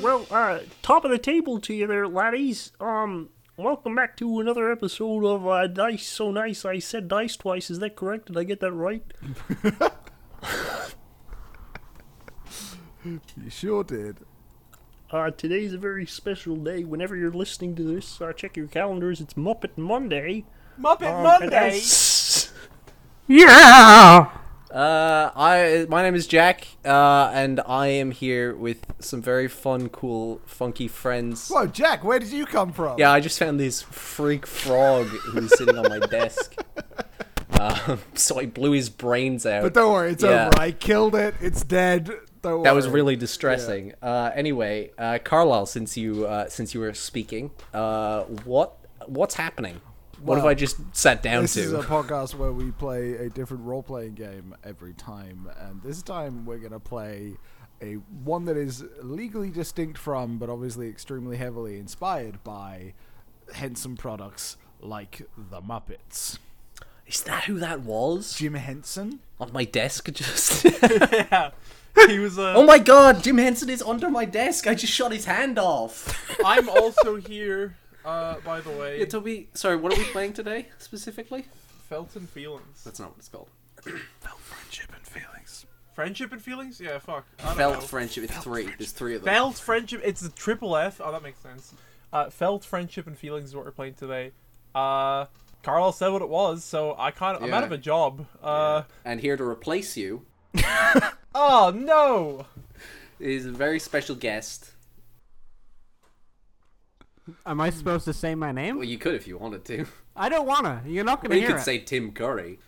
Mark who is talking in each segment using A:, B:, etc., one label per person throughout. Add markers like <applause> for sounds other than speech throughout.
A: Well, uh, top of the table to you there, laddies. Um, welcome back to another episode of uh, Dice So Nice. I said dice twice. Is that correct? Did I get that right?
B: <laughs> You sure did.
A: Uh, today's a very special day. Whenever you're listening to this, uh, check your calendars. It's Muppet Monday.
C: Muppet
A: Um, and
C: Monday.
A: as-
B: <laughs>
A: yeah.
D: Uh, I my name is Jack, uh, and I am here with some very fun, cool, funky friends.
B: Whoa, Jack, where did you come from?
D: Yeah, I just found this freak frog who's sitting on my
B: <laughs>
D: desk. Um, so I blew his brains out.
B: But don't worry, it's
D: Yeah.
B: over. I killed it. It's dead. Don't
D: that was
B: worry.
D: really distressing. Uh, anyway, uh, Carlisle, since you uh, since you were speaking, uh, what what's happening? what have
B: Well,
D: I just sat down
B: This
D: to?
B: is a <laughs> podcast where we play a different role playing game every time, and this time we're going to play a one that is legally distinct from, but obviously extremely heavily inspired by, Henson products like the Muppets.
D: Is that who that was
B: Jim Henson.
D: on my desk?
B: <laughs>
D: Just
C: yeah. He was uh,
D: oh my god, Jim Henson is under my desk. I just shot his hand off.
C: I'm also here, uh, by the way.
D: Yeah, Toby, sorry, what are we playing today specifically?
C: Felt and Feelings.
D: That's not what it's called.
B: Friendship and feelings.
C: Friendship and Feelings? Yeah, fuck. I don't know.
D: Felt friendship. It's three. There's three of them.
C: Felt Friendship. It's the triple F. Oh, that makes sense. Uh, felt Friendship and Feelings is what we're playing today. Uh, Carl said what it was, so I kind of I'm out
D: Yeah.
C: of a job. Uh,
D: And here to replace you
C: Oh no!
D: is a very special guest.
E: Am I supposed to say my name?
D: Well, you could if you wanted to.
E: I don't wanna. You're not gonna
D: Or you
E: hear
D: could
E: it.
D: say Tim Curry.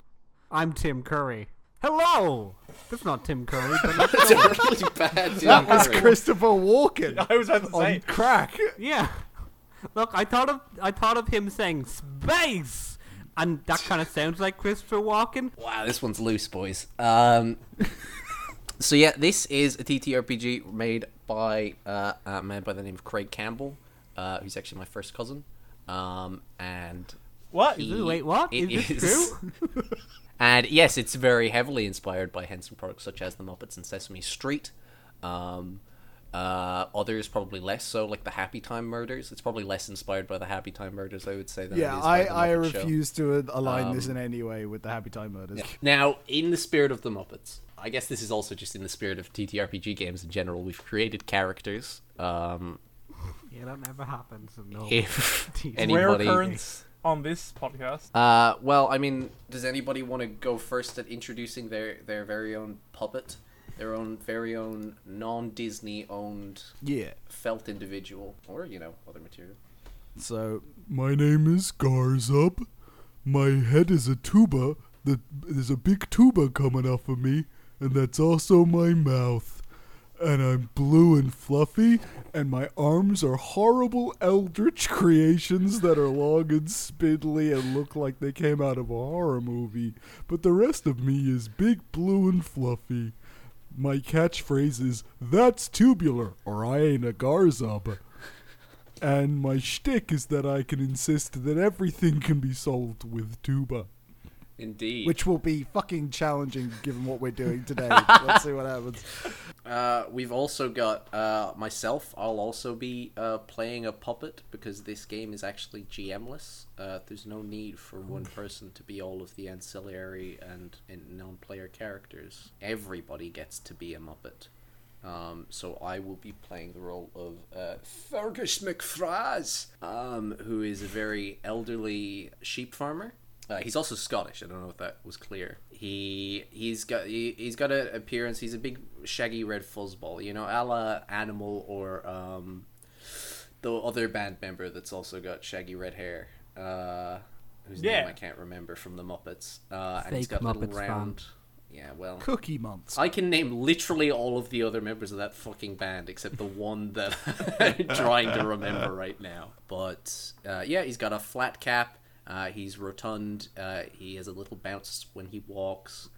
E: I'm Tim Curry. Hello. That's not Tim Curry.
D: <laughs>
E: But
D: That's a really bad Tim
B: That was
D: Curry.
B: Christopher
A: <laughs>
B: Walken
C: I was about to
B: on
C: say.
B: crack.
E: yeah. Look, I thought of I thought of him saying space, and that kind of sounds like Christopher Walken.
D: Wow, this one's loose, boys.
E: <laughs>
D: Um, so yeah, this is a TTRPG made by uh, a man by the name of Craig Campbell, uh, who's actually my first cousin, um, and
C: What?
D: he-
E: Wait, what?
D: it
E: Is this
D: is- <laughs> and yes, it's very heavily inspired by Henson products such as The Muppets and Sesame Street. Um, uh, others probably less so, like the Happy Time Murders. It's probably less inspired by the Happy Time Murders, I would say. Than
B: Yeah,
D: it is by
B: I, I
D: The Muppet Show. Um,
B: refuse to align this in any way with the Happy Time Murders.
F: <laughs>
D: Now, in the spirit of the Muppets, I guess this is also just in the spirit of TTRPG games in general. We've created characters. Um,
E: Yeah, that never happens. No.
D: if
E: Jeez.
C: Rare
D: anybody,
C: occurrence on this podcast.
D: uh, well, I mean, does anybody want to go first at introducing their their very own puppet, their own very own non-Disney owned
B: Yeah.
D: felt individual, or you know, other material?
B: So my name is Garzup. My head is a tuba. The, there's a big tuba coming off of me, and that's also my mouth. And I'm blue and fluffy, and my arms are horrible eldritch creations that are long and spindly and look like they came out of a horror movie. But the rest of me is big, blue, and fluffy. My catchphrase is, That's tubular, or I ain't a Garzub. And my shtick is that I can insist that everything can be solved with tuba.
D: Indeed.
B: Which will be fucking challenging given what we're
D: <laughs>
B: doing today. Let's see what happens.
D: Uh, we've also got uh, myself. I'll also be uh, playing a puppet because this game is actually GMless. Uh, there's no need for one person to be all of the ancillary and, and non-player characters. Everybody gets to be a muppet. Um, so I will be playing the role of uh, Fergus McFraz, um, who is a very elderly sheep farmer. Uh, he's also Scottish. I don't know if that was clear. He he's got he, he's got an appearance. He's a big shaggy red fuzzball, you know, a la Animal or um, the other band member that's also got shaggy red hair. Uh, whose
C: Yeah.
D: name I can't remember from the Muppets. Uh, and he's
E: Fake
D: got little
E: Muppets fan.
D: round. Yeah, well,
B: Cookie months.
D: I can name literally all of the other members of that fucking band except the
E: <laughs>
D: one that <laughs> I'm trying to remember right now. But uh, yeah, he's got a flat cap. Uh, he's rotund. Uh, he has a little bounce when he walks,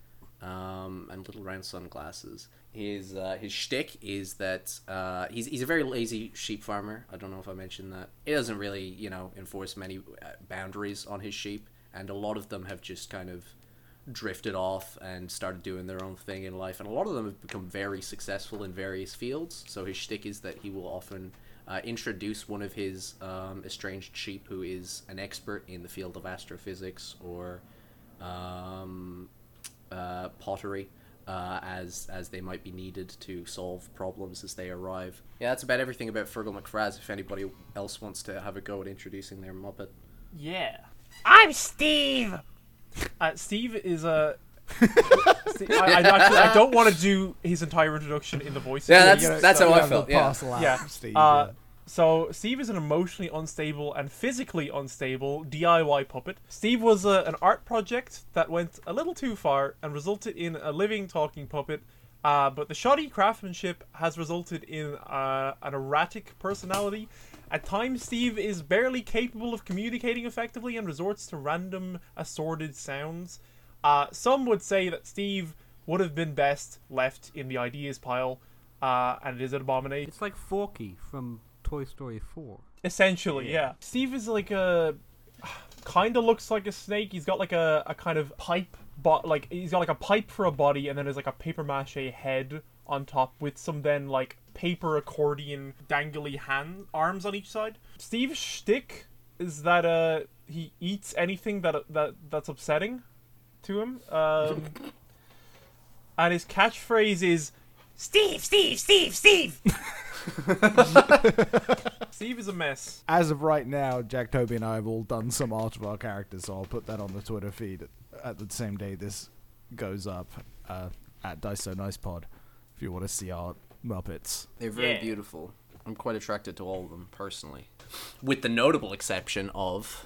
D: um, and little round sunglasses. His uh, his shtick is that uh, he's he's a very lazy sheep farmer. I don't know if I mentioned that. He doesn't really you know enforce many uh, boundaries on his sheep, and a lot of them have just kind of drifted off and started doing their own thing in life, and a lot of them have become very successful in various fields. So his shtick is that he will often uh, introduce one of his um, estranged sheep who is an expert in the field of astrophysics or um, uh, pottery. Uh, as as they might be needed to solve problems as they arrive. Yeah, that's about everything about Fergal McFraz. If anybody else wants to have a go at introducing their Muppet,
G: Yeah.
F: I'm Steve.
G: Uh, Steve is a. Ste- I, I, actually, I don't want to do his entire introduction in the voice.
D: Yeah,
G: you
D: that's-
G: gotta-
D: that's
G: so-
D: how I
G: yeah.
D: felt, yeah.
F: Pass line,
G: Yeah.
F: Steve.
G: Uh,
F: yeah.
G: so Steve is an emotionally unstable and physically unstable DIY puppet. Steve was uh, an art project that went a little too far and resulted in a living talking puppet. Uh, but the shoddy craftsmanship has resulted in uh, an erratic personality. At times, Steve is barely capable of communicating effectively and resorts to random assorted sounds. Uh, some would say that Steve would have been best left in the ideas pile, uh, and it is an abomination.
E: It's like Forky from Toy Story 4.
G: Essentially, yeah. Steve is like a <sighs> kind of looks like a snake. He's got like a, a kind of pipe, bo- like he's got like a pipe for a body, and then there's like a paper mache head on top with some then like paper accordion dangly hand arms on each side. Steve's shtick is that uh he eats anything that that that's upsetting to him. Um, and his catchphrase is
F: Steve, Steve, Steve,
D: <laughs>
F: Steve.
G: Steve is a mess.
F: As of right now, Jack Toby and I have all done some art of our characters, so I'll put that on the Twitter feed at the same day this goes up uh, at Dice So Nice Pod. If you want to see our Muppets,
D: they're very
G: Yeah.
D: beautiful. I'm quite attracted to all of them personally, with the notable exception of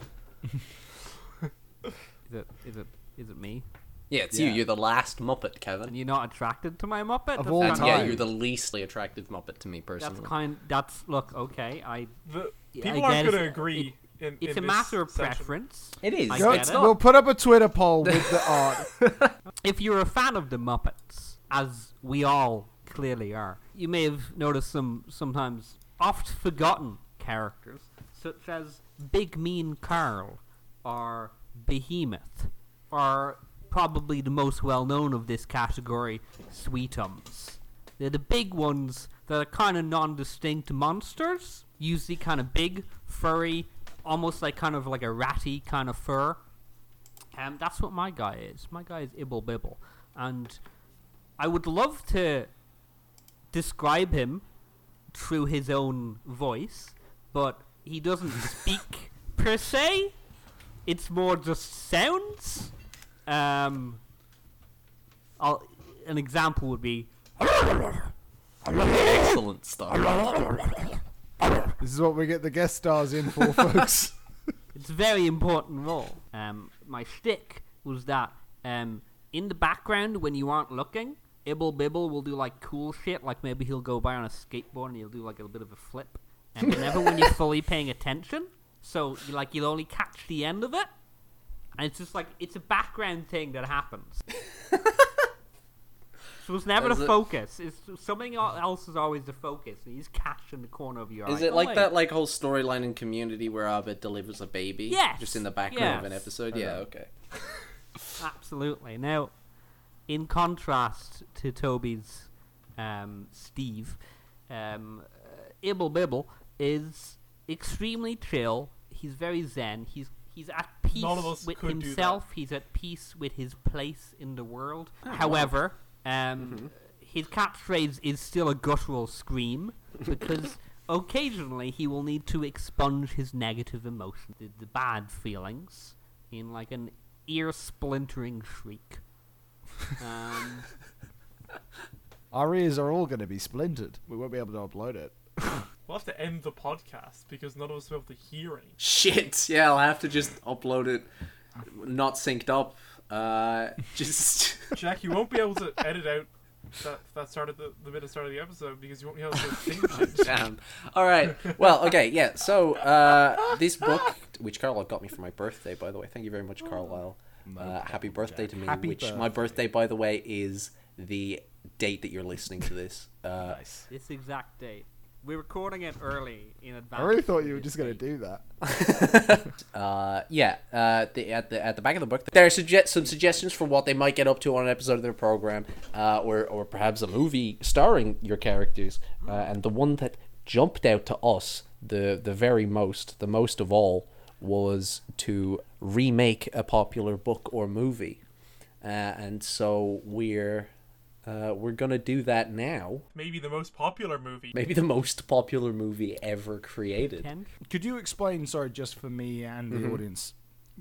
E: Is it, is it, is it me?
D: yeah, it's
F: Yeah.
D: you. You're the last Muppet, Kevin.
E: And you're not attracted to my Muppet?
F: Of
E: That's
F: all
E: kind
D: And yeah,
F: time.
D: you're the leastly attractive Muppet to me
E: That's
D: personally.
E: kind. That's look. Okay, I.
G: The,
E: Yeah,
G: people
E: I
G: aren't
E: guess
G: going to
E: it-
G: agree. in,
E: It's
G: in
E: a
G: this
E: matter of
G: section.
E: preference.
D: It is.
E: I
D: It's
F: Go-
E: get it.
D: not-
F: we'll put up a Twitter poll
E: <laughs>
F: with the art.
D: <laughs>
E: If you're a fan of the Muppets, as we all clearly are, you may have noticed some sometimes oft forgotten characters, such as Big Mean Carl or Behemoth, or probably the most well known of this category, Sweetums. They're the big ones that are kind of non distinct monsters, usually kind of big, furry, almost like kind of like a ratty kind of fur. Um, that's what my guy is. My guy is Ibble Bibble, and I would love to describe him through his own voice, but he
D: <laughs>
E: doesn't speak per se. It's more just sounds. Um, I'll, an example would be
D: excellent stuff.
F: This is what we get the guest stars in
D: <laughs>
F: for, folks.
E: It's a very important role. Um, my shtick was that um, in the background when you aren't looking, Ibble Bibble will do like cool shit, like maybe he'll go by on a skateboard and he'll do like a bit of a flip. And never when you're fully paying attention, so you like you'll only catch the end of it. And it's just like it's a background thing that happens. so it's never
D: Is
E: the
D: it-
E: focus. It's something el- else is always the focus. And he's catched in the corner of your eye.
D: Is it like that like whole storyline in Community where Abed delivers a baby?
E: Yes,
D: Just in the background of an
E: yes.
D: episode. Yeah. Okay.
E: Absolutely. Now, in contrast to Toby's um, Steve, um, uh, Ibble Bibble is extremely chill. He's very zen. He's he's at peace
G: None of us
E: with
G: could do that.
E: himself. He's at peace with his place in the world.
G: Ah,
E: However,
G: Mm-hmm.
E: um, his catchphrase is still a guttural scream because. <laughs> Occasionally, he will need to expunge his negative emotions, the, the bad feelings, in like an ear splintering shriek.
D: <laughs>
E: Um,
F: our ears are all going to be splintered. We won't be able to upload it.
G: We'll have to end the podcast because none of us will be able to hear any.
D: Shit. Yeah, I'll have to just upload it, not synced up. Uh, <laughs> just.
G: Jack, you won't be able to edit out that that started the, the bit that started the episode because you won't be
D: <laughs>
G: able to distinguish it.
D: Oh, Damn. All right. Well, okay, yeah. So uh, this book, which Carlisle got me for my birthday, by the way. Thank you very much, Carlisle. Uh, happy birthday to me.
F: Happy
D: which my birthday, by the way, is the date that you're listening to this. Uh,
F: Nice.
E: this exact date.
A: We're recording it early in advance.
B: I really thought you were just going to do that.
D: <laughs> Uh, yeah, uh, the, at the at the back of the book, there are suge- some suggestions for what they might get up to on an episode of their program, uh, or or perhaps a movie starring your characters. Uh, and the one that jumped out to us the the very most, the most of all, was to remake a popular book or movie. Uh, and so we're uh, we're gonna do that now.
G: Maybe the most popular movie.
D: Maybe the most popular movie ever created.
A: Ken?
F: Could you explain, sorry, just for me and the audience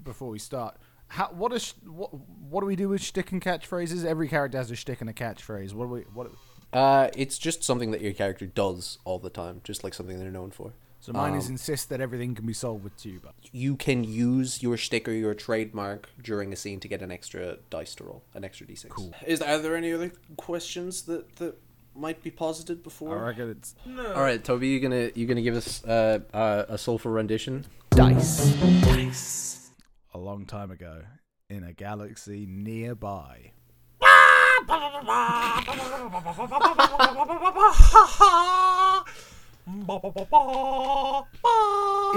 F: before we start, how, what, is, what what do we do with shtick and catchphrases? Every character has a shtick and a catchphrase. What do we what?
D: Uh, it's just something that your character does all the time, just like something they're known for.
F: So
D: Um,
F: mine is insist that everything can be solved with tuba.
D: You can use your shtick or your trademark during a scene to get an extra dice to roll, an extra d6. Cool. Is are there any other questions that that might be posited
F: I
D: before?
F: reckon it's
D: All right, Toby, you gonna you gonna give us uh, uh, a soulful rendition?
F: dice. Dice. A long time ago, in a galaxy nearby.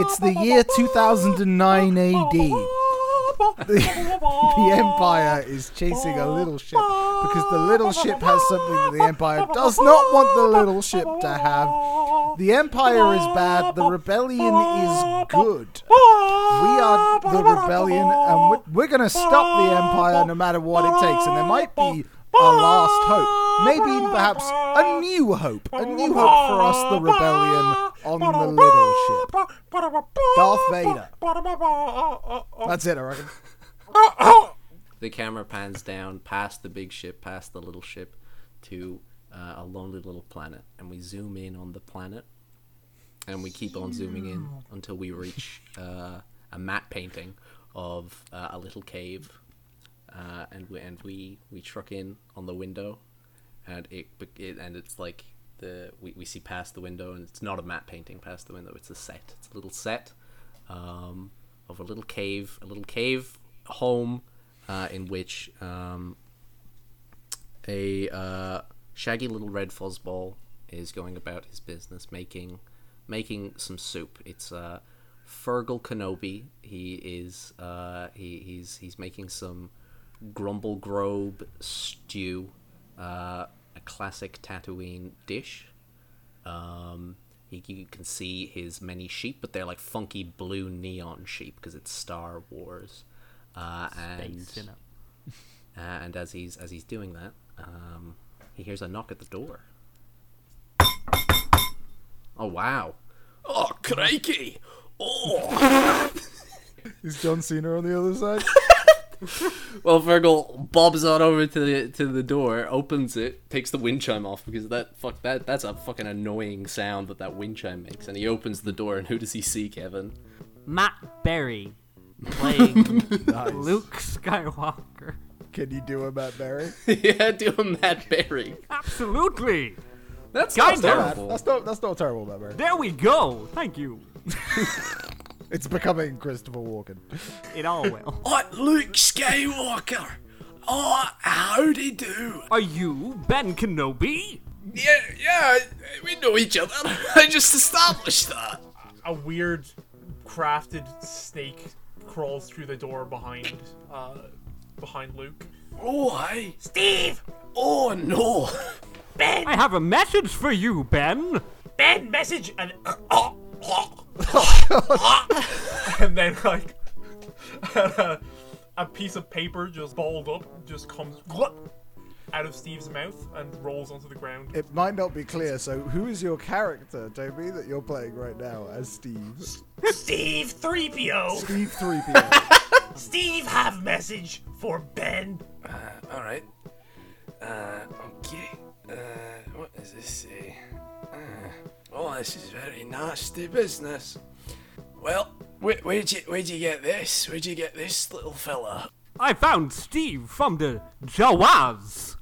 F: It's the year 2009 AD. The, the Empire is chasing a little ship because the little ship has something that the Empire does not want the little ship to have. The Empire is bad, the
H: <laughs>
F: rebellion is good. We are the rebellion, and we're, we're going to stop the Empire no matter what it takes. And there might be our last hope. Maybe perhaps a new hope. A new hope for us, the rebellion, on the little ship. Darth Vader. That's it, I reckon.
D: The camera pans down past the big ship, past the little ship, to uh, a lonely little planet, and we zoom in on the planet, and we keep on zooming in until we reach uh, a matte painting of uh, a little cave, uh, and we and we we truck in on the window, and it, be- it and it's like the we, we see past the window, and it's not a matte painting past the window; it's a set. It's a little set um, of a little cave, a little cave home, uh, in which um, a uh, shaggy little red fuzzball is going about his business, making making some soup. It's uh, Fergal Kenobi. He is uh, he, he's he's making some grumble grobe stew, uh, a classic Tatooine dish. Um, he, you can see his many sheep, but they're like funky blue neon sheep because it's Star Wars. Uh, and
A: Space, innit?
D: uh, and as he's as he's doing that, um, he hears a knock at the door. Oh wow! Oh crikey! Oh.
B: Is John Cena on the other <laughs> side?
D: well, Virgil bobs on over to the to the door, opens it, takes the wind chime off because that fuck that that's a fucking annoying sound that that wind chime makes. And he opens the door, and who does he see, Kevin?
A: Matt
D: <laughs>
A: Berry playing Luke Skywalker.
B: Can you do a Matt Berry?
D: yeah, do a Matt Berry.
A: Absolutely.
D: That's
A: Kind
D: not
A: of.
D: terrible.
B: That's not that's not terrible Matt Berry.
A: There we go. Thank
F: <laughs>
A: you.
B: It's becoming Christopher Walken.
A: It all will.
D: Oh, Luke Skywalker. Oh, howdy do.
A: Are you Ben Kenobi?
D: Yeah, yeah, we know each other. <laughs> I just established that.
G: A weird, crafted snake crawls through the door behind, uh, behind Luke.
D: Oh, hi.
G: Steve,
D: Oh, no.
A: I have a message for you, Ben.
G: Ben, message and <coughs> and then like <laughs> a, piece of paper just balled up just comes out of Steve's mouth and rolls onto the ground.
B: It might not be clear, so who is your character, Toby, that you're playing right now as Steve?
G: Steve 3PO.
B: Steve 3PO.
G: <laughs> Steve have message for Ben.
D: All right. Uh, okay. Uh, what does this say? Uh, oh, this is very nasty business. Well, where, where'd you where'd you get this? Where'd you get this little fella?
A: I found Steve from the Jawaz.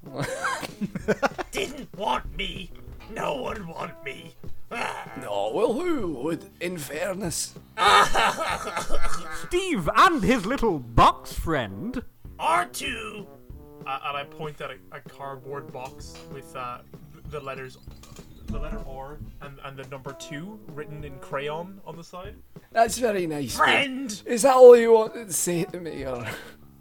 G: <laughs> Didn't want me. No one want me.
D: No, well, who would? In fairness,
A: Steve and his little box friend.
G: R2. Uh, and I point at a, a cardboard box with uh, th- the letters the letter R and, and the number two written in crayon on the side.
I: That's very nice. mate.
G: Friend!
I: Is that all you wanted to say to me? Or,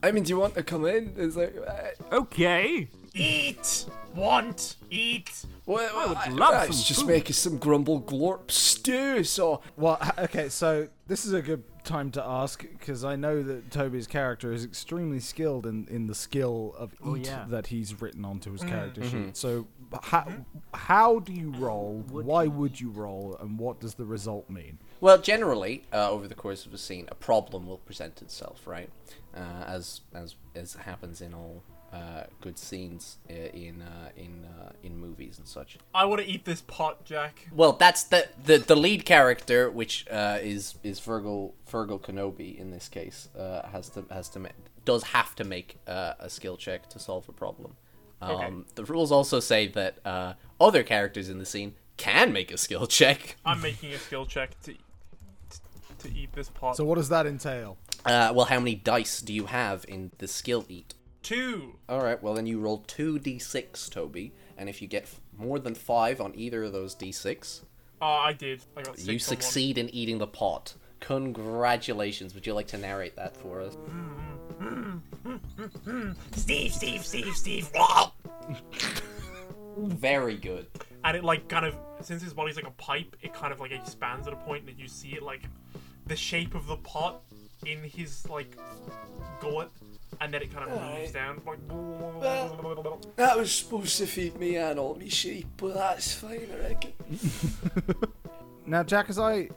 I: I mean, do you want to come in? It's like, uh,
E: Okay.
G: Eat! Want! Eat!
I: well,
E: <laughs>
I: I-
E: love
I: let's
E: some
I: just
E: food.
I: make us some grumble glorp stew. So,
F: Well, h- okay, so this is a good time to ask because I know that Toby's character is extremely skilled in, in the skill of eat
E: Oh, yeah. Mm-hmm.
F: that he's written onto his character
I: Mm-hmm.
F: sheet. So, how how do you roll? Why would you roll? And what does the result mean?
D: Well, generally, uh, over the course of a scene, a problem will present itself, right? Uh, as as as happens in all uh, good scenes uh, in uh, in uh, in movies and such.
G: I want to eat this pot, Jack.
D: Well, that's the the, the lead character, which uh, is is Virgil Virgil Kenobi in this case, uh, has to has to ma- does have to make uh, a skill check to solve a problem. Um,
G: Okay.
D: The rules also say that uh, other characters in the scene can make a skill <laughs> check.
G: I'm making a skill check to to, to eat this pot.
F: So, what does that entail?
D: Uh, well, how many dice do you have in the skill eat?
G: two.
D: All right. Well, then you roll two d6, Toby, and if you get f- more than five on either of those d6,
G: Oh, I did. I got six.
D: you
G: on one.
D: succeed in eating the pot. Congratulations. Would you like to narrate that for us?
G: Mm-hmm. Hmm. Steve, Steve, Steve, Steve. Wow.
D: Very good.
G: And it like kind of since his body's like a pipe, it kind of like expands at a point, and you see it like the shape of the pot in his like gullet, and then it kind of moves down. Like,
I: that was supposed to feed me and all me sheep, but that's fine, I reckon. <laughs>
F: <laughs> Now, Jack, as I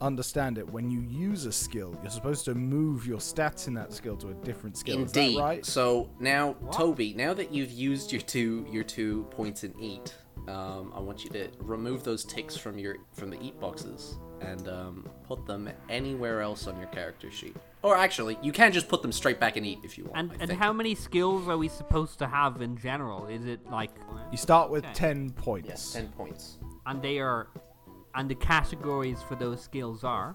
F: understand it, when you use a skill, you're supposed to move your stats in that skill to a different skill. Is
D: Indeed.
F: that right?
D: So now, Toby, now that you've used your two your two points in eat, um, I want you to remove those ticks from your from the eat boxes and um, put them anywhere else on your character sheet. Or actually, you can just put them straight back in eat if you want.
E: And
D: I
E: and
D: think.
E: how many skills are we supposed to have in general? Is it like
F: You start with
E: Okay.
F: ten points.
D: Yes, ten points.
E: and they are and the categories for those skills are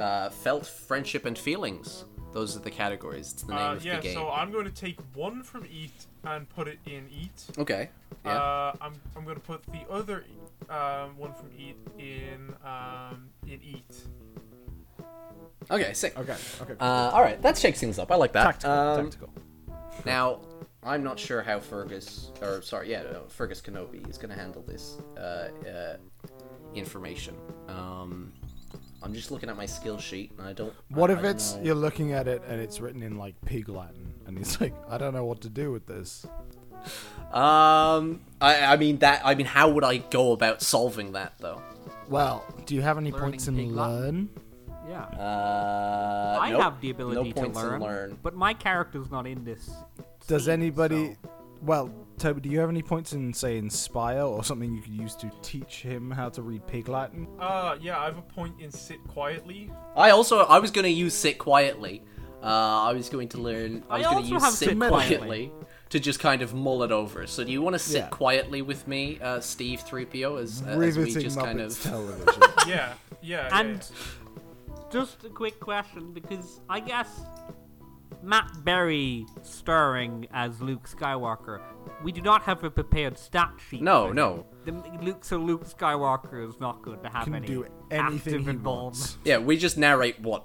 D: Uh, felt, friendship, and feelings. Those are the categories. It's the name
G: uh,
D: of
G: yeah.
D: the game.
G: So I'm going to take one from eat and put it in eat.
D: Okay. Yeah.
G: Uh, I'm, I'm gonna put the other um, one from Eat in um, in Eat.
D: okay. Sick.
F: Okay. Okay.
D: Uh, all right, that shakes things up. I like that.
F: tactical.
D: Um,
F: tactical.
D: Now, I'm not sure how Fergus, or sorry, yeah, no, Fergus Kenobi is going to handle this uh, uh, information. Um, I'm just looking at my skill sheet, and I don't.
F: What
D: I-
F: if
D: I don't
F: it's
D: know.
F: you're looking at it and it's written in like pig Latin and he's <laughs> like, I don't know what to do with this.
D: Um, I, I mean that. I mean, how would I go about solving that though?
F: Well, do you have any
E: Learning
F: points in
E: pig Latin?
F: learn?
E: yeah.
D: Uh,
E: I
D: nope,
E: have the ability
D: no
E: to
D: points in
E: learn,
D: learn.
E: but my character's not in this.
F: Does
E: scene,
F: anybody?
E: so-
F: Well, Toby, do you have any points in say inspire or something you could use to teach him how to read pig Latin?
G: Uh, yeah, I have a point in Sit Quietly.
D: I also I was going to use sit quietly. Uh, I was going to learn. I
E: I
D: was going
E: also
D: to
E: have
D: use sit
E: sit
D: quietly to just kind of mull it over. So do you want to sit
F: Yeah.
D: quietly with me, uh, Steve Three PO, as, as we
F: Riveting
D: just
F: Muppets
D: kind of
F: television.
E: <laughs>
G: Yeah, yeah. yeah,
E: And just a quick question, because I guess Matt Berry starring as Luke Skywalker, we do not have a prepared stat sheet.
D: No,
E: for
D: no.
E: him. The, Luke, so Luke Skywalker is not going to have
F: Can
E: any
F: do anything
E: active
F: he
E: involvement.
F: wants.
D: Yeah, we just narrate what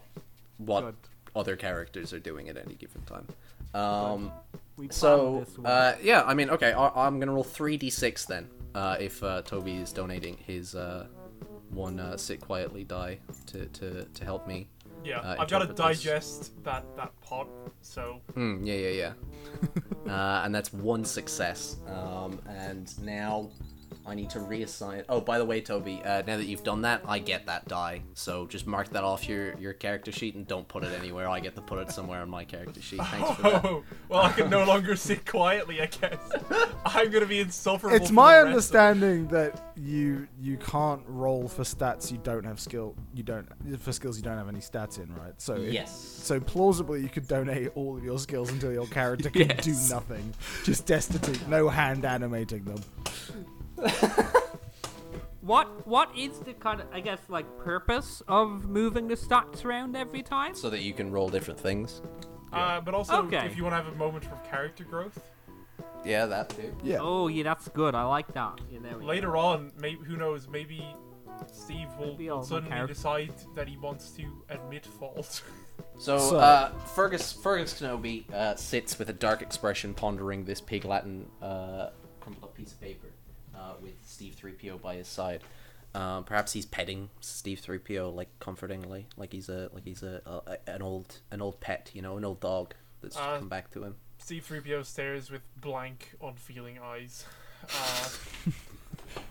D: what
E: Good.
D: other characters are doing at any given time. Um,
E: We planned
D: so
E: this one.
D: uh, yeah, I mean, okay, I, I'm gonna roll three d6 then. Uh, if uh, Toby is donating his uh, one uh, sit quietly die to, to, to help me.
G: yeah.
D: uh,
G: I've got to
D: interpret this.
G: digest that that pot. So
D: Mm, yeah, yeah, yeah. <laughs> uh, and that's one success. Um, and now I need to reassign. Oh, by the way, Toby, uh, now that you've done that, I get that die. So just mark that off your, your character sheet and don't put it anywhere. I get to put it somewhere on my character sheet. Thanks for that.
G: <laughs> oh, well, I
D: <laughs>
G: can no longer sit quietly. I guess I'm gonna be insufferable.
F: It's
G: for
F: my
G: the rest of-
F: understanding that you you can't roll for stats you don't have skill you don't for skills you don't have any stats in, right? So if-
D: Yes.
F: so plausibly you could donate all of your skills until your character can do
D: Yes.
F: nothing, just destitute, no hand animating them. <laughs>
E: What what is the kind of I guess like purpose of moving the stats around every time?
D: So that you can roll different things.
G: Uh, but also,
E: Okay.
G: if you want to have a moment of character growth,
D: Yeah, that too.
J: Yeah.
E: Oh, yeah, that's good. I like that. Yeah, there we
G: Later on, maybe who knows? Maybe Steve will
E: Maybe I'll make
G: suddenly
E: character.
G: decide that he wants to admit fault. <laughs>
D: So,
F: So-
D: uh, Fergus Fergus Kenobi uh, sits with a dark expression, pondering this pig Latin uh, crumpled up piece of paper, uh, with Steve three PO by his side. Um, perhaps he's petting Steve three PO like comfortingly, like he's a like he's a, a a- an old an old pet, you know, an old dog that's just
G: Uh,
D: come back to him.
G: Steve 3PO stares with blank, unfeeling eyes. Uh,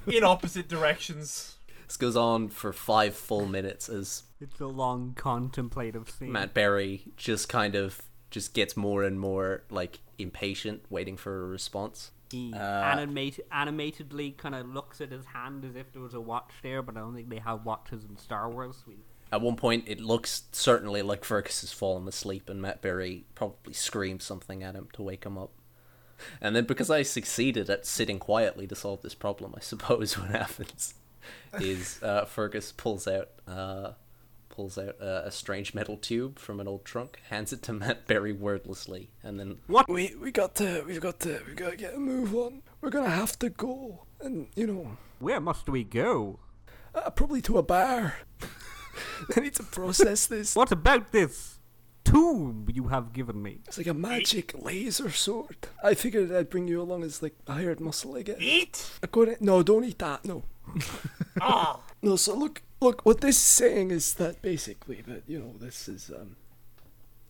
G: in opposite directions.
D: This goes on for five full minutes as
E: go. It's a long contemplative scene.
D: Matt Berry just kind of just gets more and more like impatient, waiting for a response.
E: He
D: Uh,
E: animate, animatedly kind of looks at his hand as if there was a watch there, but I don't think they have watches in Star Wars. We,
D: At one point, it looks certainly like Fergus has fallen asleep, and Matt Berry probably screams something at him to wake him up. And then, because I succeeded at sitting quietly to solve this problem, I suppose <laughs> what happens is uh, Fergus pulls out uh, pulls out uh, a strange metal tube from an old trunk, hands it to Matt Berry wordlessly, and then
I: We we got to we've got to we've got to get a move on. We're gonna have to go, and you know,
E: where must we go?
I: uh, probably to a bar. <laughs> I need to process this.
E: What about this tomb you have given me?
I: It's like a magic laser sword. I figured I'd bring you along as like a hired muscle, I guess.
G: Eat!
I: According, no, don't eat that. No,
G: Ah!
I: <laughs> no. So look, look. What this is saying is that basically that you know this is um.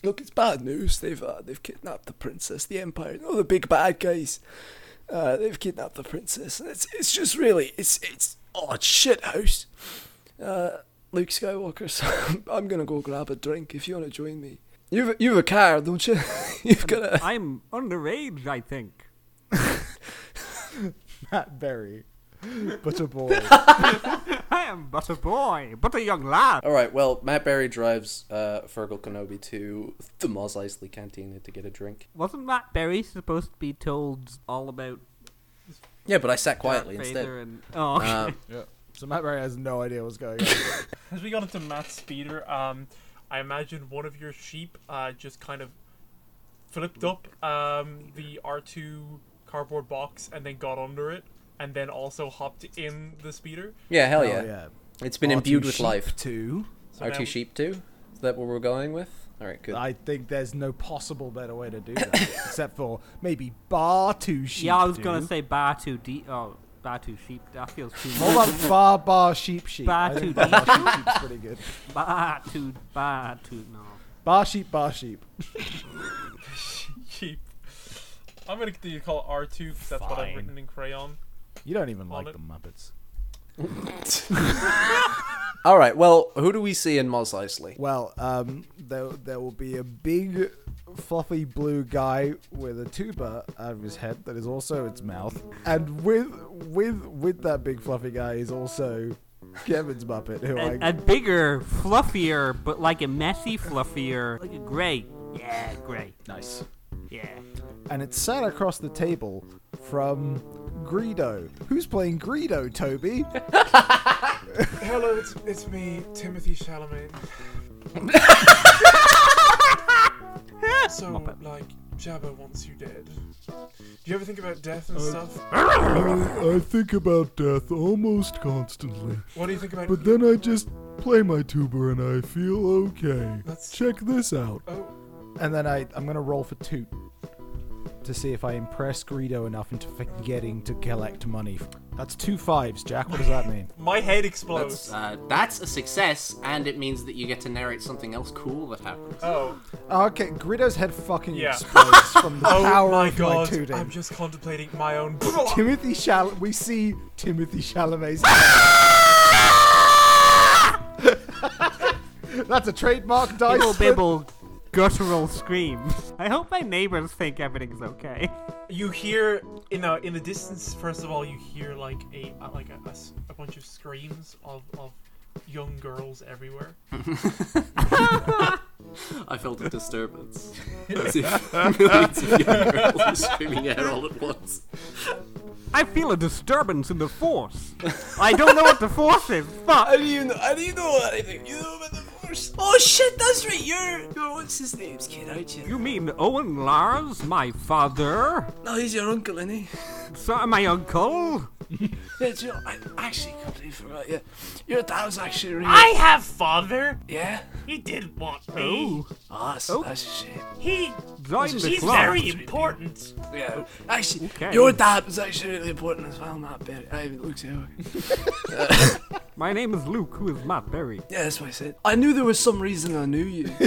I: Look, it's bad news. They've uh, they've kidnapped the princess. The empire, no, the big bad guys. Uh, they've kidnapped the princess, and it's it's just really it's it's oh it's shit house. Uh, Luke Skywalker, so <laughs> I'm, I'm gonna go grab a drink if you wanna join me. You've you've a car, don't you? <laughs> You've got a
E: I'm underage, I think.
F: <laughs> Matt Berry. <laughs> But a
G: <laughs>
F: boy.
E: <laughs> I am but a boy, but a young lad.
D: All right. Well, Matt Berry drives uh, Fergal Kenobi to the Mos Eisley Cantina to get a drink.
E: Wasn't Matt Berry supposed to be told all about
D: Yeah, but I sat quietly
E: Darth
D: instead.
E: Vader and oh, okay.
D: Um,
F: so Matt Berry has no idea what's
G: <laughs>
F: going on.
G: As we got into Matt's speeder, um, I imagine one of your sheep uh, just kind of flipped up um, the R2 cardboard box and then got under it and then also hopped in the speeder.
D: yeah, hell
F: Oh,
D: yeah.
F: yeah.
D: It's been imbued with life.
F: <laughs>
D: <laughs>
F: Too.
G: So
D: Our
G: now-
D: two sheep too? Is that what we're going with? All right, good.
F: I think there's no possible better way to do that, <laughs> except for maybe bar two sheep.
E: yeah, I was gonna
F: do.
E: say Batu D. Oh, Batu sheep. That feels too
F: Hold
E: much.
F: on, bar bar sheep sheep.
E: Bar <laughs>
F: I
E: two
F: think bar sheep sheep's pretty good.
E: Batu Batu. No.
F: Bar sheep bar sheep.
G: Sheep. I'm going to continue to call it R2 because that's what I've
F: Fine.
G: written in crayon.
F: You don't even
G: Hold
F: like
G: it.
F: the Muppets.
D: All right, well, who do we see in Mos Eisley?
F: Well, um, there there will be a big, fluffy blue guy with a tuba out of his head that is also its mouth, and with with with that big fluffy guy is also Kevin's Muppet, who
E: A,
F: I
E: a bigger, fluffier, but like a messy fluffier, like a grey. Yeah, grey.
F: nice.
E: Yeah.
F: and it's sat across the table from Greedo. Who's playing Greedo,
G: <laughs>
F: Toby?
G: Hello, it's, it's me,
F: <laughs>
G: Timothy Chalamet. so, like, Jabba wants you dead. Do you ever think about death
F: Uh, <laughs>
G: and stuff?
B: I, I think about death almost constantly,
G: What do you think about?
B: but then I just play my tuba and I feel okay.
G: That's-
B: Check this out.
G: oh,
F: And then I, I'm gonna roll for toot to see if I impress Greedo enough into forgetting to collect money. That's two fives, Jack. What does that
G: <laughs>
F: mean?
G: my head explodes.
D: Uh, that's a success, and it means that you get to narrate something else cool that happened.
G: Oh,
F: Ah, Okay, Greedo's head fucking
G: Yeah.
F: explodes from the
G: <laughs> oh
F: power
G: my
F: of my
G: god! <laughs>
F: tooting.
G: I'm just contemplating my own.
F: Timothy Chalamet. We see Timothy
G: <laughs>
F: Chalamet's. That's a trademark dice.
E: Bibble
F: flip.
E: bibble, guttural screams. I hope my neighbors
I: <laughs>
E: think everything's okay.
G: you hear you know in the distance. First of all, you hear like a uh, like a, a s- a bunch of screams of of young girls
C: <laughs>
G: everywhere.
D: <laughs> I felt
C: <laughs>
D: a disturbance. As <laughs> if millions of young girls were screaming out all at once.
E: I feel a disturbance in the force. I don't know what the force is. Fuck.
I: How do you know? How do you know anything? You know about the force? Oh shit, that's right. You're, you're what's his name's kid, aren't you?
E: You mean Owen Lars, my father?
I: No, he's your uncle, isn't he?
E: So, my uncle?
I: Yeah, do you know, I actually completely forgot. Yeah, your dad was actually really.
K: I have father.
I: yeah.
K: He did want me.
I: Oh, that's,
E: Oh.
I: that's a shame.
K: He.
E: Join the
K: He's
E: club.
K: very important.
I: Yeah, actually,
E: Okay.
I: your dad was actually really important as well, Matt Berry. I mean, Luke Skywalker.
E: <laughs> My name is Luke, who is Matt Berry.
I: Yeah, that's what I said. I knew there was some reason I knew you. <laughs>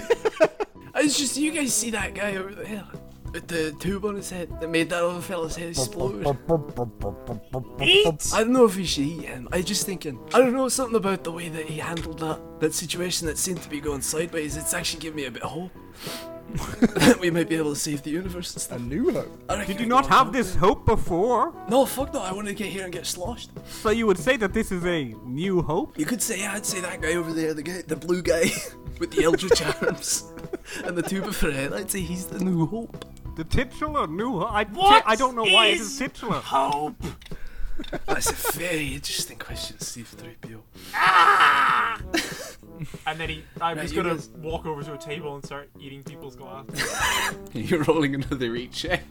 I: it's just you guys see that guy over there with the tube on his head that made that other fella's head explode.
K: Eat.
I: I don't know if he should eat him. I just thinking. I don't know something about the way that he handled that that situation that seemed to be going sideways. It's actually giving me a bit of hope. <laughs> that we might be able to save the universe and
H: A
I: stuff.
H: new hope.
I: I reckon
E: Did
I: we
E: you not
I: go
E: have
I: on.
E: this hope before?
I: No, fuck no. I wanted to get here and get sloshed.
E: So you would say that this is a new hope?
I: You could say yeah, I'd say that guy over there, the guy, the blue guy <laughs> with the
E: <laughs>
I: eldritch arms <laughs> and the tube of red. I'd say he's the new hope.
E: The titular new hope? I,
K: What
E: I don't know why it
K: is
E: is titular.
K: Hope.
I: That's a very interesting question, Steve 3PO.
C: And then he, I'm
I: Right,
C: just
I: you
C: gonna
I: guys-
C: walk over to a table and start eating people's glass.
D: <laughs>
C: <laughs>
D: You're rolling another read check.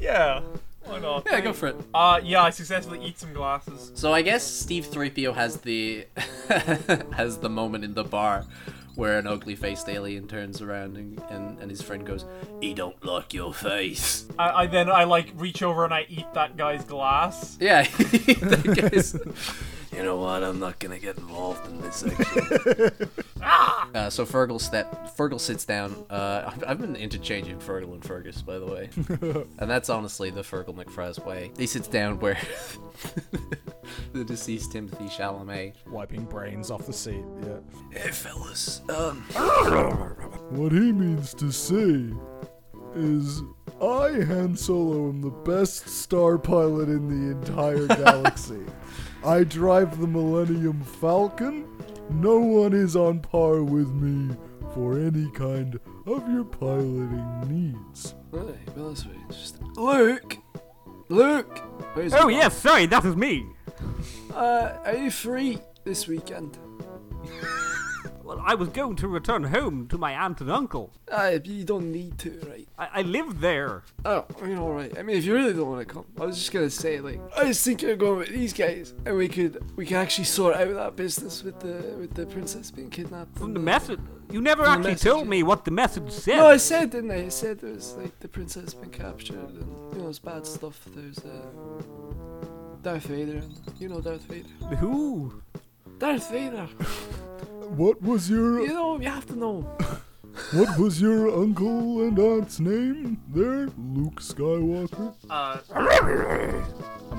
C: yeah. Why not?
D: Yeah, go for it.
C: Uh, yeah, I successfully eat some glasses.
D: So I guess Steve 3PO has the <laughs> has the moment in the bar where an ugly faced alien turns around and, and, and his friend goes, He don't like your face.
C: I, I then I like reach over and I eat that guy's glass.
I: <laughs>
D: Yeah, <laughs> that guy's-
I: You know what? I'm not gonna get involved in this actually.
D: Uh, so Fergal step Fergal sits down. Uh, I've, I've been interchanging Fergal and Fergus, by the way, and that's honestly the Fergal McFries way. He sits down where <laughs> the deceased Timothy Chalamet.
F: Wiping brains off the seat. Yeah.
I: hey, fellas. Um,
F: <laughs>
B: What he means to say is I, Han Solo, am the best star pilot in the
G: <laughs>
B: entire galaxy. I drive the Millennium Falcon. No one is on par with me for any kind of your piloting needs.
I: really? Well, that's very interesting. Luke, Luke, where's
E: Oh, yes, sorry, that is me.
I: Uh, are you free this weekend?
E: Well, I was going to return home to my aunt and uncle.
I: Uh, you don't need to, right?
E: I, I live there.
I: Oh, I mean, all right. I mean, if you really don't want to come, I was just gonna say, like, I was thinking of going with these guys, and we could we could actually sort out that business with the with the princess being kidnapped.
E: From
I: and
E: the message. You never
I: From
E: actually
I: the message,
E: told
I: yeah.
E: me what the message said.
I: No, I said, didn't I? I said there was like the princess been captured and you know there's bad stuff. There's uh, Darth Vader. And, you know Darth Vader.
E: Who?
I: Darth Vader.
B: What was
I: You
B: your
I: know you have to know.
B: What was your uncle and aunt's name? There, Luke Skywalker.
C: Uh,
F: I'm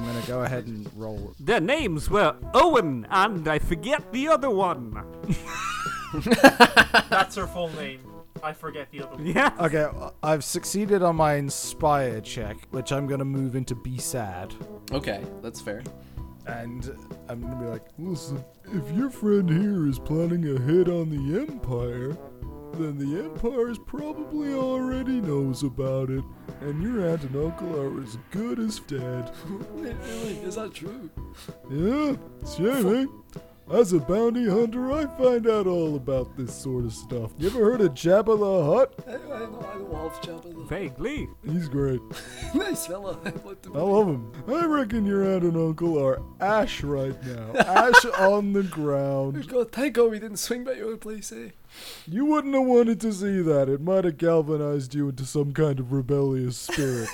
F: gonna go ahead and roll.
E: Their names were Owen and I forget the other
F: <laughs>
I: <laughs>
E: one.
C: that's her full name. I forget the other one.
E: Yeah.
F: Okay, I- I've succeeded on my inspire check, which I'm gonna move into be sad,
D: Okay, that's fair.
F: and um, I'm gonna be like,
B: Listen, if your friend here is planning a hit on the Empire, then the Empire's probably already knows about it, and your aunt and uncle are as good as dead. <laughs>
I: Wait, really? Is that true?
B: Yeah, shame, eh? As a bounty hunter, I find out all about this sort of stuff. You ever heard of Jabba the Hutt?
I: I, I know. I know Wolf Jabba.
E: Vaguely.
B: He's great.
I: the- <laughs> Nice fella. I want to-
B: I love him. I reckon your aunt and uncle are ash right now. Ash on the ground.
I: God, thank God we didn't swing by your place, eh?
B: You wouldn't have wanted to see that. It might have galvanized you into some kind of rebellious <laughs> spirit.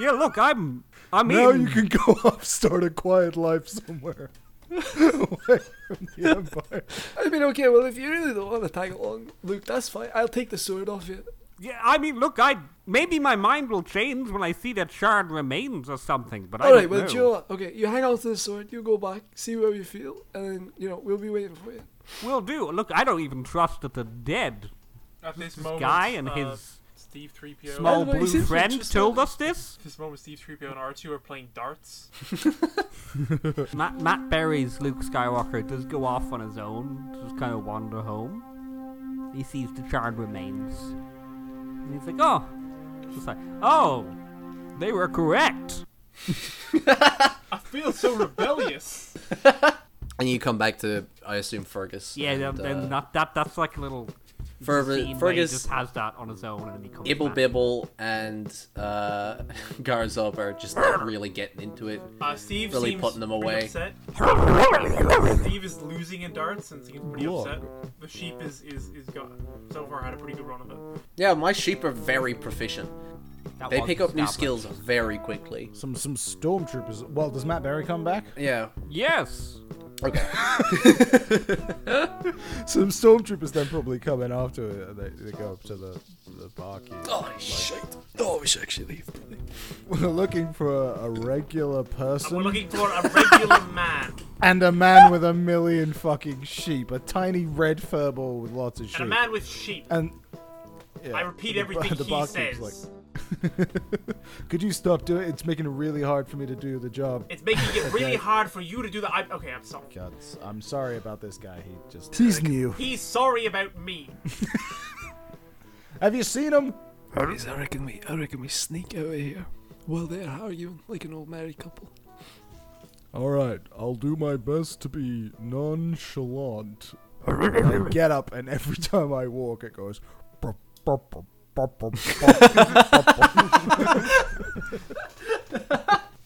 E: Yeah, look, I'm. I mean,
B: now you can go <laughs> off, start a quiet life somewhere. Away from the Empire.
I: I mean, okay, well, if you really don't want to tag along, Luke, that's fine. I'll take the sword off you.
E: yeah, I mean, look, I maybe my mind will change when I see that shard remains or something. But I
I: All right,
E: don't
I: well,
E: know.
I: you know what? Okay, you hang on to the sword, you go back, see how you feel, and then, you know, we'll be waiting for you.
E: will do. Look, I don't even trust that the dead
C: At this moment,
E: guy and
C: uh,
E: his
C: Steve 3PO.
E: small
I: By the way,
E: blue
I: since we
E: friend
I: just-
E: told us this.
C: This moment, Steve 3PO and R2 are playing
D: <laughs>
C: darts.
E: <laughs> Matt, Matt Berry's Luke Skywalker does go off on his own, just kind of wander home. He sees the charred remains, and he's like, "Oh, it's like, oh, they
C: <laughs>
E: were correct."
C: I feel so rebellious.
D: And you come back to I assume
E: <laughs>
D: Fergus.
E: Yeah,
D: and,
E: then, then
D: uh,
E: not that. That's like a little
D: Fergus-
E: scene where he
D: Fergus-
E: just has that on his own, and then he comes
D: Ibble
E: back.
D: Bibble and uh, <laughs> Garzub are
E: <coughs>
D: just like really getting into it.
G: Uh, Steve
D: Really
G: seems
D: putting them
G: pretty
D: away.
G: Upset.
D: <laughs>
G: Steve is losing in darts and seems pretty upset. The sheep is is is got so far had a pretty good run of it.
D: Yeah, my sheep are very proficient.
E: That
D: They
E: was
D: pick up new
E: established.
D: skills very quickly.
F: Some some stormtroopers. Well, does Matt Berry come back?
D: Yeah.
E: Yes.
D: Okay.
F: <laughs> Some stormtroopers then probably come in after it, and they, they go up to the the barkeep.
I: Oh, shit. Oh, we should actually leave.
F: We're looking for a, a regular person
G: We're looking for a regular <laughs> man
F: and a man with a million fucking sheep, a tiny red furball with lots of sheep.
G: and a man with sheep.
F: And yeah,
G: I repeat
F: the-
G: everything
F: the
G: he
F: barkeep's
G: says.
F: like, Could you stop doing it? It's making it really hard for me to do the job.
G: It's making it really
F: Okay.
G: hard for you to do the. I, okay, I'm sorry.
F: God, I'm sorry about this guy. He just.
L: He's new.
G: He's sorry about me.
F: Have you seen him?
I: Boys, I reckon we, I reckon we sneak out of here. Well, they're arguing like an old married couple.
B: All right, I'll do my best to be nonchalant.
F: I get up, and
B: <laughs>
F: every time I walk, it <laughs> goes. "Bop, bop, bop, bop, bop, bop."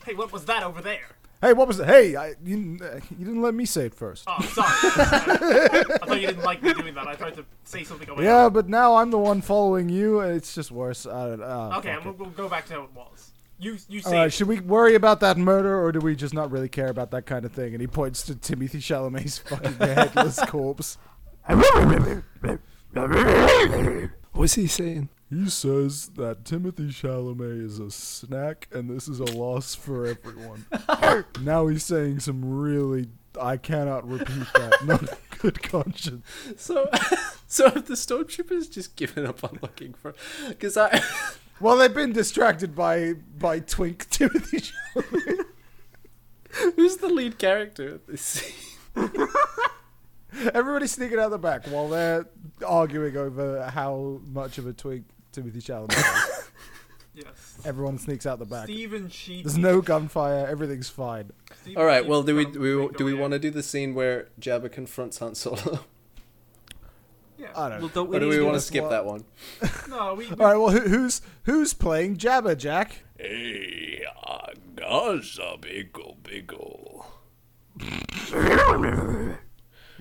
G: Hey, what was that over there?
F: hey, what was that? Hey, I, you, didn't- uh, you didn't let me say it first.
G: Oh, sorry. <laughs> I thought you didn't like me doing that. I tried to say something over
F: Yeah, but now I'm the one following you, and it's just worse. I don't, uh,
G: Okay,
F: fuck
G: we'll,
F: it.
G: we'll go back to how it was. You you
F: All
G: say
F: right, should we worry about that murder, or do we just not really care about that kind of thing? And he points to Timothy Chalamet's fucking headless corpse.
I: What's he saying?
B: He says that Timothy Chalamet is a snack and this is a loss for
I: <laughs>
B: everyone.
F: Now he's saying some really. I cannot repeat
B: <laughs>
F: that. Not in good conscience.
D: So, <laughs> so have the stormtroopers just given up on looking for? Because I, <laughs>
F: Well, they've been distracted by by Twink Timothy. Chalamet.
D: <laughs> who's the lead character of this scene?
F: <laughs> Everybody's sneaking out the back while they're arguing over how much of a twink Timothy Chalamet is.
G: yes.
F: Everyone sneaks out the back.
G: Steven Sheep.
F: There's no gunfire. Everything's fine.
G: Steve
D: All right.
G: Sheep
D: Well, do we
G: comes
D: do we,
G: big
D: do we
G: away.
D: want to do the scene where Jabba confronts Han Solo,
F: I don't
E: Well,
F: know.
E: don't we
D: or do
E: need
D: we
E: to-
D: want to skip that one?
G: No, we.
F: All right. Well, who, who's who's playing Jabba Jack?
C: Hey, uh, Gaza Biggle Biggle.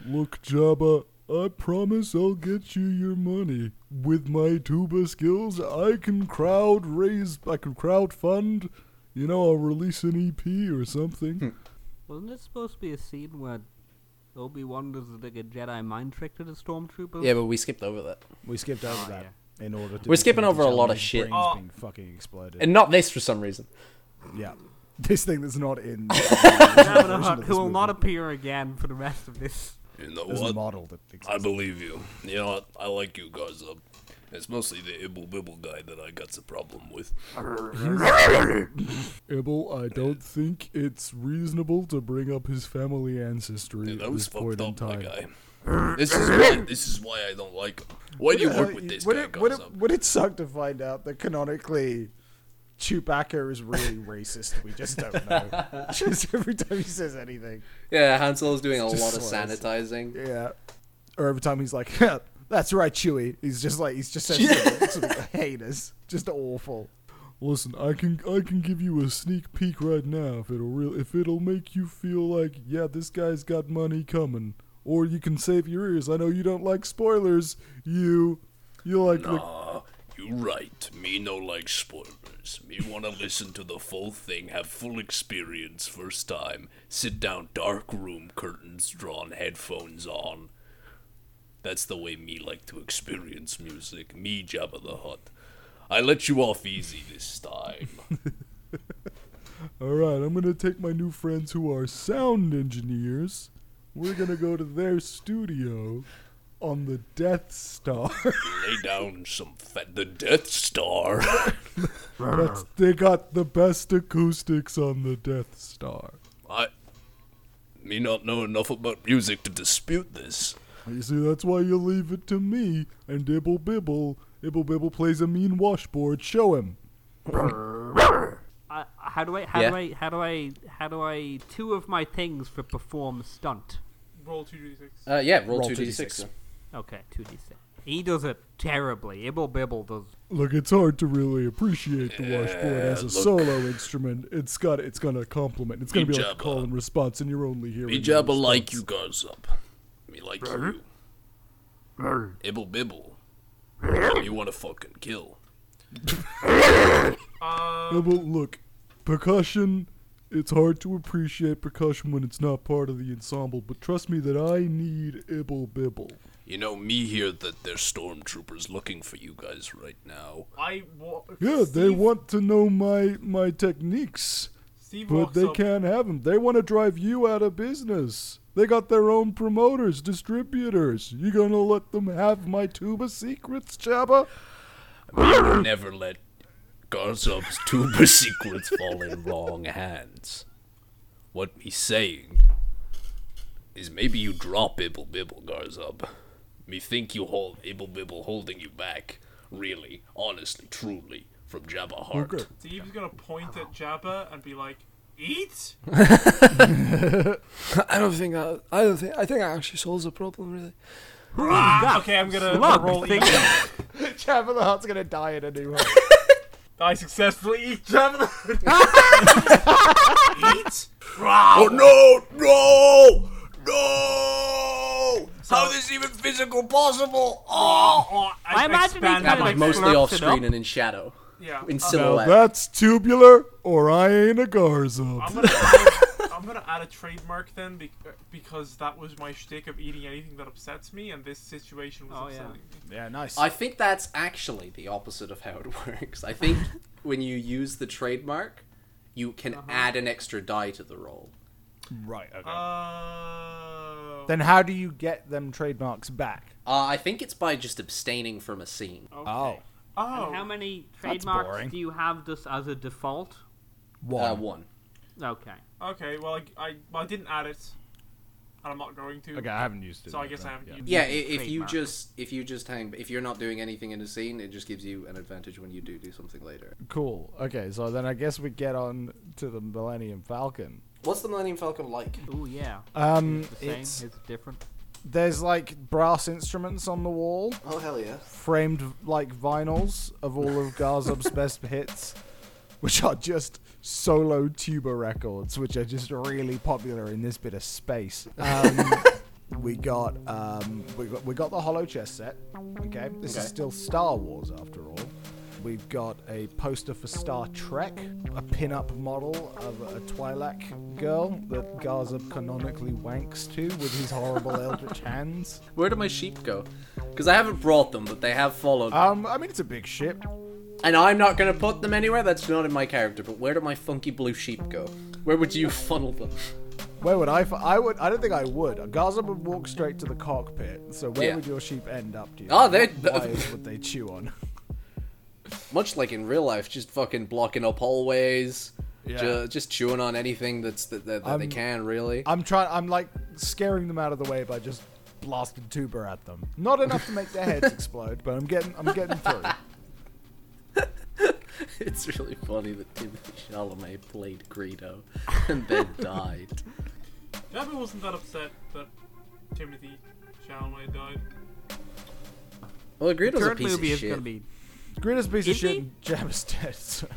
B: Look, Jabba, I promise I'll get you your money. With my tuba skills, I can crowd raise, I can crowd fund. You know, I'll release an EP or
I: <laughs>
B: something.
E: Wasn't it supposed to be a scene where Obi Wan does like a Jedi mind trick to the stormtroopers?
D: <laughs> Yeah, but we skipped over that,
F: We skipped over
E: Ah,
F: that in order to.
D: We're skipping
F: Timothy
D: over a lot of
F: Chalamet's
D: shit. <laughs>
F: brains
G: Oh.
F: being fucking exploded.
D: and not this for some reason.
F: yeah. This thing that's not <laughs>
B: <laughs>
F: in.
E: Jabba who will
F: movie.
E: not appear again for the rest of this.
C: You know
F: There's a
C: what?
F: model that exists.
C: I believe you. You know what? I like you, Gaza. It's mostly the Ibble Bibble guy that I got the problem with.
B: Ibble, I don't think it's reasonable to bring up his family ancestry
C: Yeah,
B: at
C: that was
B: this point
C: fucked
B: in
C: up, that
B: time.
C: guy. This is why. This is why I don't like him. Why do you work with this
F: would
C: guy,
F: it, would, it,
C: Gaza?
F: would it suck to find out that canonically Chewbacca is
D: <laughs>
F: really racist? We just don't know. just every time he says anything.
D: Yeah, Han Solo's doing a
F: It's
D: lot
F: just
D: of
F: slice.
D: sanitizing.
F: Yeah. Or every time he's like, <laughs> that's right, Chewie. He's just like, he's just says to the haters. Just awful.
B: Listen, I can I can give you a sneak peek right now if it'll real if it'll make you feel like yeah this guy's got money coming, or you can save your ears. I know you don't like spoilers. You you like the
C: Nah, Ah, you right. Me no like spoilers. Me wanna listen to the full thing, have full experience first time. Sit down, dark room, curtains drawn, headphones on. That's the way me like to experience music. Me Jabba the Hutt. I let you off easy this time.
B: All right, I'm gonna take my new friends who are sound engineers. We're gonna go to their studio on the Death Star. <laughs>
C: Lay down some fat. The Death Star.
B: That's, they got the best acoustics on the Death Star.
C: I. Me not know enough about music to dispute this.
B: You see, that's why you leave it to me and Ibble Bibble. Ibble Bibble plays a mean washboard. Show him.
E: I, how do I? How
D: Yeah.
E: do I? How do I? How do I? Two of my things for perform stunt.
G: roll two d six.
D: Uh, yeah, roll,
F: Roll
D: 2d6.
F: 2d6.
D: then.
E: Okay, 2d6. He does it terribly. Ibble Bibble does.
B: Look, it's hard to really appreciate the washboard as a
C: look.
B: solo instrument. It's got it's gonna complement. It's gonna be like a
C: Ijabba.
B: call and response, and you're only hearing.
C: Me
B: the
C: jabba like you
B: response.
C: guys up. Me like you. Ibble bibble. You wanna fucking kill.
B: Yeah, but look, percussion. It's hard to appreciate percussion when it's not part of the ensemble. But trust me that I need ibble bibble.
C: You know me here that there's stormtroopers looking for you guys right now.
G: I wa-
B: Yeah, they
G: Steve-
B: want to know my my techniques,
G: Steve
B: but
G: walks
B: they
G: up.
B: can't have them. They want to drive you out of business. They got their own promoters, distributors. You gonna let them have my tuba secrets, Jabba?
C: I would never let Garzup's tuba secrets fall in wrong hands. What me saying is maybe you drop Ibble Bibble, Garzup. Me think you hold Ibble Bibble holding you back, really, honestly, truly, from Jabba Heart.
B: Okay.
G: <laughs> Steve's gonna point at Jabba and be like,
E: <laughs>
G: "Eat."
I: <laughs> I don't think that. I don't think. I think that actually solves the problem, really.
G: Ah, okay, I'm gonna, gonna roll
F: <laughs>
G: eat.
F: Jabba the Hutt's gonna die in a new home.
G: <laughs> I successfully eat Jabba.
E: <laughs>
G: eat.
C: Oh no! No! No! How is this even physical possible? Oh!
G: Oh,
E: I imagine he's
G: expand
E: got
G: my-
D: Like,
E: Like,
D: mostly
E: slurps
D: off
E: it
D: screen
E: up. Uh-huh.
D: and in shadow.
G: Yeah.
D: In
B: Now
D: silhouette.
B: that's tubular, or I ain't a Garza.
G: I'm gonna,
E: <laughs>
G: <laughs> add, I'm gonna add a trademark then be- because that was my shtick of eating anything that upsets me, and this situation was
E: Oh, yeah.
G: upsetting me.
F: Yeah, nice.
D: I think that's actually the opposite of how it <laughs> works. I
G: <laughs>
D: think when you use the trademark, you can
G: Uh-huh.
D: add an extra die to the roll.
F: right, okay.
G: Uh, Oh.
F: then how do you get them trademarks back?
D: Uh, I think it's by just abstaining from a scene.
G: okay.
F: Oh.
G: Oh.
E: How many
F: That's boring.
E: trademarks do you have just as a default?
D: Uh,
F: One.
D: one.
E: Okay.
G: Okay. Well, I, I, well, I didn't add it, and I'm not going to.
F: okay, I haven't used it.
G: So I
F: yet
G: guess
F: then.
G: I haven't
F: Yeah.
G: used
D: Yeah, i-
E: can
D: if you
E: trademark.
D: just if you just hang if you're not doing anything in a scene, it just gives you an advantage when you do do something later.
F: Cool. Okay, so then I guess we get on to the Millennium Falcon.
D: What's the Millennium Falcon like?
E: Oh yeah.
F: Um,
E: The same.
F: it's
E: It's, different.
F: there's like brass instruments on the wall,
D: Oh hell yeah!
F: framed like vinyls of all of
D: <laughs>
F: Garzub's best hits, which are just solo tuba records, which are just really popular in this bit of space. Um, <laughs> we got um, we got we got the hollow chess set. Okay, this
D: Okay.
F: is still Star Wars after all. We've got a poster for Star Trek, a pin-up model of a Twi'lek girl that Garzub canonically wanks to with his
D: <laughs>
F: horrible eldritch hands.
D: Where do my sheep go? Because I haven't brought them, but they have followed. me.
F: Um, I mean it's a big ship.
D: and I'm not gonna put them anywhere. That's not in my character. But where do my funky blue sheep go? Where would you <laughs> funnel them?
F: Where would I? f- I would. I don't think I would. Gaza would walk straight to the cockpit. So where
D: Yeah.
F: would your sheep end up? Do you?
D: Oh,
F: think?
D: they-
F: What wires would they chew on?
D: <laughs> Much like in real life, just fucking blocking up hallways. ju-
F: Yeah. Um,
D: just chewing on anything that's that, that, that they
F: I'm-
D: can really.
F: I'm trying. I'm like scaring them out of the way by just blasting tuber at them. Not enough to make their heads explode, but I'm getting. I'm getting
D: <laughs>
F: through.
D: <laughs> It's really funny that Timothy Chalamet played Greedo
F: <laughs>
D: and then died.
G: Jabba wasn't that upset that Timothy Chalamet died.
D: Well,
E: The
D: Greedo's a
E: current
D: piece
E: movie
D: of
E: is going
D: shit.
E: to be.
F: Greedo's a piece of
E: Is
F: shit.
E: he?
F: and Jabba's <laughs> dead. so-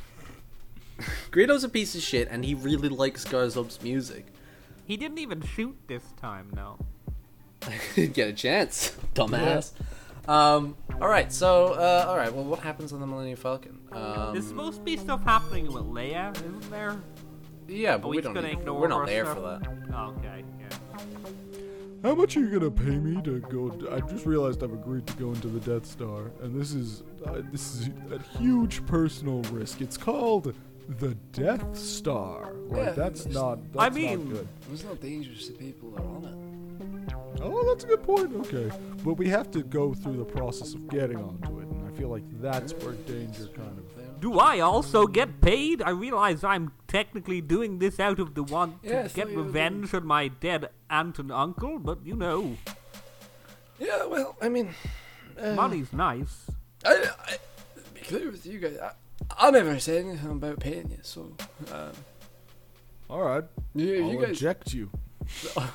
D: Greedo's a piece of shit, and he really likes Garzob's music.
E: He didn't even shoot this time, no.
D: <laughs> Get a chance, <laughs> dumbass. Um, all right, so uh, all right. Well, what happens on the Millennium Falcon?
E: There's
D: Um,
E: supposed to be stuff happening with Leia, isn't there?
D: yeah,
E: Are
D: but
E: we
D: we
E: just
D: don't.
E: going to
D: Need,
E: ignore
D: we're not
E: her
D: there for
E: stuff?
D: that.
E: Okay, yeah.
B: How much are you gonna pay me to go? I just realized I've agreed to go into the Death Star, and this is uh, this is a huge personal risk. It's called the Death Star. Like
D: Yeah,
B: that's
D: it's-
B: not. That's
E: I mean-
B: not good.
D: It's not dangerous to people that are on
B: Oh, that's a good point. Okay, but we have to go through the process of getting onto it, and I feel like that's where danger kind of.
E: Do I also get paid? I realize I'm technically doing this out of the want to
I: Yeah, I thought
E: get
I: you were
E: revenge on my dead aunt and uncle, but you know,
I: Yeah. Well, I mean, Uh, eh.
E: money's nice.
I: I, I be clear with you guys. I, I never said anything about paying you, so um,
B: All right,
I: you,
B: I'll
I: you guys,
B: eject you.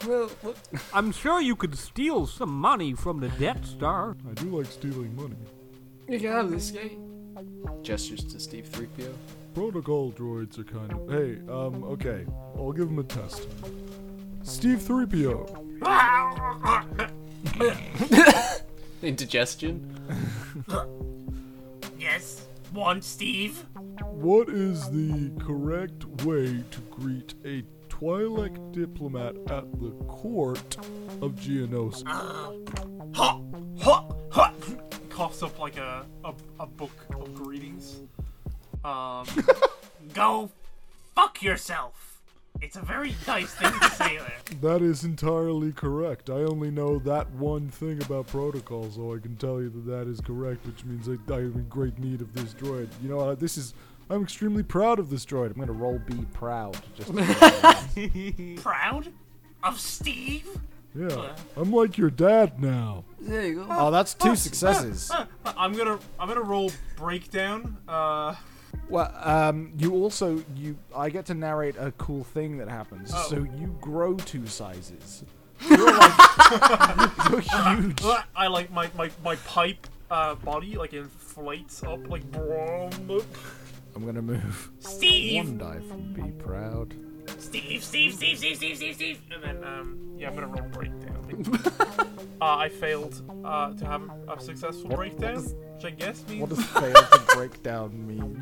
I: Well, look,
E: I'm sure you could steal some money from the Death Star.
B: I do like stealing money.
I: you get out of this game. Gestures to Steve
F: <laughs>
I: 3PO.
B: Protocol droids are kind of. Hey, um, okay. I'll give him a test. Steve 3PO.
E: Ah!
D: Indigestion?
G: Yes, one Steve.
B: What is the correct way to greet a Twi'lek diplomat at the court of Geonosis?
G: Ha, ha, ha.
C: Coughs up like a a, a book of greetings.
F: <laughs>
C: Um,
G: Go fuck yourself. It's a very nice thing to say <laughs> there.
B: That is entirely correct. I only know that one thing about protocol, so I can tell you that that is correct, which means I, I am in great need of this droid. You know, uh, this is. I'm extremely proud of this droid. I'm gonna roll B proud. Just
I: <laughs>
G: Proud of Steve?
B: yeah. I'm like your dad now.
I: There you go. Oh, that's two successes.
C: I'm gonna I'm gonna roll breakdown. Uh,
F: Well, um, you also you I get to narrate a cool thing that happens.
E: Oh.
F: So you grow two sizes. You're like <laughs> you're huge.
C: I like my my my pipe uh, body like inflates up like.
F: I'm gonna move
G: Steve!
F: one die from be proud.
G: Steve, Steve, Steve, Steve, Steve, Steve, Steve.
C: And then, um, yeah, I'm gonna roll breakdown.
F: <laughs>
C: uh, I failed uh, to have a successful breakdown, which I guess
F: What
C: means <laughs>
F: does fail to break
E: <laughs>
F: down mean?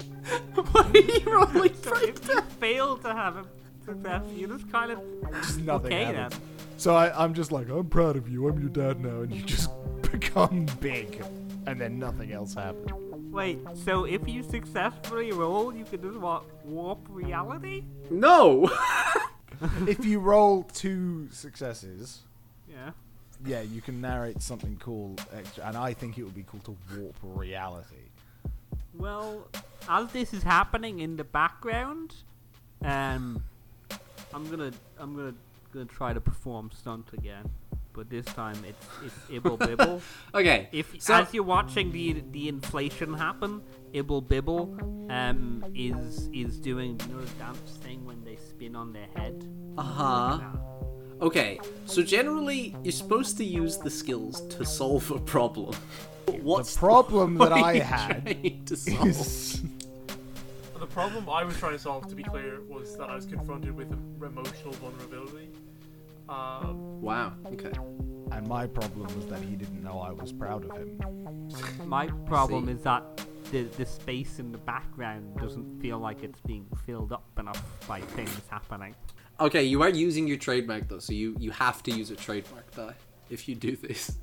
E: if you fail to have a success, you just kind of
F: Just nothing
E: okay then.
F: happens. So I, I'm just like, I'm proud of you. I'm your dad now, and you
B: <laughs>
F: just become big, and then nothing else happens.
E: Wait, so if you successfully roll, you can just what warp reality?
D: No!
F: <laughs> if you roll two successes,
E: Yeah.
F: yeah, you can narrate something cool extra, and I think it would be cool to warp reality.
E: Well, as this is happening in the background, um, I'm gonna I'm gonna gonna try to perform stunt again, but this time it's it's ibble bibble.
D: <laughs> okay.
E: If
D: so,
E: as you're watching the the inflation happen, Ibble Bibble um is is doing you know the dance thing when they spin on their head.
D: uh-huh. Okay, so generally, you're supposed to use the skills to solve a problem. But What's
F: the problem that
D: one
F: I
D: you're
F: had
D: trying to solve?
F: is
C: the problem I was trying to solve, to be clear, was that I was confronted with emotional vulnerability. Um,
D: Wow, okay.
F: and my problem was that he didn't know I was proud of him.
E: My problem
D: See.
E: is that the the space in the background doesn't feel like it's being filled up enough by things happening.
D: Okay, you are using your trademark though, so you, you have to use a trademark die if you do this. <laughs>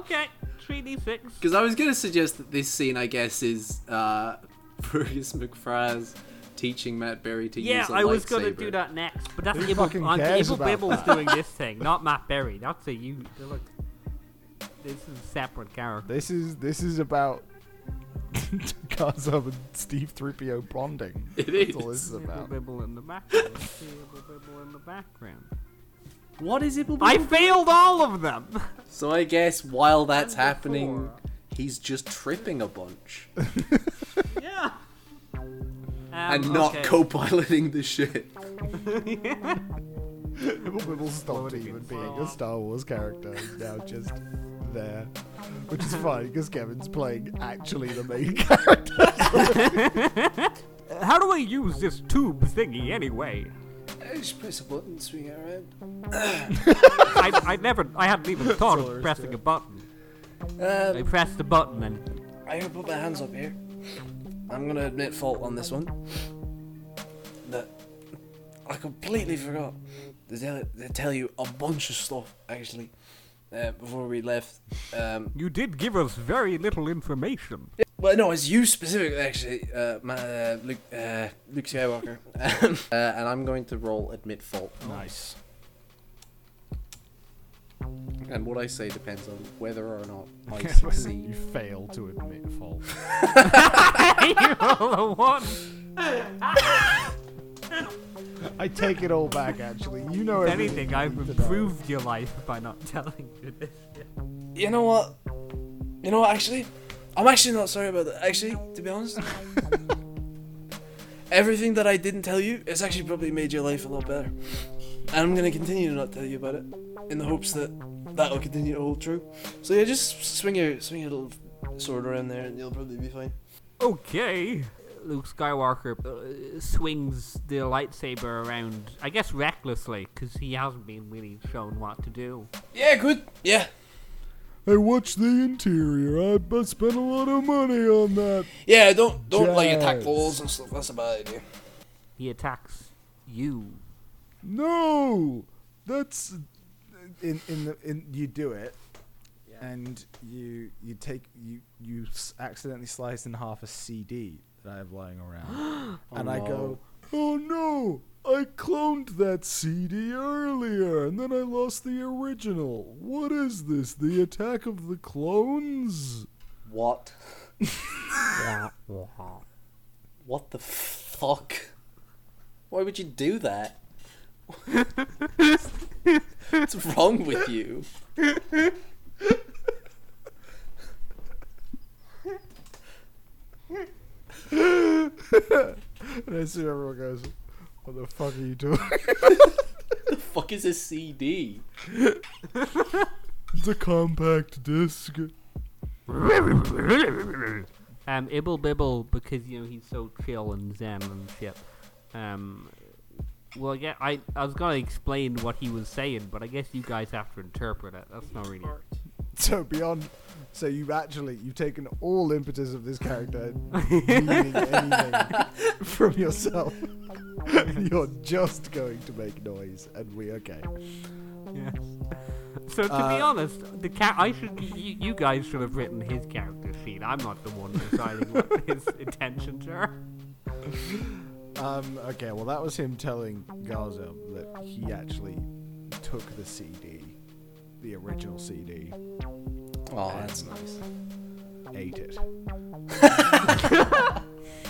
E: Okay, three d six.
D: Because I was going to suggest that this scene, I guess, is uh, <laughs> Fergus McFry's teaching Matt Berry to
E: Yeah,
D: use a
E: I was
D: going to
E: do that next, but
D: <laughs>
E: that's
F: Who
E: Ibble,
F: fucking
E: I'm-
F: cares
E: Ibble
F: about
E: Bibble's
F: that?
E: doing
F: <laughs>
E: this thing, not Matt Berry. That's a you. they're Like, this is a separate character.
F: This is this is about <laughs> Karzab and Steve 3PO bonding.
D: It
F: That's all this
D: is.
F: is
E: Ibble
F: about.
E: Bibble in the background. See Ibble Bibble in the background.
D: What is it? Bubble?
E: I failed all of them. <laughs>
D: So I guess while that's
E: Number
D: happening,
E: four.
D: he's just tripping a bunch
E: <laughs> yeah. Um,
D: and not
E: okay.
D: co-piloting the shit.
F: Wibble stopped even being a Star Wars character. He's now just there. Which is fine because Kevin's playing actually the main <laughs> character.
E: <laughs>
A: <laughs>
E: How do I use this tube thingy anyway?
D: Just press a button, swing it around.
E: <coughs> I, I never, I hadn't even thought of pressing a button.
D: Um,
E: I pressed the button and <laughs>
D: I'm gonna put my hands up here. I'm gonna admit fault on this one. That I completely forgot to tell, to tell you a bunch of stuff actually uh, before we left. Um,
E: you did give us very little information.
D: well, no, it's you specifically actually, uh, my, uh, Luke, uh, Luke Skywalker. <laughs> uh, and I'm going to roll admit fault.
F: Nice.
D: And what I say depends on whether or not
F: <laughs>
D: I
F: you
D: succeed.
F: fail to admit fault.
E: you roll a one.
D: <laughs>
F: I take it all back actually. You know
E: If
F: everything.
E: anything,
F: you
E: I've
F: need to know.
E: improved your life by not telling you this.
D: You know what? You know what? Actually, I'm actually not sorry about that. Actually, to be
I: <laughs>
D: honest, everything that I didn't tell you, it's actually probably made your life a lot better.
I: And I'm going to continue to not tell you about it in the hopes that that'll continue to hold true. So yeah, just swing your, swing your little sword around there and you'll probably be fine.
E: Okay. Luke Skywalker uh, swings the lightsaber around, I guess recklessly, because he hasn't been really shown what to do.
I: Yeah, good. Yeah.
B: I watched the interior. I bu- spent a lot of money on that.
I: Yeah, don't don't like attack
B: Jazz.
I: walls and stuff. That's a bad idea.
E: He attacks you.
B: No, that's
F: in in the in you do it, and you you take you you s- accidentally slice in half a CD that I have lying around, and I go,
B: Oh no! I cloned that CD earlier and then I lost the original. What is this? The attack of the
F: <laughs>
B: clones?
D: What?
E: Wah, wah.
D: What the fuck? Why would you do that? What's wrong with you?
I: <laughs>
F: and I see everyone goes, "What the fuck are
B: <laughs>
F: you doing?"
D: Fuck is
E: <laughs>
D: a
I: E
D: CD?
B: It's a compact disc.
E: Um, Ibble Bibble, because you know he's so chill and zen and shit. Um, well, yeah, I I was gonna explain what he was saying, but I guess you guys have to interpret it. That's not really.
F: <laughs> So beyond, so you've actually you've taken all impetus of
E: <laughs>
F: this character, meaning anything from yourself. <laughs> You're just going to make noise, and we okay.
E: Yes. So to be honest, the cat I should you, you guys should have written his character sheet. I'm not the one deciding what his intentions are.
F: Um, okay, well that was him telling Garza that he actually took the CD, the original CD,
D: Oh, that's nice.
E: <laughs>
F: ate it. <laughs>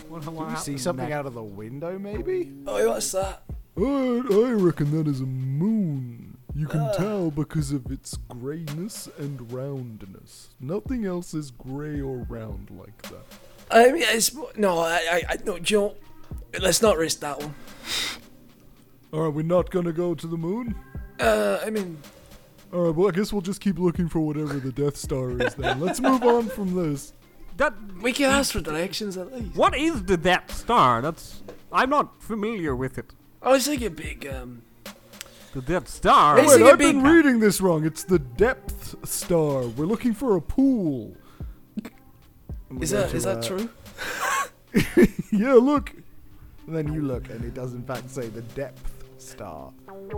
E: What, what
F: You see
E: happened
F: something
E: next?
F: out of the window, maybe?
I: Oh, what's that?
B: I, I reckon that is a moon. You can
I: Ah.
B: tell because of its grayness and roundness. Nothing else is gray or round like that.
I: I mean, it's no, I, I, I no, do you know, let's not risk that one.
B: Alright, we're not gonna go to the moon?
I: Uh, I mean,
B: Alright, well, I guess we'll just keep looking for whatever the Death Star is
I: <laughs>
B: then. Let's move on from this.
E: That
I: we can ask for directions at least.
E: what is the Death Star? That's I'm not familiar with it.
I: I was thinking big. Um,
E: The Death Star.
I: Wait,
B: Oh, Wait,
I: Sing a
B: I've
I: big-
B: been reading this wrong. It's the Depth Star. We're looking for a pool.
I: is that is that true?
B: Yeah, look.
F: And then you look, and it does in fact say the depth star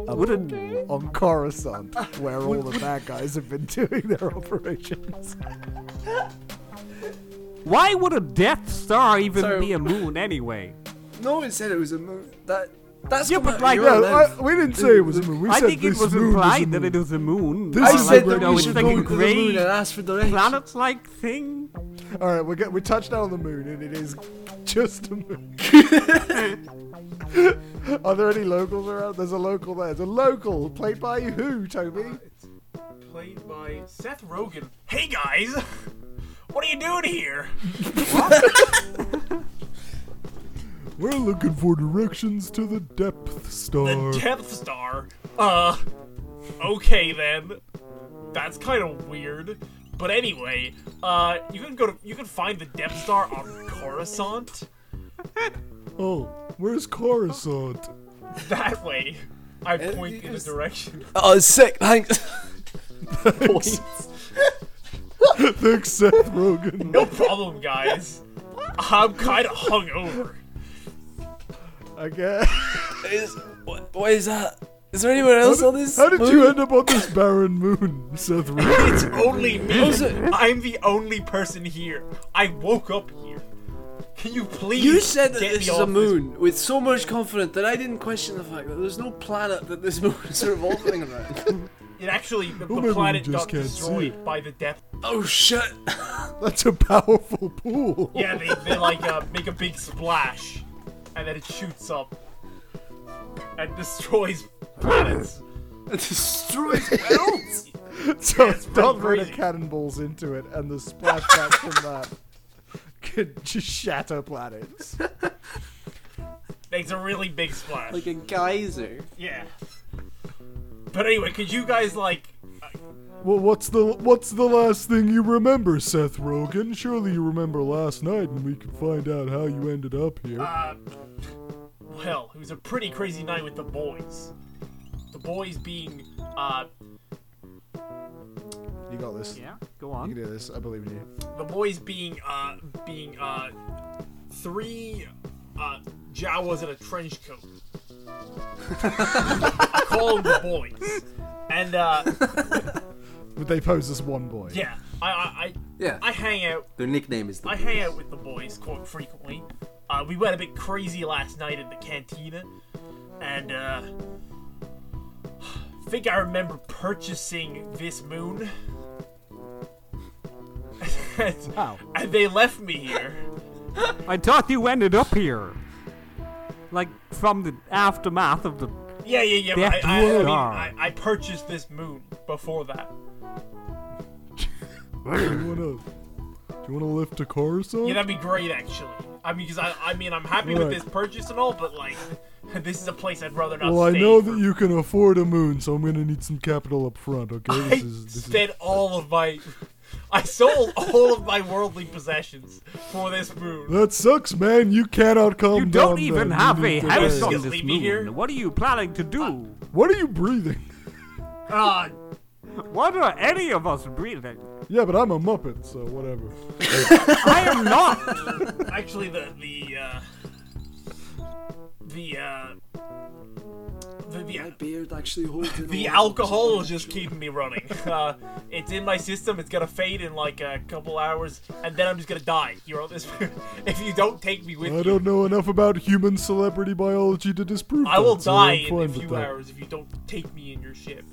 F: up
E: Would it-
F: on Coruscant, where all the bad guys have been <laughs> doing their operations.
E: Why would a Death Star even
I: So-
E: be a moon anyway?
I: No one said it was a moon. That that's
E: Yeah,
I: the
E: but
I: one-
E: like-
I: you're
B: Yeah,
I: alive.
B: I, uh, we didn't say it was a moon. We
E: I
B: said
E: think it
B: this
E: was
B: moon is a
E: implied that
B: moon.
E: it was a moon.
B: This
I: I
E: or
B: is
I: said
E: like,
I: that
E: you know,
I: we
E: it's
I: should
E: like
I: go
E: a
I: to the moon and
E: grey
I: ask for directions.
E: planet-like thing.
F: All right, we're get, we touched down on the moon, and it is just a
I: <laughs>
F: moon. Are there any locals around? There's a local there. There's a local played by who,
I: <clears throat>
F: Toby?
G: Played by Seth Rogen. Hey guys! <laughs> What are you doing here?
B: We're looking for directions to the Depth Star.
G: The <laughs> Depth Star. Uh, okay then. That's kind of weird. But anyway, uh, you can go to you can find the Depth Star on Coruscant <laughs>
B: oh, where's Coruscant?
G: that way. I point
I: you
G: in the
I: guys-
G: direction.
I: Oh, sick. Thanks.
B: <laughs> Thanks, Seth Rogen.
G: No problem, guys. I'm kind of hungover.
B: I guess.
I: is, what, what is that? Is there anyone else on this?
B: How did you
I: moon?
B: end up on this barren moon, Seth Rogen?
I: <laughs>
G: It's only me. I'm the only person here. I woke up here. Can you please?
I: You said that
G: get
I: this
G: me
I: is
G: off
I: a moon with so much confidence that I didn't question the fact that there's no planet that this <laughs> moon is revolving around.
G: It actually, the,
B: maybe
G: the
B: we
G: planet
B: just
G: got
B: can't see
G: destroyed by the depth.
I: oh shit!
B: That's a powerful pool.
G: Yeah, they, they like uh, make a big splash, and then it shoots up and destroys planets.
I: It
F: <laughs>
I: destroys planets.
F: So
G: it's pretty
F: Darth
G: crazy.
F: cannonballs into it, and the splashback from that <laughs> could just shatter planets.
G: <laughs> Makes a really big splash.
D: Like a geyser.
G: yeah. But anyway, could you guys like?
B: Well, what's the what's the last thing you remember, Seth Rogen? Surely you remember last night, and we can find out how you ended up here.
I: Uh,
G: Well, uh, it was a pretty crazy night with the boys. The boys being, uh,
F: You got this.
A: Yeah, go
F: You
A: on.
F: can do this. I believe in you.
G: the boys being, uh, being, uh, three, uh, Jawas in a trench coat. Called the boys, and uh,
F: But they pose as one boy.
G: yeah, I, I,
D: Yeah.
G: I, I hang out
D: Their nickname is the
G: I hang out with the boys quite frequently. Uh, we went a bit crazy last night in the cantina, and uh, I think I remember purchasing this moon. <laughs> and,
M: Wow.
G: and they left me here.
A: I thought you ended up here. Like, from the aftermath of the.
G: Yeah, yeah, yeah. But I,
A: That
G: I, I,
A: you
G: mean,
A: are.
G: I, I purchased this moon before that.
B: Do you wanna do you wanna lift a car or something?
G: Yeah, that'd be great actually. I mean, because I, I mean, I'm happy with
B: Right.
G: this purchase and all, but like, <laughs> this is a place I'd rather not
B: well, I
G: stay.
B: know
G: for-
B: that you can afford a moon, so I'm gonna need some capital up front. Okay,
G: I spent all of my. I sold all of my worldly possessions for this moon.
B: That sucks, man. You cannot calm
A: You
B: down.
A: don't even
B: then. You
A: have a
B: need to-
A: house
G: just
A: on
G: leave
A: this
G: me
A: moon.
G: here?
A: What are you planning to do?
B: What are you breathing?
G: Ah,
A: What are any of us breathing?
B: Yeah, but I'm a Muppet, so whatever.
A: <laughs> I am not!
G: <laughs> actually, the the uh, the uh, the
I: My
G: the,
I: beard actually
G: <laughs>
I: holding.
G: the
I: on.
G: alcohol is just keeping me running. Uh, it's in my system. It's gonna fade in like a couple hours, and then I'm just gonna die. You're on this <laughs> moon. if you don't take me
B: <laughs>
G: with
B: I
G: you.
B: don't know enough about human celebrity biology to disprove.
G: I will
B: that, so
G: die
B: I'm
G: in
B: fine
G: a
B: with
G: few
B: that.
G: hours if you don't take me in your ship.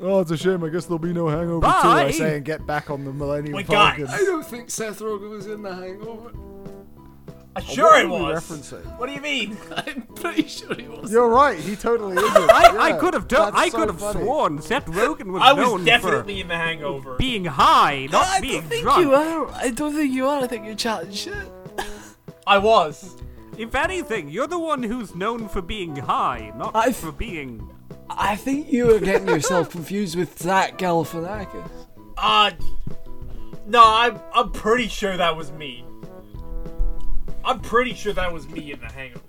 B: Oh, it's a shame. I guess there'll be no hangover.
A: Bye.
B: too.
F: All
A: Hey.
F: I say and get back on the Millennium
G: Wait,
F: Falcon.
G: guys. <laughs>
D: I don't think Seth Rogen was in The Hangover.
G: Uh, sure,
F: what
G: it
F: are we
G: was.
F: referencing?
G: What do you mean?
I: <laughs>
D: I'm pretty sure he
G: uh,
D: was.
F: You're right. He totally is. it.
A: I, I
F: Yeah,
A: could have done.
F: that's
A: I
F: so
A: could have
F: funny.
A: sworn Seth Rogen was
G: I
A: known
G: was definitely in the hangover.
A: for being high, not
I: I
A: being
I: don't think
A: drunk.
I: you are. I don't think you are. I think you're chatting shit.
G: I was.
A: If anything, you're the one who's known for being high, not
I: I've-
A: for being.
I: I think you are getting yourself confused with Zach Galifianakis.
G: Uh, no, I'm, I'm pretty sure that was me. I'm pretty sure that was me in the hangover.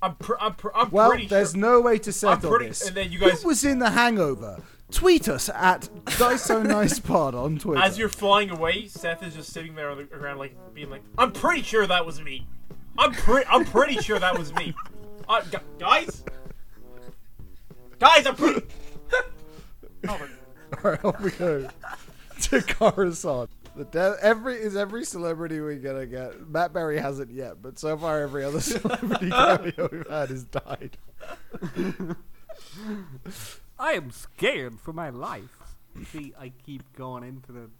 G: I'm, pr- I'm, pr- I'm
F: Well,
G: pretty
F: there's
G: sure.
F: no way to settle
G: pretty-
F: this.
G: and then you guys-
F: Who was in the Hangover? Tweet us
G: <laughs>
F: at DiceONicePod on Twitter.
G: As you're flying away, Seth is just sitting there on the ground, like, being like, I'm pretty sure that was me. I'm, pre- I'm pretty sure that was me. Uh, gu- guys? Guys, I'm pretty.
F: Alright, <laughs> on we go to Coruscant. The de- every is every celebrity we're gonna get. Matt Berry hasn't yet, but so far every other <laughs> celebrity cameo we've had has died.
A: I am scared for my life. See, I keep going into the.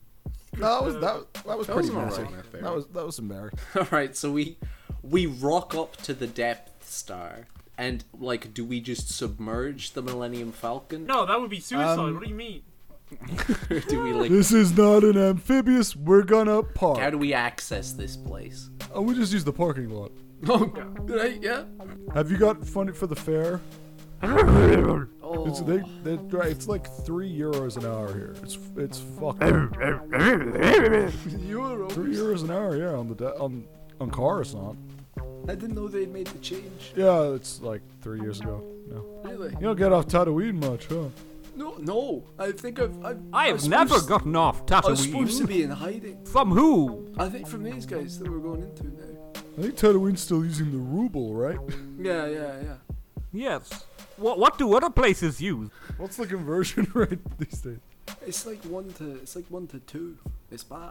F: No, that was that, was- that was pretty
D: was alright,
F: messy.
D: Matt Berry.
F: That was that was
D: <laughs>
F: embarrassing.
D: Alright, so we we rock up to the Depth Star. And, like, do we just submerge the Millennium Falcon?
G: No, that would be suicide. what do you mean?
D: <laughs> Or do we, like,
B: This is not an amphibious. We're gonna park.
D: how do we access this place?
B: Oh, we just use the parking lot.
D: Oh, right, yeah.
B: Have you got funded for the fare? It's, they, they, it's like three euros an hour here. It's it's fucking
I: Euro.
B: three euros an hour. Yeah, on the de- on on Coruscant.
I: I didn't know they'd made the change.
B: Yeah, it's like three years ago. No,
I: Really?
B: you don't get off Tatooine much, huh?
I: No, no. I think I've. I've
A: I have
I: was
A: never
I: supposed-
A: gotten off
I: I was supposed to
A: Tatooine.
I: be in hiding.
A: From who?
I: I think from these guys that we're going into now.
B: I think Tatooine's still using the ruble, right? <laughs>
I: Yeah, yeah, yeah.
A: Yes. What What do other places use?
B: What's the conversion <laughs> rate these days?
I: It's like one to. It's like one to two. It's bad.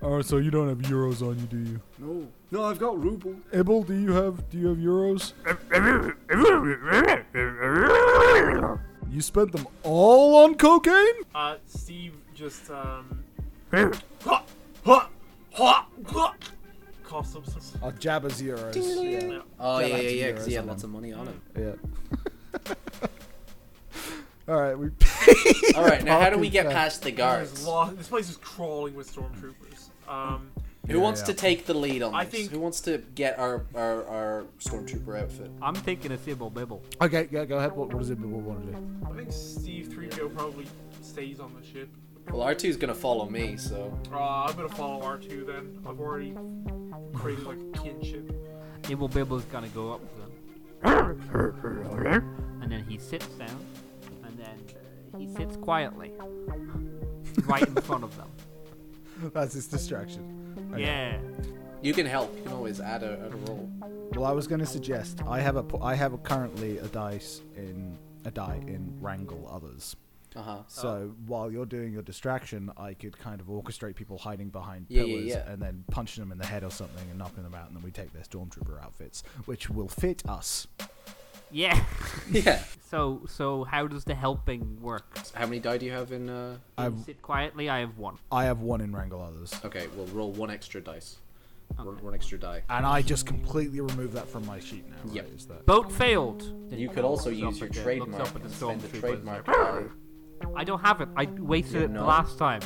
B: Oh, so you don't have euros on you, do you?
I: No. No, I've got ruble.
B: Ibble, do you have do you have euros?
A: Uh-huh.
B: Um. You spent them all on cocaine?
G: Uh, Steve just um. <laughs> Cough up some.
F: Our Jabba's euros. Yeah.
D: Oh, yeah,
F: that's
D: yeah, yeah, because he
F: euros
D: had
F: on
D: lots of money on him.
F: yeah. <laughs> All right,
D: <laughs>
F: we
D: Alright, now how do we
F: Parking
D: get
F: fare.
D: past the
G: There's
D: guards?
G: lo- This place is crawling with stormtroopers. Um,
D: Who wants to take the lead on this?
G: I think-
D: Who wants to get our, our, our stormtrooper outfit?
E: I'm taking a Sable Bibble.
F: Okay, yeah, go ahead. What, what does it want to do?
G: I think Steve 3PO probably stays on the ship.
D: Well, R2's gonna follow me, so
G: Uh, I'm gonna follow R2 then. I've already created like kinship.
E: Sable Bibble's gonna go up to him. And then he sits down, and then uh, he sits quietly. right in front of them.
F: That's his distraction.
E: Yeah.
D: you can help. You can always add a, add a roll.
F: Well, I was going to suggest I have a po- I have a, currently a dice in a die in wrangle others.
D: Uh huh.
F: So while you're doing your distraction, I could kind of orchestrate people hiding behind
D: Yeah, yeah,
F: pillars
D: yeah.
F: and then punching them in the head or something and knocking them out, and then we take their stormtrooper outfits, which will fit us.
E: Yeah.
D: <laughs> Yeah.
E: So so how does the helping work?
D: How many die do you have in? uh...
F: I
E: Sit quietly, I have one.
F: I have one in wrangle others,
D: Okay, we'll roll one extra dice. One, one extra die.
F: and I just completely remove that from my sheet now. Right?
D: Yep.
F: Is that
E: Boat failed.
D: You could also
E: Looks up at
D: use your
E: the- looks
D: trademark
E: up at the
D: and spend the
E: stormtroopers.
D: trademark. die.
E: I don't have it. I wasted it the
D: not?
E: last time.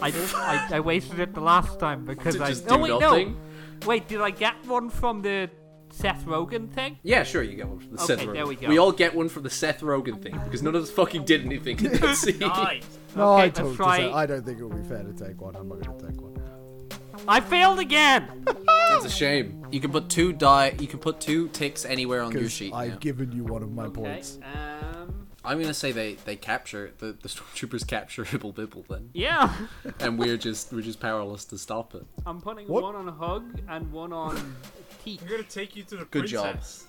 E: I, I, I wasted it the last time because
D: To
E: I.
D: just
E: oh,
D: do
E: wait,
D: nothing?
E: no! Wait, did I get one from the Seth Rogen thing?
D: Yeah, sure, you get one from the
E: Okay,
D: Seth Rogen.
E: there we go.
D: all get one from the Seth Rogen thing because none of us fucking did anything in
E: <laughs>
D: that scene.
G: Nice.
F: no?
E: okay,
F: I totally
E: let's try-
F: said- I don't think it would be fair to take one. I'm not going to take one.
E: I failed again!
D: It's a shame. You can put two die. You can put two ticks anywhere on your
F: Because
D: sheet.
F: I've
D: now.
F: given you one of my
E: Okay,
F: points.
E: um.
D: I'm gonna say they they capture the the stormtroopers <laughs> capture Hibble Bibble then,
E: Yeah!
D: <laughs> and we're just we're just powerless to stop it.
E: I'm putting one on Hug and one on Teeth.
G: I'm gonna take you to the
D: Good job.
G: princess.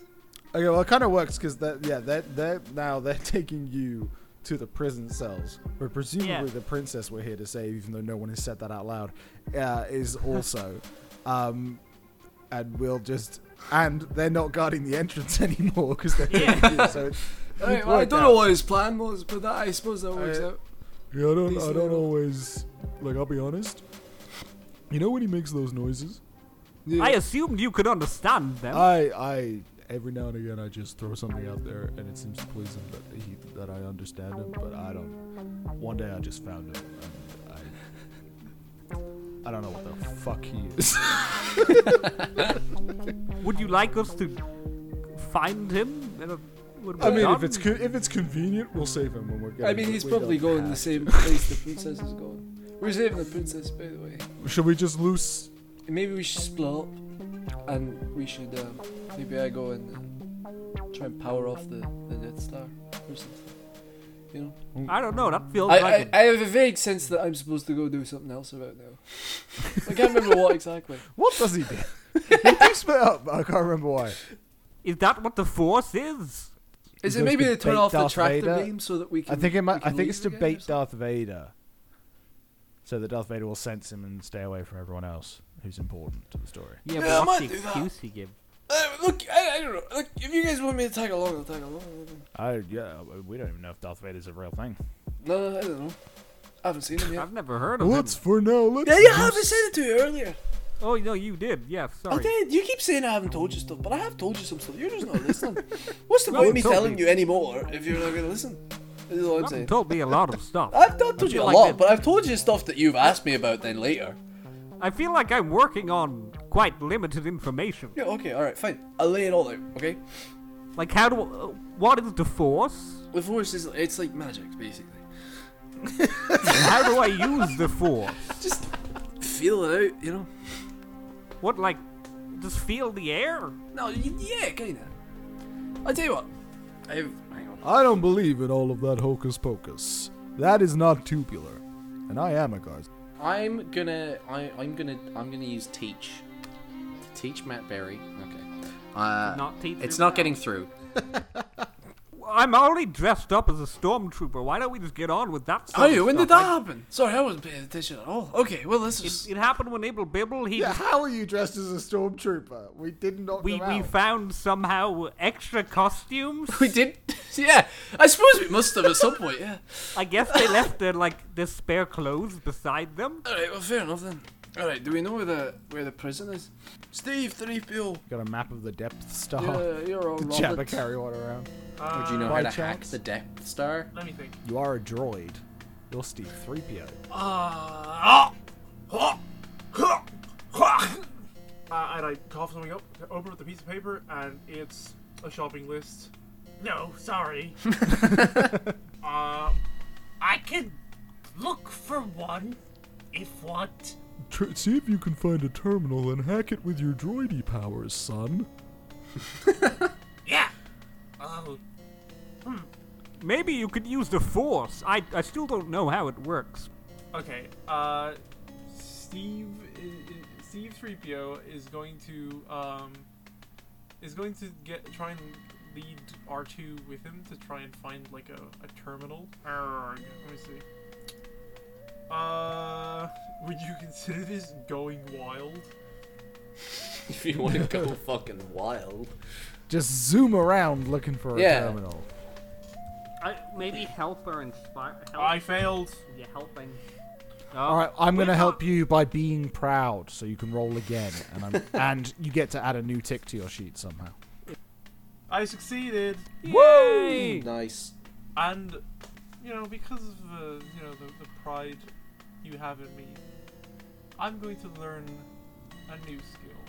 F: Okay, well, it kind of works because that, yeah, they're, they're now they're <laughs> taking you to the prison cells, where presumably
E: Yeah.
F: the princess we're here to save, even though no one has said that out loud, uh, is also, um, and we'll just and they're not guarding the entrance <laughs> anymore because they're
E: Yeah.
F: taking you, so. It's, it's worked out.
D: what his plan was, but I suppose that
F: works Uh,
D: out.
B: Yeah, I don't,
D: These
B: I don't
D: little-
B: always. Like, I'll be honest. You know when he makes those noises?
E: I assumed you could understand them.
B: I, I, every now and again, I just throw something out there, and it seems to please him that he, that I understand him, but I don't.
F: One day I just found it. And I, I don't know what the fuck he is. <laughs>
E: Would you like us to find him? in a- when
B: I
E: we're
B: mean, if
E: done?
B: it's co- if it's convenient, we'll save him when we're getting.
I: I mean,
B: we-
I: he's
B: we
I: probably
B: don't
I: going the
B: have-
I: same place the princess is going. We're saving the princess, by the way.
B: Should we just loose?
I: Maybe we should split up, and we should. Um, maybe I go and uh, try and power off the, the Death Star or something.
E: I don't know, that feels
I: I,
E: like
I: I,
E: it.
I: I have a vague sense that I'm supposed to go do something else about now. I can't remember
E: <laughs>
I: what exactly.
F: What does
I: <laughs>
F: he do? he do split up. I can't remember why.
E: Is that what the Force is?
I: Is
F: He goes
I: it maybe
F: to
I: to turn
F: bait
I: off the
F: Darth
I: tractor
F: Vader?
I: beam so that we can?
F: I think it
I: we
F: might, I
I: can
F: think it's to
I: leave again or
F: bait Darth Vader, so that Darth Vader will sense him and stay away from everyone else who's important to the story.
E: Yeah,
I: Yeah, I
E: but what's
I: might
E: the
I: do that.
E: excuse he gave?
I: something? Uh, look, I, I don't know. Look, if you guys want me to tag along, I'll tag along.
F: I yeah, we don't even know if Darth Vader's a real thing.
I: No, no, I don't know. I haven't seen him yet.
E: I've never heard of
B: Let's
E: him.
B: for now. Let's.
I: yeah, you
B: loose-
I: have. I said it to you earlier.
E: Oh no, you did. Yeah, sorry.
I: I did. You keep saying I haven't told you stuff, but I have told you some stuff. You're just not listening.
E: <laughs>
I: What's the
E: Well,
I: point
E: you
I: of me
E: told
I: telling
E: me.
I: you anymore if you're not going to listen? This is all I'm
E: Martin
I: saying.
E: told me a lot of stuff.
I: <laughs> I've, I've told you a
E: feel like
I: lot,
E: that-
I: but I've told you stuff that you've asked me about then later.
E: I feel like I'm working on quite limited <laughs> information.
I: Yeah, okay, alright, fine. I'll lay it all out, okay?
E: Like, how do? uh, What is the force?
I: The force is, it's like magic, basically.
E: How do I use the force?
I: Just feel it out, you know?
E: What like? Just feel the air.
I: No, y- yeah, kinda. I tell you what, I have, hang on.
B: I don't believe in all of that hocus pocus. That is not tubular, and I am a guard.
D: I'm gonna I, I'm gonna I'm gonna use teach. Teach Matt Berry. Okay. Uh,
E: Not teach
D: It's
E: yourself.
D: not getting
I: <laughs>
D: through.
E: I'm already dressed up as a stormtrooper. Why don't we just get on with that? sort
I: Oh,
E: of
I: yeah, when did that
E: stuff?
I: happen? Sorry, I wasn't paying attention at all. Okay, well, let's
E: Like,
I: just.
E: it, it happened when Abel Bibble. He
F: Yeah,
E: just-
F: how are you dressed as a stormtrooper? We did not.
E: we we found somehow extra costumes.
I: <laughs> We did. Yeah, I suppose we must have at some point, yeah.
E: I guess they left their like their spare clothes beside them.
I: Alright, well, fair enough then. Alright, do we know where the where the prison is? Steve, 3PO.
F: got a map of the Depth Star.
I: Yeah,
F: <laughs>
I: you're all
F: Did Jabba
I: Robert.
F: carry one around?
G: Uh,
D: Would you know
F: by
D: how to hack
F: chance?
D: the Death Star?
G: Let me think.
F: You are a droid. You're Steve 3PO.
G: Uh, oh, oh, huh, huh, Uh, and I cough something up, open up the piece of paper, and it's a shopping list. No,
D: <laughs>
G: sorry. uh, I can look for one if what?
B: Tr- see if you can find a terminal and hack it with your droidy powers, son.
G: Yeah. Oh,
E: Hmm. Maybe you could use the force. I, I still don't know how it works.
G: Okay. Uh, Steve, i- i- Steve 3PO is going to um, is going to get try and lead R2 with him to try and find like a, a terminal. Arrgh, let me see. Uh, would you consider this going wild?
D: If you want to
I: <laughs>
D: go fucking wild.
F: Just zoom around looking for a
D: Yeah.
F: terminal.
E: I, maybe help or inspire. Help.
G: I failed.
E: You're helping.
I: Uh,
F: All right, I'm gonna help you by being proud, so you can roll again, and
D: <laughs>
F: I'm, and you get to add a new tick to your sheet somehow.
G: I succeeded.
E: Woo!
D: Nice.
G: And you know, because of the you know the, the pride you have in me, I'm going to learn a new skill.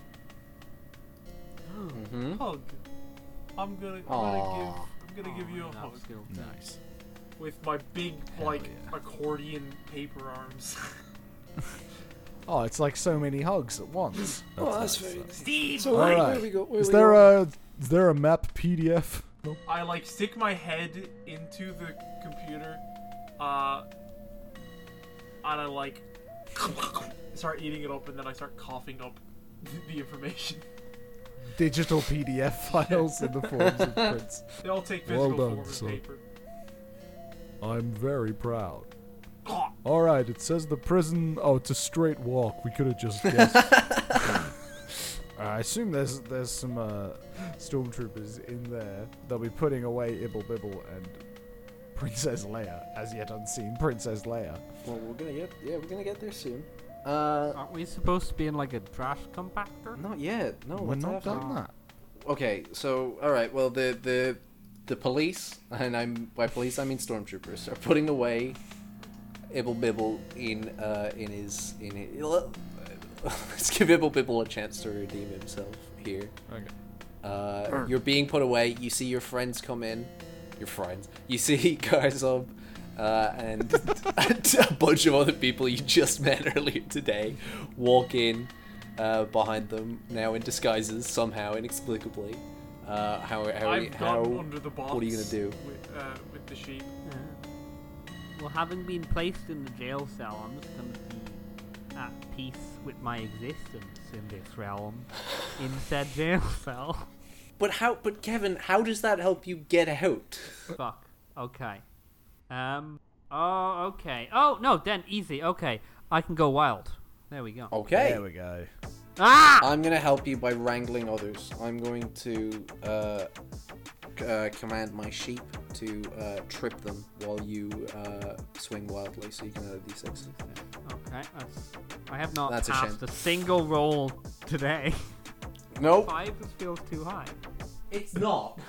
E: Oh.
D: Mm-hmm.
G: Hug. I'm gonna I'm gonna
D: Aw.
G: give I'm gonna give you a hug
F: Nice.
G: with my big like
F: yeah.
G: accordion paper arms. <laughs>
F: Oh, it's like so many hugs at once.
I: Oh, that's very nice.
G: Steve,
I: So
F: All
I: where,
F: right.
I: where we go? Where
F: Is
I: we
F: there
I: go?
B: Uh,
F: a is there a map PDF? Nope.
G: I like stick my head into the computer, uh, and
D: <laughs>
G: I like start eating it up, and then I start coughing up the information.
F: Digital PDF
I: <laughs>
F: files in <laughs> the forms of prints.
G: <laughs> They all take
B: Well
G: physical
B: done,
G: form
B: son.
G: of paper.
B: I'm very proud.
G: Ah,
B: All right, it says the prison. Oh, it's a straight walk. We could have just <laughs> guessed.
F: Uh, I assume there's there's some uh, stormtroopers in there. They'll be putting away Ibble Bibble and Princess Leia, as yet unseen Princess Leia.
D: Well, we're gonna get yeah, we're gonna get there soon. Uh,
E: Aren't we supposed to be in like a trash compactor?
D: not yet. No,
F: We're
D: let's
F: not
D: have-
F: done that.
D: Okay, so all right. Well, the the the police, and I'm by police I mean stormtroopers, are putting away Ibble Bibble in uh in his in his, <laughs> let's give Ibble Bibble a chance to redeem himself here.
F: Okay.
D: Uh, you're being put away. You see your friends come in. Your friends. You see <laughs> Garzub uh, and <laughs> a bunch of other people you just <laughs> met earlier today walk in uh, behind them, now in disguises somehow, inexplicably. Uh, how, how,
G: I've
D: how,
G: gotten under the box.
D: what are you gonna do?
G: With, uh, with the sheep.
E: Well, having been placed in the jail cell, I'm just going to be at peace with my existence in this
D: <laughs>
E: realm, in said jail cell.
D: But how? But Kevin, how does that help you get out?
E: Fuck. Okay. Um. Oh, okay. Oh no, then easy. Okay, I can go wild. There we go.
D: Okay.
F: There we go.
E: Ah!
D: I'm gonna help you by wrangling others. I'm going to uh, c- uh, command my sheep to uh, trip them while you uh, swing wildly, so you can add a d6.
E: Okay. That's, I have not
D: That's a
E: passed
D: shame.
E: a single roll today.
D: Nope.
E: Five just feels too high.
D: It's not.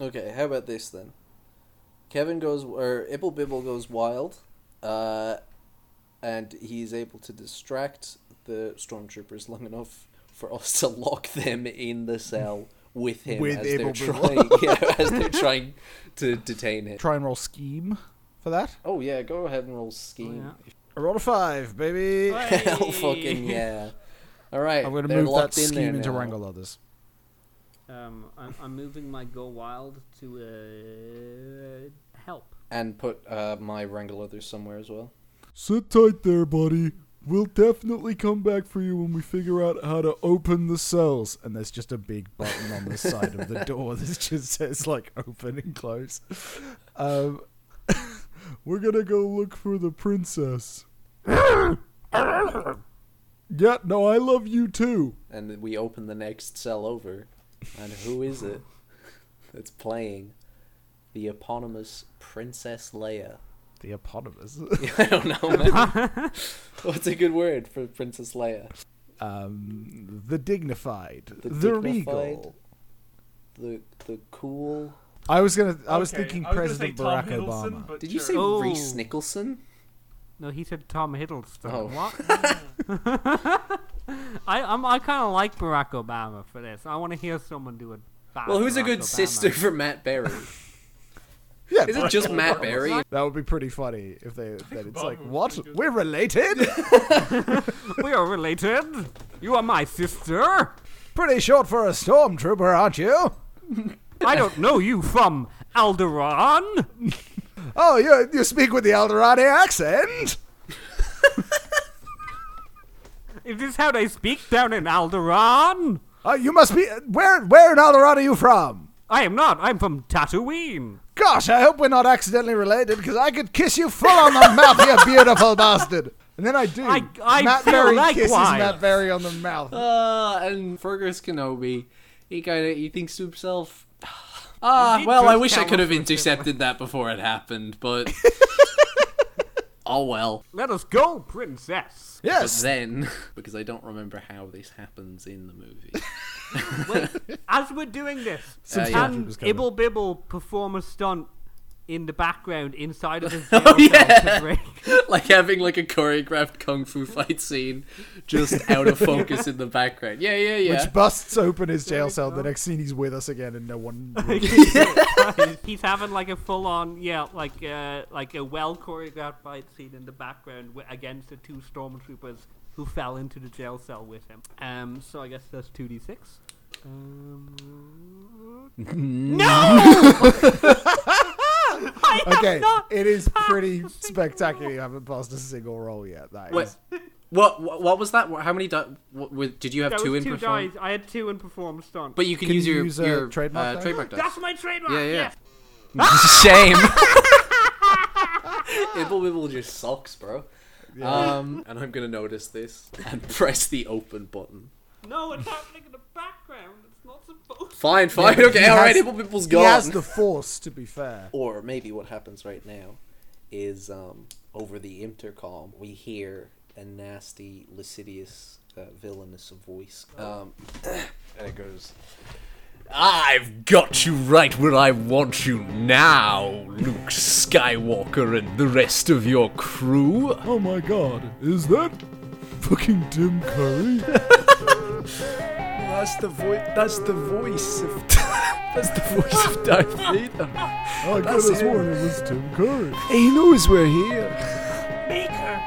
D: okay, how about this then? Kevin goes, or Ibble Bibble goes wild, uh, and he's able to distract the stormtroopers long enough for us to lock them in the cell with him
F: With
D: as
F: Ibble
D: they're
F: Bibble.
D: trying, <laughs> yeah, as they're trying to detain him.
F: Try and roll scheme for that.
D: Eh. Oh yeah, go ahead and roll scheme.
F: I rolled a five,
D: <laughs>
F: baby.
D: Hell Oh, fucking yeah! All right,
F: I'm gonna
D: they're
F: move that
D: locked in there
F: scheme into
D: now.
F: wrangle others.
E: <laughs> Um, I'm, I'm moving my go wild to uh, help.
D: and put uh, my wrangle others somewhere as well.
B: Sit tight there, buddy. We'll definitely come back for you when we figure out how to open the cells.
F: And there's just a big button on the side of
D: <laughs>
B: <laughs>
F: the door that just says like open and close. Um,
B: <laughs> We're gonna go look for the princess. <coughs> yeah, no, I love you too.
D: and we open the next cell over, and who is it <laughs> that's playing the eponymous Princess Leia?
F: the eponymous.
D: <laughs> I don't know, man.
F: <laughs>
D: What's a good word for Princess Leia?
F: Um, the dignified. The,
D: The
F: regal.
D: dignified- The the cool.
F: I was gonna. I was
G: Okay,
F: thinking
G: I was
F: President
G: gonna
F: Barack
G: say Tom Hiddleston,
F: Obama.
G: But
D: Did you
G: sure.
D: say
E: Oh.
D: Reese Nicholson? <laughs>
E: No, he said Tom Hiddleston.
D: Oh.
E: What? <laughs> I I'm, I kind of like Barack Obama for this. I want to hear someone do a. bad
D: Well, who's a
E: Barack
D: good
E: Obama.
D: sister for Matt Berry?
F: <laughs> Yeah,
D: Is it just Matt Berry?
F: That would be pretty funny if they. Then it's
G: Bob
F: like,
G: would be
F: what?
G: good.
F: We're related?
E: <laughs> we are related. You are my sister.
F: pretty short for a stormtrooper, aren't you?
E: I don't know you from Alderaan.
F: <laughs> Oh, you you speak with the Eldorado accent.
E: <laughs> Is this how they speak down in Alderaan? <laughs>
F: Oh, you must be. Where where in Eldorado are you from?
E: I am not. I'm from Tatooine.
F: Gosh, I hope we're not accidentally related, because I could kiss you full on the mouth, you <laughs> beautiful bastard. And then I do.
E: I- I
F: Matt
E: feel
F: Berry kisses
E: likewise.
F: Matt Berry on the
D: <laughs>
F: mouth.
D: Uh, and Fergus Kenobi, he kind of he thinks to himself, "Ah,
E: did
D: well, I
E: just
D: wish I
E: tell
D: could
E: us
D: have
E: we're similar."
G: <laughs>
D: intercepted that before it happened, but oh well."
E: Let us go, princess.
F: yes.
D: But then, <laughs> because I don't remember how this happens in the movie, <laughs>
E: As we're doing this,
D: Uh, yeah.
E: can Ibble Bibble perform a stunt in the background inside of his
D: <laughs> Oh,
E: jail cell to
D: yeah.
E: break?
D: <laughs> like having like a choreographed kung fu fight scene, just out of focus in the background. Yeah, yeah, yeah.
F: Which busts open his jail cell. The next scene, he's with us again, and
E: <laughs>
F: no one.
E: He's having like a full-on, yeah, like uh, like a well choreographed fight scene in the background wi- against the two stormtroopers who fell into the jail cell with him. Um, so I guess that's two d six. Um,
F: Okay, it is pretty spectacular. You haven't passed a single roll yet. That is
D: Wait, what, what what was that? How many di- what, with, did you have
E: there
D: two
E: was
D: in
E: two
D: perform?
E: dice. I had two in perform stunt.
D: But you can,
F: Can
D: use
F: you
D: your
F: use, uh,
D: your
F: trademark
D: uh,
F: dice?
D: trademark dice.
E: that's my trademark.
D: Yeah, yeah.
E: Yes.
D: <laughs>
E: <laughs>
D: Shame. Ibble Wibble just sucks, bro.
F: <laughs>
D: Um, and I'm gonna notice this and <laughs> press the open button.
E: No, it's happening in the background. It's not supposed.
D: Fine, fine, okay,
F: he
D: alright,
F: has-
D: Ibble Bibble's
F: He has
D: gone.
F: the
D: <laughs>
F: force, to be fair.
D: or maybe what happens right now is um, over the intercom, we hear a nasty, lascivious, uh, villainous voice.
F: Oh. <coughs>
D: Um, and it goes,
K: I've got you right where I want you now, Luke Skywalker and the rest of your crew.
B: Oh my god, is that fucking Tim Curry? <laughs>
I: That's the voice. That's the voice of. <laughs>
K: That's the voice of Darth Vader.
B: I could have sworn it was Tim Curry.
I: he knows we're here.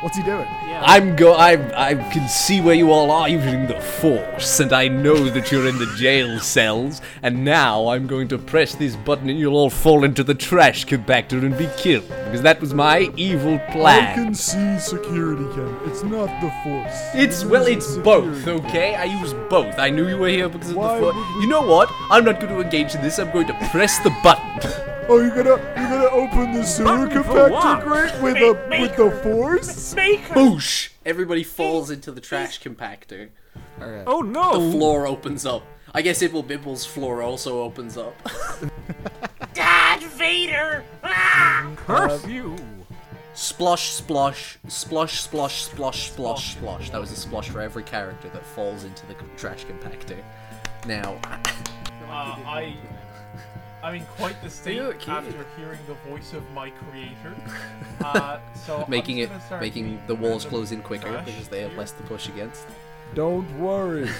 F: What's he doing?
K: I'm go. I I can see where you all are using the Force, and I know that you're in the jail cells. And now I'm going to press this button, and you'll all fall into the trash compactor and be killed because that was my evil
B: I
K: plan.
B: can see security cam. It's not the force.
K: It's well,
B: using
K: it's
B: security
K: both,
B: cam.
K: okay? I use both. I knew you were here because of
B: Why
K: the foot.
B: would we-
K: You know what? I'm not going to engage in this. I'm going to press the button.
B: <laughs> Oh, you're gonna you're gonna open the sewer
E: Button for what?
B: compactor grate with a with the force?
K: Boosh!
D: Everybody falls into the trash compactor.
E: Oh no!
D: The floor opens up. I guess Ibble Bibble's floor also opens up. <laughs>
E: Oh, Ah! Curse you!
D: splosh, splosh, splosh, splosh, splosh, splosh, splosh. That was a splosh for every character that falls into the c- trash compactor. Now,
G: Uh, I, I'm in quite the state
D: You're a kid.
G: after hearing the voice of
D: <laughs>
G: my creator. Uh, so
D: making it,
G: I'm just gonna start
D: making
G: reading
D: the walls
G: random
D: close in quicker
G: trash
D: because they have
G: here.
D: less to push against.
B: Don't
E: <laughs>
B: worry.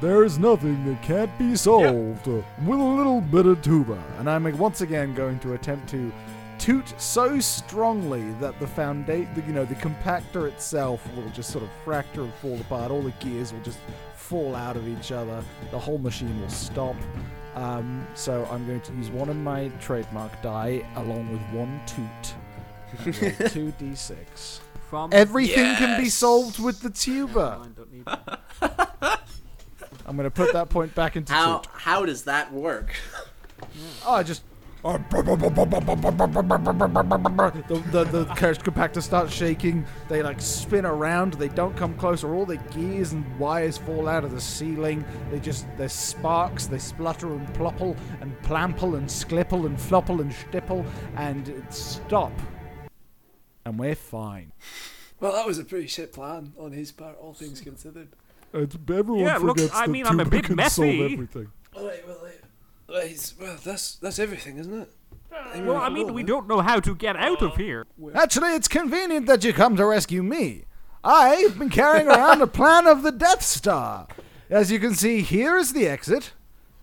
B: There's nothing that can't be solved
F: with a little bit of tuba, and I'm once again going to attempt to toot so strongly that the foundation, you know, the compactor itself will just sort of fracture and fall apart. All the gears will just fall out of each other. The whole machine will stop. Um, so I'm going to use one of my trademark die along with one toot.
H: <laughs>
F: <laughs> Two d six.
E: From
F: Everything can be solved with the tuba.
E: Mine don't need that.
F: I'm going to put that point back into
D: How
F: toot.
D: how does that work?
F: Oh, I just the, the, the carriage compactor starts shaking. They like spin around. They don't come closer. All the gears and wires fall out of the ceiling. They just there's sparks. They splutter and plopple and plample and sklipple and flopple and stipple and it stop. And we're fine.
I: Well, that was a pretty shit plan on his part, all things considered.
B: It's, everyone
E: Yeah, look,
B: forgets
E: I
B: that
E: mean, I'm
B: tuba
E: a bit
B: can solve
E: messy.
B: everything.
I: All right, well, it, well, it's- well, that's that's everything, isn't it?
E: Well, I mean, we don't know how to get out of here.
F: Actually, it's convenient that you come to rescue me. I've been carrying around a plan of the Death Star. As you can see, here is the exit,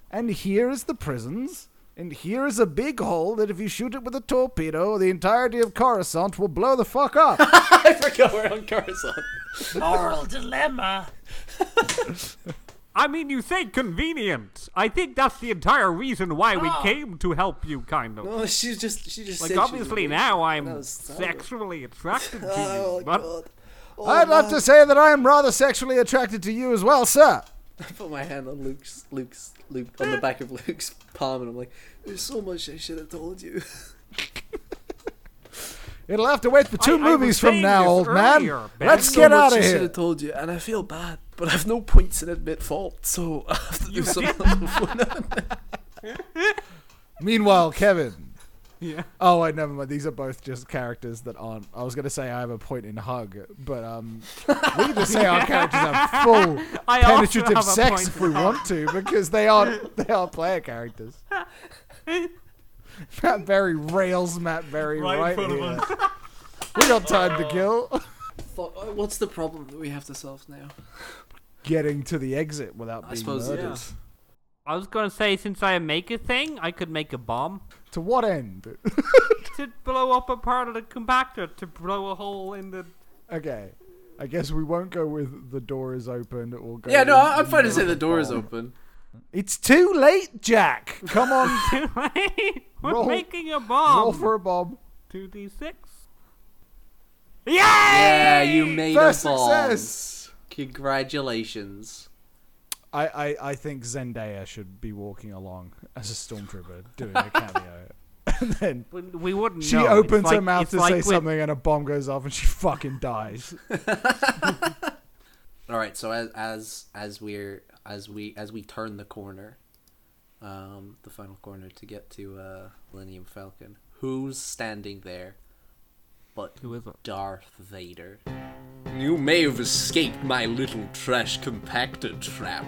F: and here is the prisons, and here is a big hole that if you shoot it with a torpedo, the entirety of Coruscant will blow the
E: <laughs>
F: fuck up.
D: I forgot we're on Coruscant.
E: Moral dilemma. I mean, you say convenient. I think that's the entire reason why we came to help you, kind of.
D: Oh, Ah. she just she just
E: like,
D: said she was
E: obviously
D: weak.
E: now
D: That
E: I'm
D: was terrible.
E: sexually attracted to you,
D: <laughs> Oh
E: but
D: god!
F: I'd love to say that I am rather sexually attracted to you as well, sir.
I: <laughs>
D: I put my hand on Luke's Luke's Luke on the
F: Eh.
D: back of Luke's palm, and I'm like,
I: There's so much I should have
F: <laughs>
I: told you.
F: It'll have to wait for two
E: I was
F: movies from
E: saying
F: now,
E: this
F: old
E: earlier,
F: man.
E: Ben.
F: Let's
I: so
F: get
I: much
F: out
I: I
F: of
I: should
F: here.
I: have told you, and I feel bad, <laughs> but I've no points and admit fault, so <laughs> I have to do something. <laughs> else.
E: <laughs>
F: Meanwhile, Kevin.
E: Yeah.
F: Oh wait, never mind. These are both just characters that aren't. I was gonna say I have a point in hug, but um, we need to
E: <laughs>
F: say our characters have full
E: I also
F: penetrative
E: have a
F: sex
E: point
F: if we want to, because they aren't they are
E: <laughs>
F: player characters. Matt Berry rails Matt Berry
G: Right in
F: right,
G: front of
F: here. We got time to kill. <laughs>
I: Fuck, uh, What's the problem that we have to solve now?
F: Getting to the exit without being
I: suppose,
F: murdered.
I: yeah.
E: I was gonna say since I make a thing, I could make a bomb
F: To what end?
E: to blow up a part of the compactor to blow a hole in the. <laughs>
F: okay, I guess we won't go with the door is open. We'll go.
D: "Yeah, no,
F: with
D: I- I'm fine to say the door is
F: bomb.
D: open."
F: It's too late, Jack.
E: <laughs>
F: Come on.
E: We're
F: Roll-
E: making a
F: Roll
E: bomb.
F: for a bomb.
E: Two d six.
D: Yeah,
E: Yay!
D: you made
F: First
D: a bomb.
F: success.
D: Congratulations.
F: I, I, I think Zendaya should be walking along as a stormtrooper doing a cameo. <laughs> and then
E: We- We wouldn't.
F: she
E: know. It's
F: opens her
E: like-
F: mouth
E: it's
F: to
E: like
F: say
E: with-
F: something and a bomb goes off and she fucking
D: <laughs>
F: dies.
D: All right, so as as as we're as we as we turn the corner, um, the final corner to get to uh, Millennium Falcon. Who's standing there? But
E: Who is it?
D: Darth Vader.
K: You may have escaped my little trash compactor trap,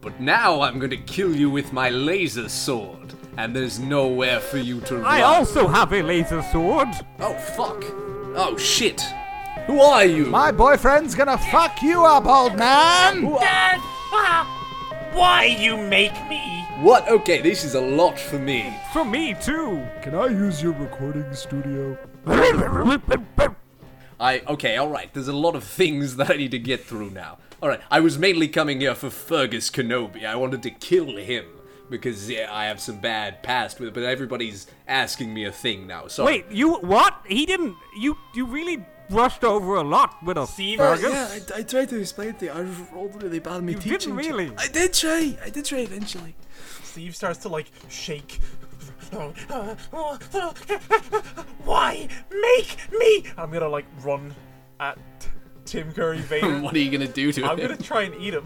K: but now I'm gonna kill you with my laser sword, and there's nowhere for you to run.
E: I also have a laser sword.
K: Oh, fuck. Oh, shit. Who are you?
F: My boyfriend's gonna fuck you up, old man.
A: Why you make me?
K: What? Okay, this is a lot for me.
E: For me too.
B: Can I use your recording studio?
K: I okay, all right. There's a lot of things that I need to get through now. All right, I was mainly coming here for Fergus Kenobi. I wanted to kill him because yeah, I have some bad past with. But everybody's asking me a thing now. So
E: Wait, you what? He didn't. You you really brushed over a lot with a
G: Steve,
E: burger.
I: Oh, Yeah, I, I tried to explain to you. I rolled really bad. Me
E: You
I: teaching.
E: didn't
I: job.
E: really.
I: I did try. I did try eventually.
G: Steve starts to like shake. Why make me? I'm gonna like run at
D: <laughs>
G: Tim Curry Vader.
D: What are you gonna do to
G: I'm
D: him?
G: gonna try and
D: <laughs>
G: eat him.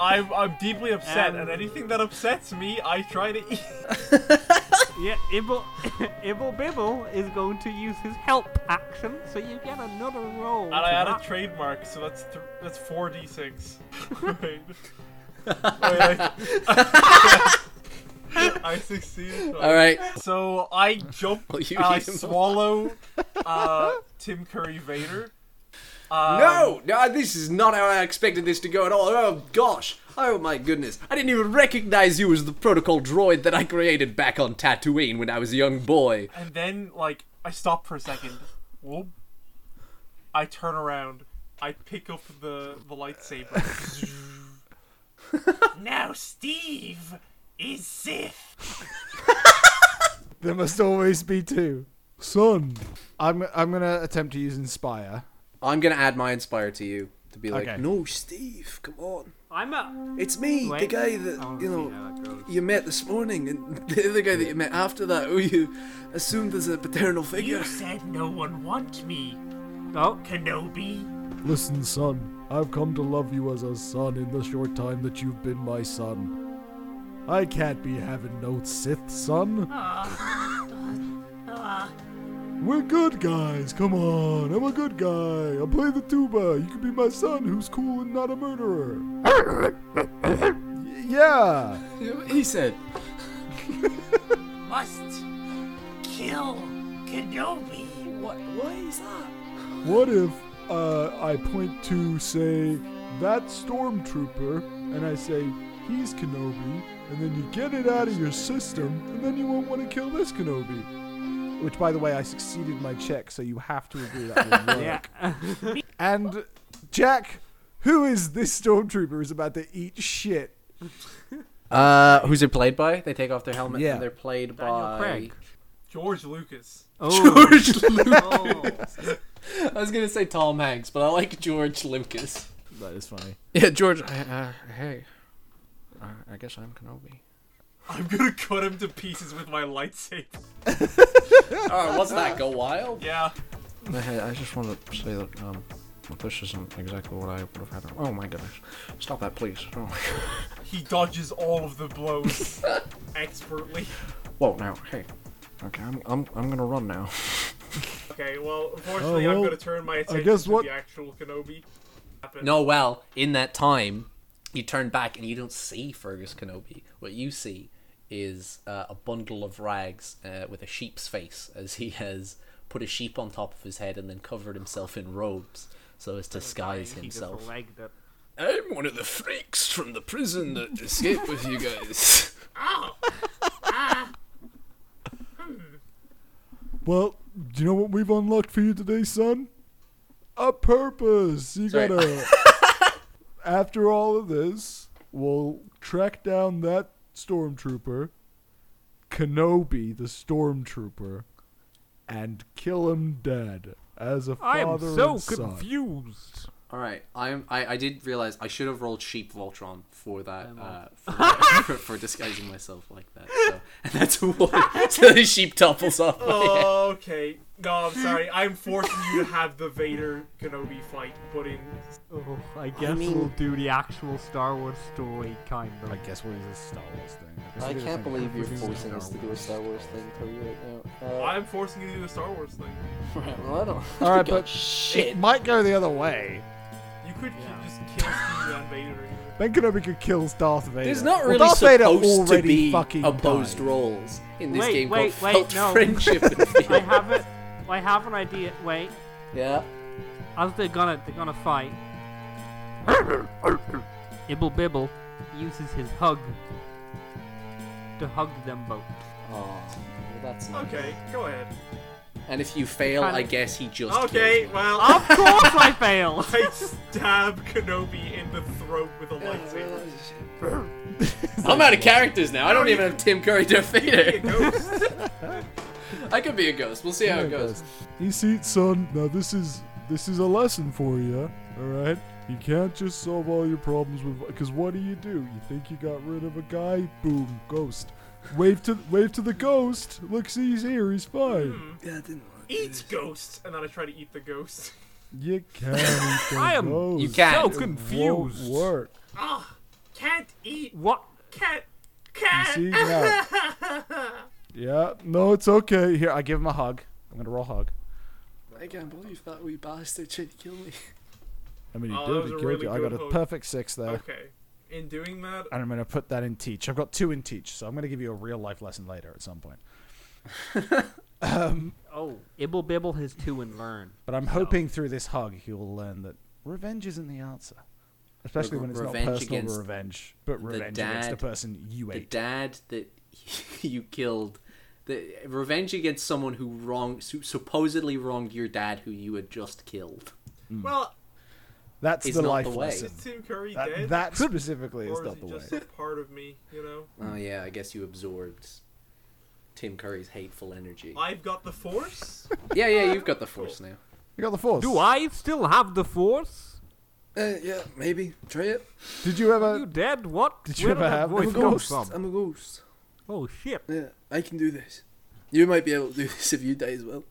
G: I'm, I'm deeply upset, and anything that upsets me, I try to eat.
E: <laughs> Yeah, Ibble, <laughs> Ibble Bibble is going to use his help action, so you get another roll.
G: And I
E: to
G: add a
E: that.
G: trademark, so that's th- that's four d six. <laughs> Wait, I, <laughs> I succeeded.
D: All right.
G: So I jump,
D: Well, you
G: and I
D: eat them all.
G: swallow uh, Tim Curry Vader. Um,
D: No, no, this is not how I expected this to go at all. Oh gosh, oh my goodness, I didn't even recognize you as the protocol droid that I created back on Tatooine when I was a young boy.
G: And then, like, I stop for a second. Whoop. I turn around. I pick up the,
D: <laughs>
G: the lightsaber. now Steve is Sith.
F: There must always be two.
B: Son,
F: I'm I'm gonna attempt to use inspire.
D: I'm gonna add my inspire to you to be like,
F: Okay.
I: No, Steve, come on.
E: I'm a.
I: It's me, the
E: Wait.
I: guy that
E: I
G: Oh,
E: wanna
I: you
E: see
I: know
E: how that goes.
I: you met this morning, and <laughs> the other guy that you met after that, who you assumed is a paternal figure.
G: said no one want me,
E: Oh,
G: Kenobi.
B: listen, son. I've come to love you as a son in the short time that you've been my son. I can't be having no Sith, son. We're good guys. Come on, I'm a good guy. I play the tuba. You can be my son, who's cool and not a murderer.
F: Y- Yeah.
I: He said,
G: Must kill Kenobi.
I: What? What is that?
B: What if uh, I point to, say, that stormtrooper, and I say, he's Kenobi, and then you get it out of your system, and then you won't want to kill this Kenobi?
F: Which, by the way, I succeeded my check, so you have to agree that will work.
E: Yeah.
F: And Jack, who is this stormtrooper is about to eat shit?
D: Uh, who's it played by? They take off their helmet
F: Yeah.
D: and they're played
E: Daniel
D: by
E: Craig.
G: George Lucas. <laughs>
E: Oh,
F: <laughs>
D: George Lucas.
E: oh.
D: <laughs> I was gonna say Tom Hanks, but I like George Lucas.
F: That is funny.
D: Yeah, George. I, uh, hey, uh, I guess I'm Kenobi.
G: I'm gonna cut him to pieces with my lightsaber.
D: All right, what's that? Go wild.
G: Yeah.
K: Hey, I just want to say that um, this isn't exactly what I would have had. Oh my goodness! Stop that, please. Oh.
G: He dodges all of the blows <laughs> expertly.
K: <laughs> Whoa, now, hey. Okay, I'm I'm I'm gonna run now.
G: Okay, well, unfortunately,
B: well,
G: I'm gonna turn my attention
B: guess
G: to
B: what-
G: the actual Kenobi. Happen.
D: No, <laughs> well, in that time, you turn back and you don't see Fergus Kenobi. What you see is uh, a bundle of rags uh, with a sheep's face, as he has put a sheep on top of his head and then covered himself in robes so as to disguise
E: He just
D: himself.
E: legged it.
K: I'm one of the freaks from the prison that escaped Ah! with
I: <laughs>
K: you guys. Hmm.
B: Well, do you know what we've unlocked for you today, son? A purpose. You
D: Sorry.
B: gotta.
E: <laughs>
B: after all of this, we'll track down that stormtrooper, Kenobi, the stormtrooper, and kill him dead as a
E: I am
B: father
E: so
B: and son.
E: confused.
D: All right, I'm. I, I did realize I should have rolled sheep Voltron for that uh, for, for, for disguising myself like that. So. And that's <laughs> a one. So the sheep topples off. my
G: Oh.
D: head.
G: Okay. No, I'm sorry. I'm forcing you to have the Vader Kenobi fight, but in
E: Oh, I guess
D: mean-
E: we'll do the actual Star Wars story, kind of.
F: I guess what is this Star Wars thing? guess
D: I
F: it is
D: can't
F: something
D: believe you're
F: completely
D: forcing us to do a Star Wars thing to you right now. Uh,
G: I'm forcing you to do the Star Wars thing.
D: right, well, I don't.
F: All
D: <laughs>
F: right,
D: God,
F: but
D: shit.
F: It might go the other way.
G: You could ki- just kill Steve
D: <laughs>
G: and Vader.
F: Then Kenobi could kill Darth Vader.
D: There's not
F: Well,
D: really
F: Darth Vader
D: supposed to
F: already
D: be
F: fucking
D: opposed
F: died.
D: roles in this
E: Wait,
D: game
E: wait,
D: called
E: wait,
D: Felt
E: no. <laughs>
D: Friendship. and
E: I
D: Fear.
E: have it. I have an idea. Wait,
D: yeah.
E: as they're gonna, they're gonna
D: <coughs>
E: fight. Ibble Bibble uses his hug to hug them both.
D: Oh, well, that's nice.
G: Okay, go ahead.
D: And if you fail,
E: Kinda-
D: I guess he just.
G: Okay,
D: kills you.
G: well,
E: Of
G: <laughs>
E: course, I failed.
G: I stab Kenobi in the throat with a lightsaber.
D: <laughs> I'm out of characters now. I don't even have Tim Curry Darth
G: A
D: Vader.
G: ghost.
D: <laughs> I could be a ghost. We'll see how it goes.
B: You see, son, now this is this is a lesson for you. All right, you can't just solve all your problems with. Because what do you do? You think you got rid of a guy? Boom, ghost. Wave to wave to the ghost. Look, see, he's here. He's
G: Hmm.
B: fine.
I: Yeah, I didn't want
G: Eat ghost, and then I try to eat the ghost.
B: You can't eat the
E: I am-
B: ghost.
D: You can't.
E: so
B: It won't
E: confused.
B: work.
G: <laughs> Ah, can't eat.
E: What?
G: Can't.
B: You
G: Can't.
D: <laughs>
B: see now.
G: <laughs>
B: Yeah, no, it's okay. Here, I give him a hug.
F: I'm gonna roll hug.
I: <laughs> I can't believe that wee bastard tried to kill me.
F: I mean, he
G: Oh, that
F: did.
G: was
F: He
G: a
F: killed
G: really
F: you. I
G: good
F: got a
G: hug.
F: perfect six there,
G: Okay. In doing that,
F: and I'm gonna put that in teach. I've got two in teach, so I'm gonna give you a real life lesson later at some
G: <laughs>
F: point. Um,
E: Oh, Ibble Bibble has two and learn.
F: But I'm hoping through this hug he will learn that revenge isn't the answer, especially
D: Re-
F: when it's
D: revenge
F: not personal
D: against
F: revenge, but revenge against
D: dad-
F: the person you
D: The
F: ate.
D: dad that <laughs> you killed. The revenge against someone who wronged, su- supposedly wronged your dad, who you had just killed.
G: well,
F: That's
D: is
F: the
D: not
F: life
D: the way.
G: is
F: lesson.
G: Tim Curry
F: That,
G: dead?
F: that specifically is
G: or is
F: not
G: he
F: the way.
G: just a part of me? You know,
D: Oh yeah, I guess you absorbed Tim Curry's hateful energy.
G: I've got the Force.
D: <laughs> Yeah, yeah, you've got the force now.
F: You got the force.
E: Do I still have the Force?
I: Uh, yeah, maybe. Try it.
F: Did you
E: you
F: ever?
E: dead? What?
F: did you
E: Where did
F: ever
E: that
F: have the
E: voice come
F: Ghost.
E: from?
I: I'm a ghost.
E: Oh shit!
I: Yeah, I can do this. You might be able to do <laughs> this if you die as well.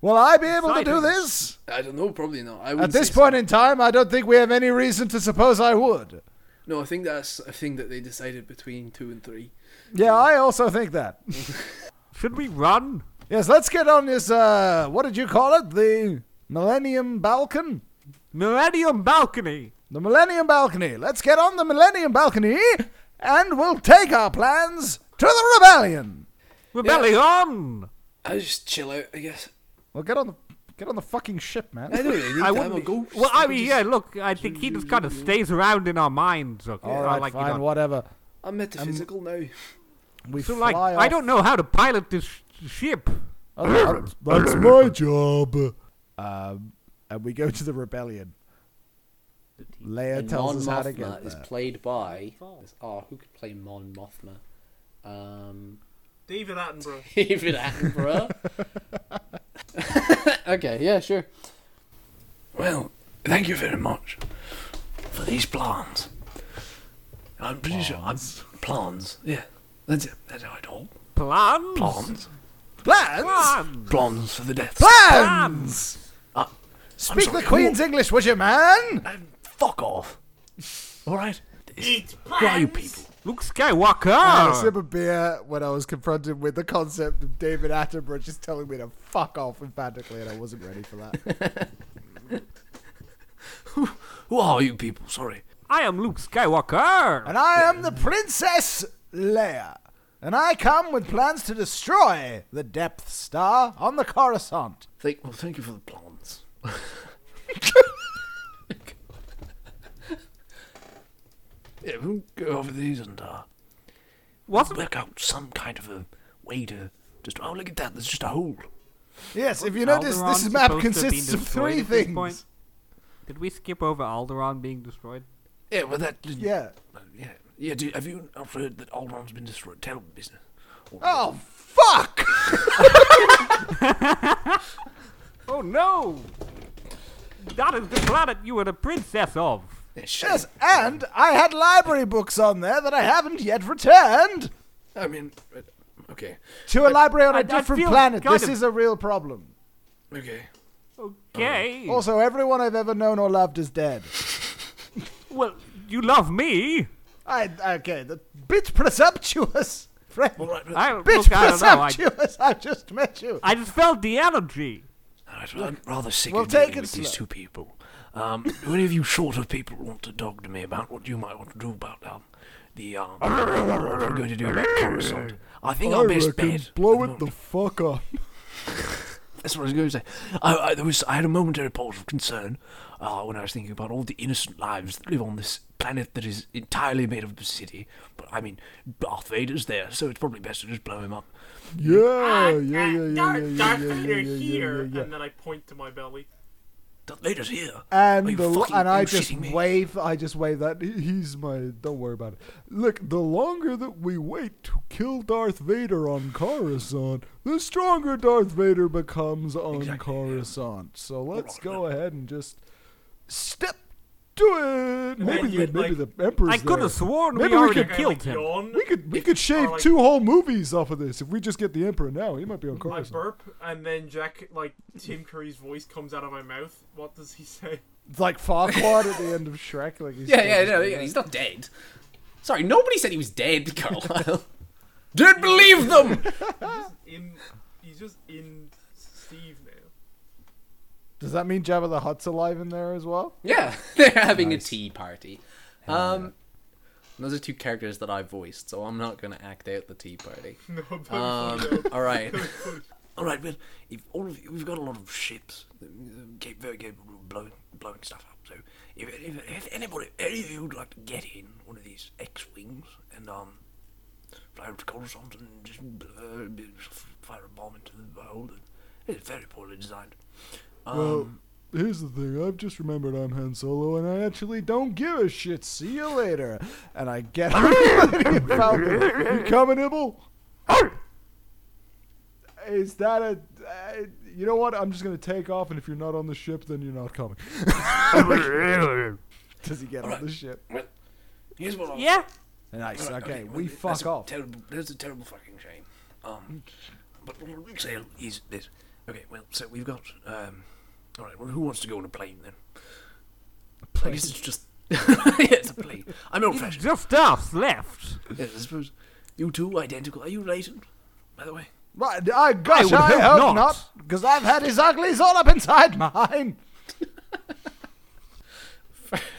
F: Will I be able to do
E: Exciting.
F: this?
I: I don't know, probably not. I
F: At
I: wouldn't
F: this
I: say
F: point in time, I don't think we have any reason to suppose I would.
I: so. No, I think that's a thing that they decided between two and three.
F: Yeah, I also think that.
E: <laughs> Should we run?
F: Yes, let's get on this. Uh, what did you call it? The Millennium Balcon.
E: Millennium Balcony.
F: The Millennium Balcony. Let's get on the Millennium Balcony, and we'll take our plans to the rebellion.
E: Rebellion.
I: I just chill out, I guess.
F: Well, get on the get on the fucking ship, man.
I: I don't know.
E: I
I: I'm
E: wouldn't.
I: a
E: Be,
I: ghost.
E: well, I
I: I'm
E: mean,
I: just-
E: yeah. Look, I think he just
I: <laughs>
E: kind of stays around in our minds. Okay,
F: All
E: I
F: right,
E: like you
F: fine,
E: know.
F: whatever.
I: I'm metaphysical now.
F: We
E: So,
F: fly
E: like,
F: off.
E: I don't know how to pilot this sh- ship.
F: Oh, that's-
B: That's my job.
F: Um, and we go to the rebellion. Leia
D: And
F: tells us how
D: Mon
F: to
D: Mothma
F: get
D: is
F: there.
D: played by. Oh, who could play Mon Mothma? Um,
G: <laughs> David Attenborough.
D: David Attenborough.
F: <laughs>
D: <laughs> okay, yeah, sure.
K: Well, thank you very much for these plans. I'm pretty sure I'm plans. Yeah, that's it. That's how I talk.
E: Plans.
K: Plans.
E: Plans.
K: Plans for the deaths.
F: Plans!
K: Ah, I'm
F: Speak
K: sorry,
F: the Queen's English, would you, man?
K: who- um, fuck off. All right. Who are you people?
E: Luke
F: I had a
E: Skywalker.
F: sip of beer when I was confronted with the concept of David Attenborough just telling me to fuck off emphatically, and I wasn't ready for
D: <laughs>
F: that.
K: Who are you people? Sorry.
E: I am Luke Skywalker.
F: and I am the Princess Leia, and I come with plans to destroy the Depth Star on the Coruscant.
K: Thank, well, thank you for the plans. yeah, we'll go over these and uh,
E: Wasn't
K: work out some kind of a way to just. Oh, look at that! There's just a hole.
F: <laughs> Yes, if you
E: Alderaan
F: notice,
E: supposed
F: this
E: to
F: map
E: have been
F: consists of
E: destroyed
F: three
E: at this
F: things.
E: point? Did we skip over Alderaan being destroyed?
K: Yeah, well, that.
F: Yeah.
K: yeah, yeah. Do, have you not heard that Alderman's been destroyed? Terrible business.
F: Oh, fuck!
E: <laughs> Oh no! That is the planet you were the princess of.
K: Yeah, shit.
F: Yes, and I had library books on there that I haven't yet returned
K: I mean, uh, okay,
F: to a library on a
E: I- I
F: different
E: feel
F: planet.
E: kind
F: This
E: of-
F: is a real problem.
K: okay.
E: Okay.
F: Also, everyone I've ever known or loved is dead.
E: well, you love me.
F: I okay, the bit presumptuous, <laughs> friend.
K: All right, well,
E: I,
F: Bitch
E: look, I don't know. I,
F: presumptuous! I, just met you.
E: I just felt the energy.
K: all right, well, I'm rather sick
F: we'll
K: of
F: take
K: dealing
F: it
K: with these
F: slow.
K: two people. Um, <coughs> who any of you short of people want to talk to me about what you might want to do about um, the um, <coughs> what we're going to do about Coruscant? I think
B: I
K: our best
B: reckon
K: bet.
B: blow it the fuck up.
K: That's what I was going to say. I, I, there was, I had a momentary pause of concern uh, when I was thinking about all the innocent lives that live on this planet that is entirely made of the city. But I mean, Darth Vader's there, so it's probably best to just blow him up.
B: Yeah, yeah,
G: Darth-
B: Oh, yeah, yeah, yeah,
G: Darth
B: yeah,
G: Darth
B: yeah,
G: Vader
B: yeah, yeah,
G: here,
B: yeah, yeah.
G: and then I point to my belly.
K: Darth Vader's here. Are
B: And
K: you
B: the,
K: fucking
B: and I just
K: bullshitting me?
B: wave, I just wave that. he- He's my. Don't worry about it. Look, the longer that we wait to kill Darth Vader on Coruscant, the stronger Darth Vader becomes on
K: Exactly, yeah.
B: Coruscant. So let's
K: on,
B: go ahead and just step to it. Maybe, the,
G: you'd,
B: maybe
G: like-
B: the Emperor's.
E: I could
B: there.
E: have sworn
B: Maybe
E: we
B: we
E: already
B: could-
G: I,
E: killed
G: like,
E: him.
G: yawn,
B: We could we could shave
G: like-
B: two whole movies off of this if we just get the Emperor now. He might be on
G: I
B: Coruscant.
G: burp, and then Jack, like Tim Curry's voice comes out of my mouth. What does he say?
F: It's like Farquaad at the end of Shrek. Like he's
D: Yeah, yeah, no, yeah, he's not dead. Sorry, nobody said he was dead, Carlisle. <laughs> Didn't believe them!
F: <laughs>
G: In he's just in Steve now.
F: Does that mean Jabba the Hutt's alive in there as well?
D: Yeah, <laughs> they're having a tea party. Um, those are two characters that I voiced, so I'm not gonna act out the tea party.
G: <laughs> No, don't
D: Um, <laughs> all
G: <laughs>
D: right.
K: <laughs> All right, well, if all of you, we've got a lot of ships, that, um, cap- very capable of blowing, blowing stuff up. So, if, if, if anybody, any of you would like to get in one of these X-wings and um, fly over to Coruscant and just uh, b- fire a bomb into the hole, then it's very poorly designed. Um,
B: Well, here's the thing. I've just remembered I'm Han Solo, and I actually don't give a shit.
F: See you later. And I get Millennium Falcon. You coming, Ibble?
B: Is that a? Uh, you know what? I'm just gonna take off, and if you're not on the ship, then you're not coming.
F: Does he get on the ship?
K: well, here's what I
E: Yeah.
F: Nice.
K: Alright,
F: Okay,
K: well,
F: we
K: that's
F: fuck
K: a
F: off.
K: Terrible, that's a terrible fucking shame. Um, but what we say is this. Okay, well, so we've got. Um, all right, well, who wants to go on a plane then? I guess it's just. <laughs> yeah, it's a plane. I'm old fashioned.
E: Just us left.
K: Yes, I suppose. You two identical. Are you related, by the way?
F: Right, I gosh,
E: would
F: I,
E: hope
F: hope
E: not.
F: not, because I've had his uglies all up inside mine.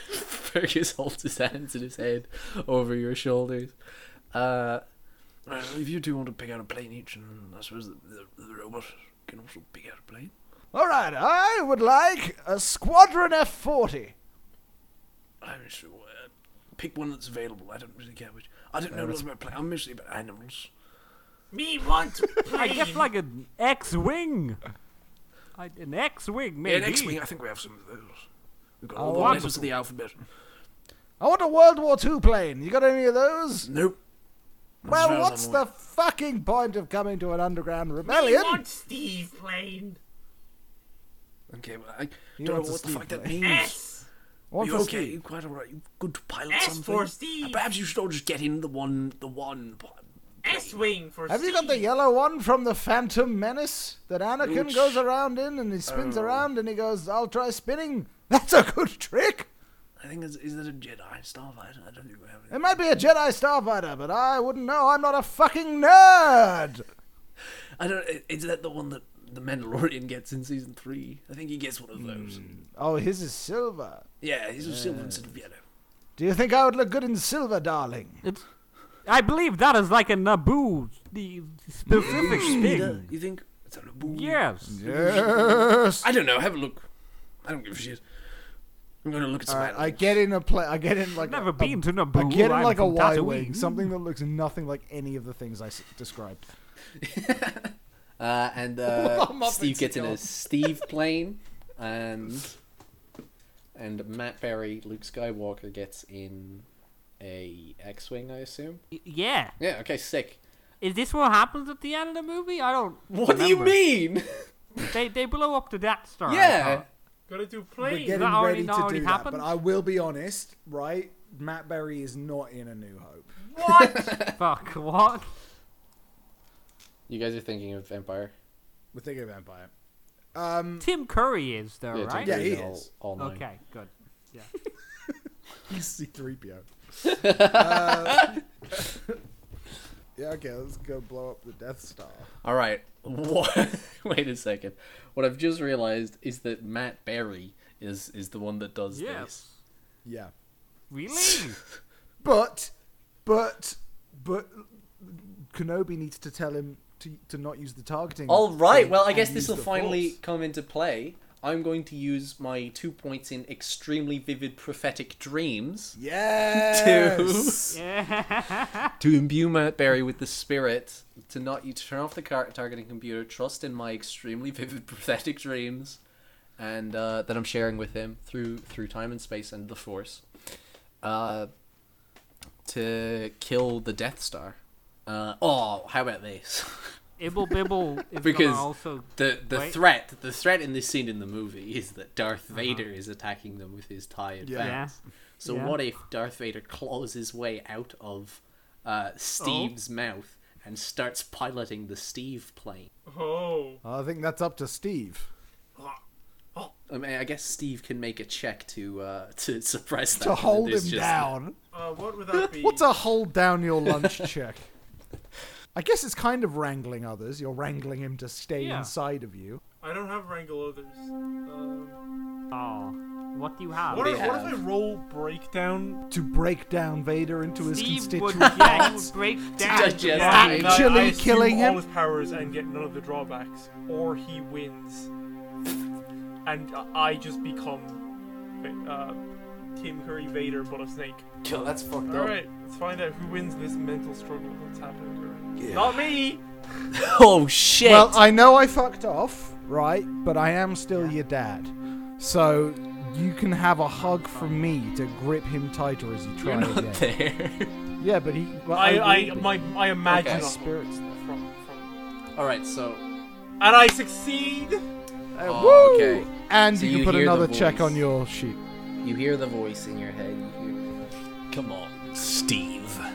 D: Fergus holds his hands in his head over your shoulders. Uh,
K: Right, well, if you two want to pick out a plane each, and I suppose the, the, the robot can also pick out a plane.
H: All right, I would like a Squadron F40.
K: I'm sure. Uh, pick one that's available. I don't really care which. I don't
H: Uh,
K: know lots about play. I'm mostly about animals.
A: Me want
E: I guess like an X-wing. I, an X-wing, maybe.
K: Yeah, next week I think we have some of those. We've got all
H: Oh,
K: the letters
H: wonderful.
K: of the alphabet.
H: I want a World War II plane. You got any of those?
K: Nope.
H: Well,
K: Well,
H: what's
K: I'm
H: the fucking point of coming to an underground rebellion?
G: Steve plane.
K: Okay, well, I
H: He
K: don't know
H: wants a
K: what the
H: Steve
K: fuck that
H: plane.
K: means.
H: One
K: you
H: for
K: okay? You
H: Steve.
K: quite alright? You good to pilot
G: S
K: something?
G: for Steve.
K: Perhaps you should all just get in the one, the one. pl-
G: S wing for
H: Have you got the
G: Steve.
H: yellow one from the Phantom Menace that Anakin
K: Which-
H: goes around in and he spins
K: Oh.
H: around and he goes, I'll try spinning? <laughs> That's a good trick!
K: I think is is that a Jedi starfighter? I don't think we have
H: It
K: any.
H: might be a Jedi starfighter, but I wouldn't know. I'm not a fucking nerd!
K: I don't. i- Is that the one that the Mandalorian gets in season three? I think he gets one of those.
H: Oh, his is silver.
K: Yeah, he's a silver instead of yellow.
H: Do you think I would look good in silver, darling?
E: It's, I believe that is like a Naboo the specific thing.
K: You think? It's a Naboo.
E: Yes.
H: Yes.
K: I don't know. Have a look. I don't give a shit. I'm gonna look at some.
H: All right, Uh, I
K: animals.
H: get in a plane. I get in like
E: Never
H: a,
E: been to
H: I
E: Naboo.
H: get in
E: I'm
H: like a
E: from
H: Y
E: Tatooine.
H: wing, something that looks nothing like any of the things I s-
D: <laughs>
H: described.
D: Uh, and uh,
H: Muppets
D: Steve gets in
H: gone.
D: a Steve plane, and and Matt Berry, Luke Skywalker gets in a X-wing, I assume.
E: Y- Yeah.
D: Yeah. Okay. Sick.
E: Is this what happens at the end of the movie? I don't.
D: What do you
E: remember.
D: mean?
E: <laughs> They they blow up the Death Star. I
D: yeah.
E: thought.
G: Gotta do
F: We're
G: plane.
F: getting
E: that already-
F: ready to
E: that already
F: do
E: happened?
F: that, but I will be honest, right? Matt Berry is not in A New Hope.
D: <laughs>
E: Fuck what?
D: You guys are thinking of Empire.
F: We're thinking of Empire. Um,
E: Tim Curry is though,
D: Yeah, Tom
E: right?
F: Yeah, he
D: Cruise all-
F: is.
D: all nine.
E: Okay, good.
F: he's C-3PO. <laughs> yeah, okay, let's go blow up the Death Star.
D: All right. <laughs> What? Wait a second. What I've just realized is that Matt Berry is is the one that does
E: Yes.
F: Yeah.
E: Really?
F: <laughs> But, but, but Kenobi needs to tell him to, to not use the targeting.
D: this. All right.
F: thing
D: Well, I
F: and
D: guess
F: use
D: this will
F: the
D: finally
F: Force.
D: come into play. I'm going to use my two points in extremely vivid prophetic dreams
E: <laughs>
F: Yes.
E: yeah.
D: <laughs> to imbue Matt Berry with the spirit to not you turn off the car- targeting computer, trust in my extremely vivid <laughs> prophetic dreams, and uh, that I'm sharing with him through through time and space and the Force, uh, to kill the Death Star. Uh, oh, how about this? <laughs>
E: Ibble Bibble is
D: Because
E: gonna also
D: The the
E: Wait. Uh-huh.
D: threat the threat in this scene in the movie is that Darth Vader is attacking them with his tie and
F: Yeah.
E: yeah.
D: fangs. So
E: Yeah.
D: what if Darth Vader claws his way out of uh, Steve's mouth and starts piloting the Steve plane?
G: Oh.
F: I think that's up to Steve.
D: Uh. I mean, I guess Steve can make a check to uh, <laughs> to suppress that.
F: To
D: and
F: hold him
D: there's just- <laughs>
F: down.
G: Uh, what would that be?
F: What's a hold down your lunch <laughs> check? I guess it's kind of wrangling others. You're wrangling him to stay
E: Yeah.
F: inside of you.
G: I don't have wrangle others. Um,
E: Oh, what do you have?
G: what,
D: do
G: if,
D: you
G: what if
D: have?
G: I roll breakdown?
F: To break down Vader into his
E: Steve would,
F: constituent
E: <laughs> yeah, he
F: parts.
E: would break down.
D: digest
E: the
D: that.
E: body.
G: And I-
F: Actually
G: I assume
F: killing him?
G: all his powers and get none of the drawbacks, or he wins, and uh, I just become uh, Tim Curry Vader, but a snake.
D: <laughs> Yo, that's fucked
G: All right, let's find out who wins this mental struggle that's happening. currently. Not me.
D: <laughs> Oh shit!
F: Well, I know I fucked off, right? But I am still your dad. So you can have a hug from me to grip him tighter as you try
D: You're not
F: again.
D: there.
F: Yeah, but he. Well,
G: I,
F: will
G: I,
F: be.
G: my, I imagine
D: Okay.
G: a-
F: spirits.
G: from, from,
D: All right, so
G: and I succeed.
F: Uh,
D: Oh,
F: woo!
D: okay.
F: And
D: So
F: you can
D: you
F: put
D: hear the
F: another check
D: voice.
F: on your sheet.
D: you hear the voice in your head. You hear,
K: Come on, Steve. <laughs>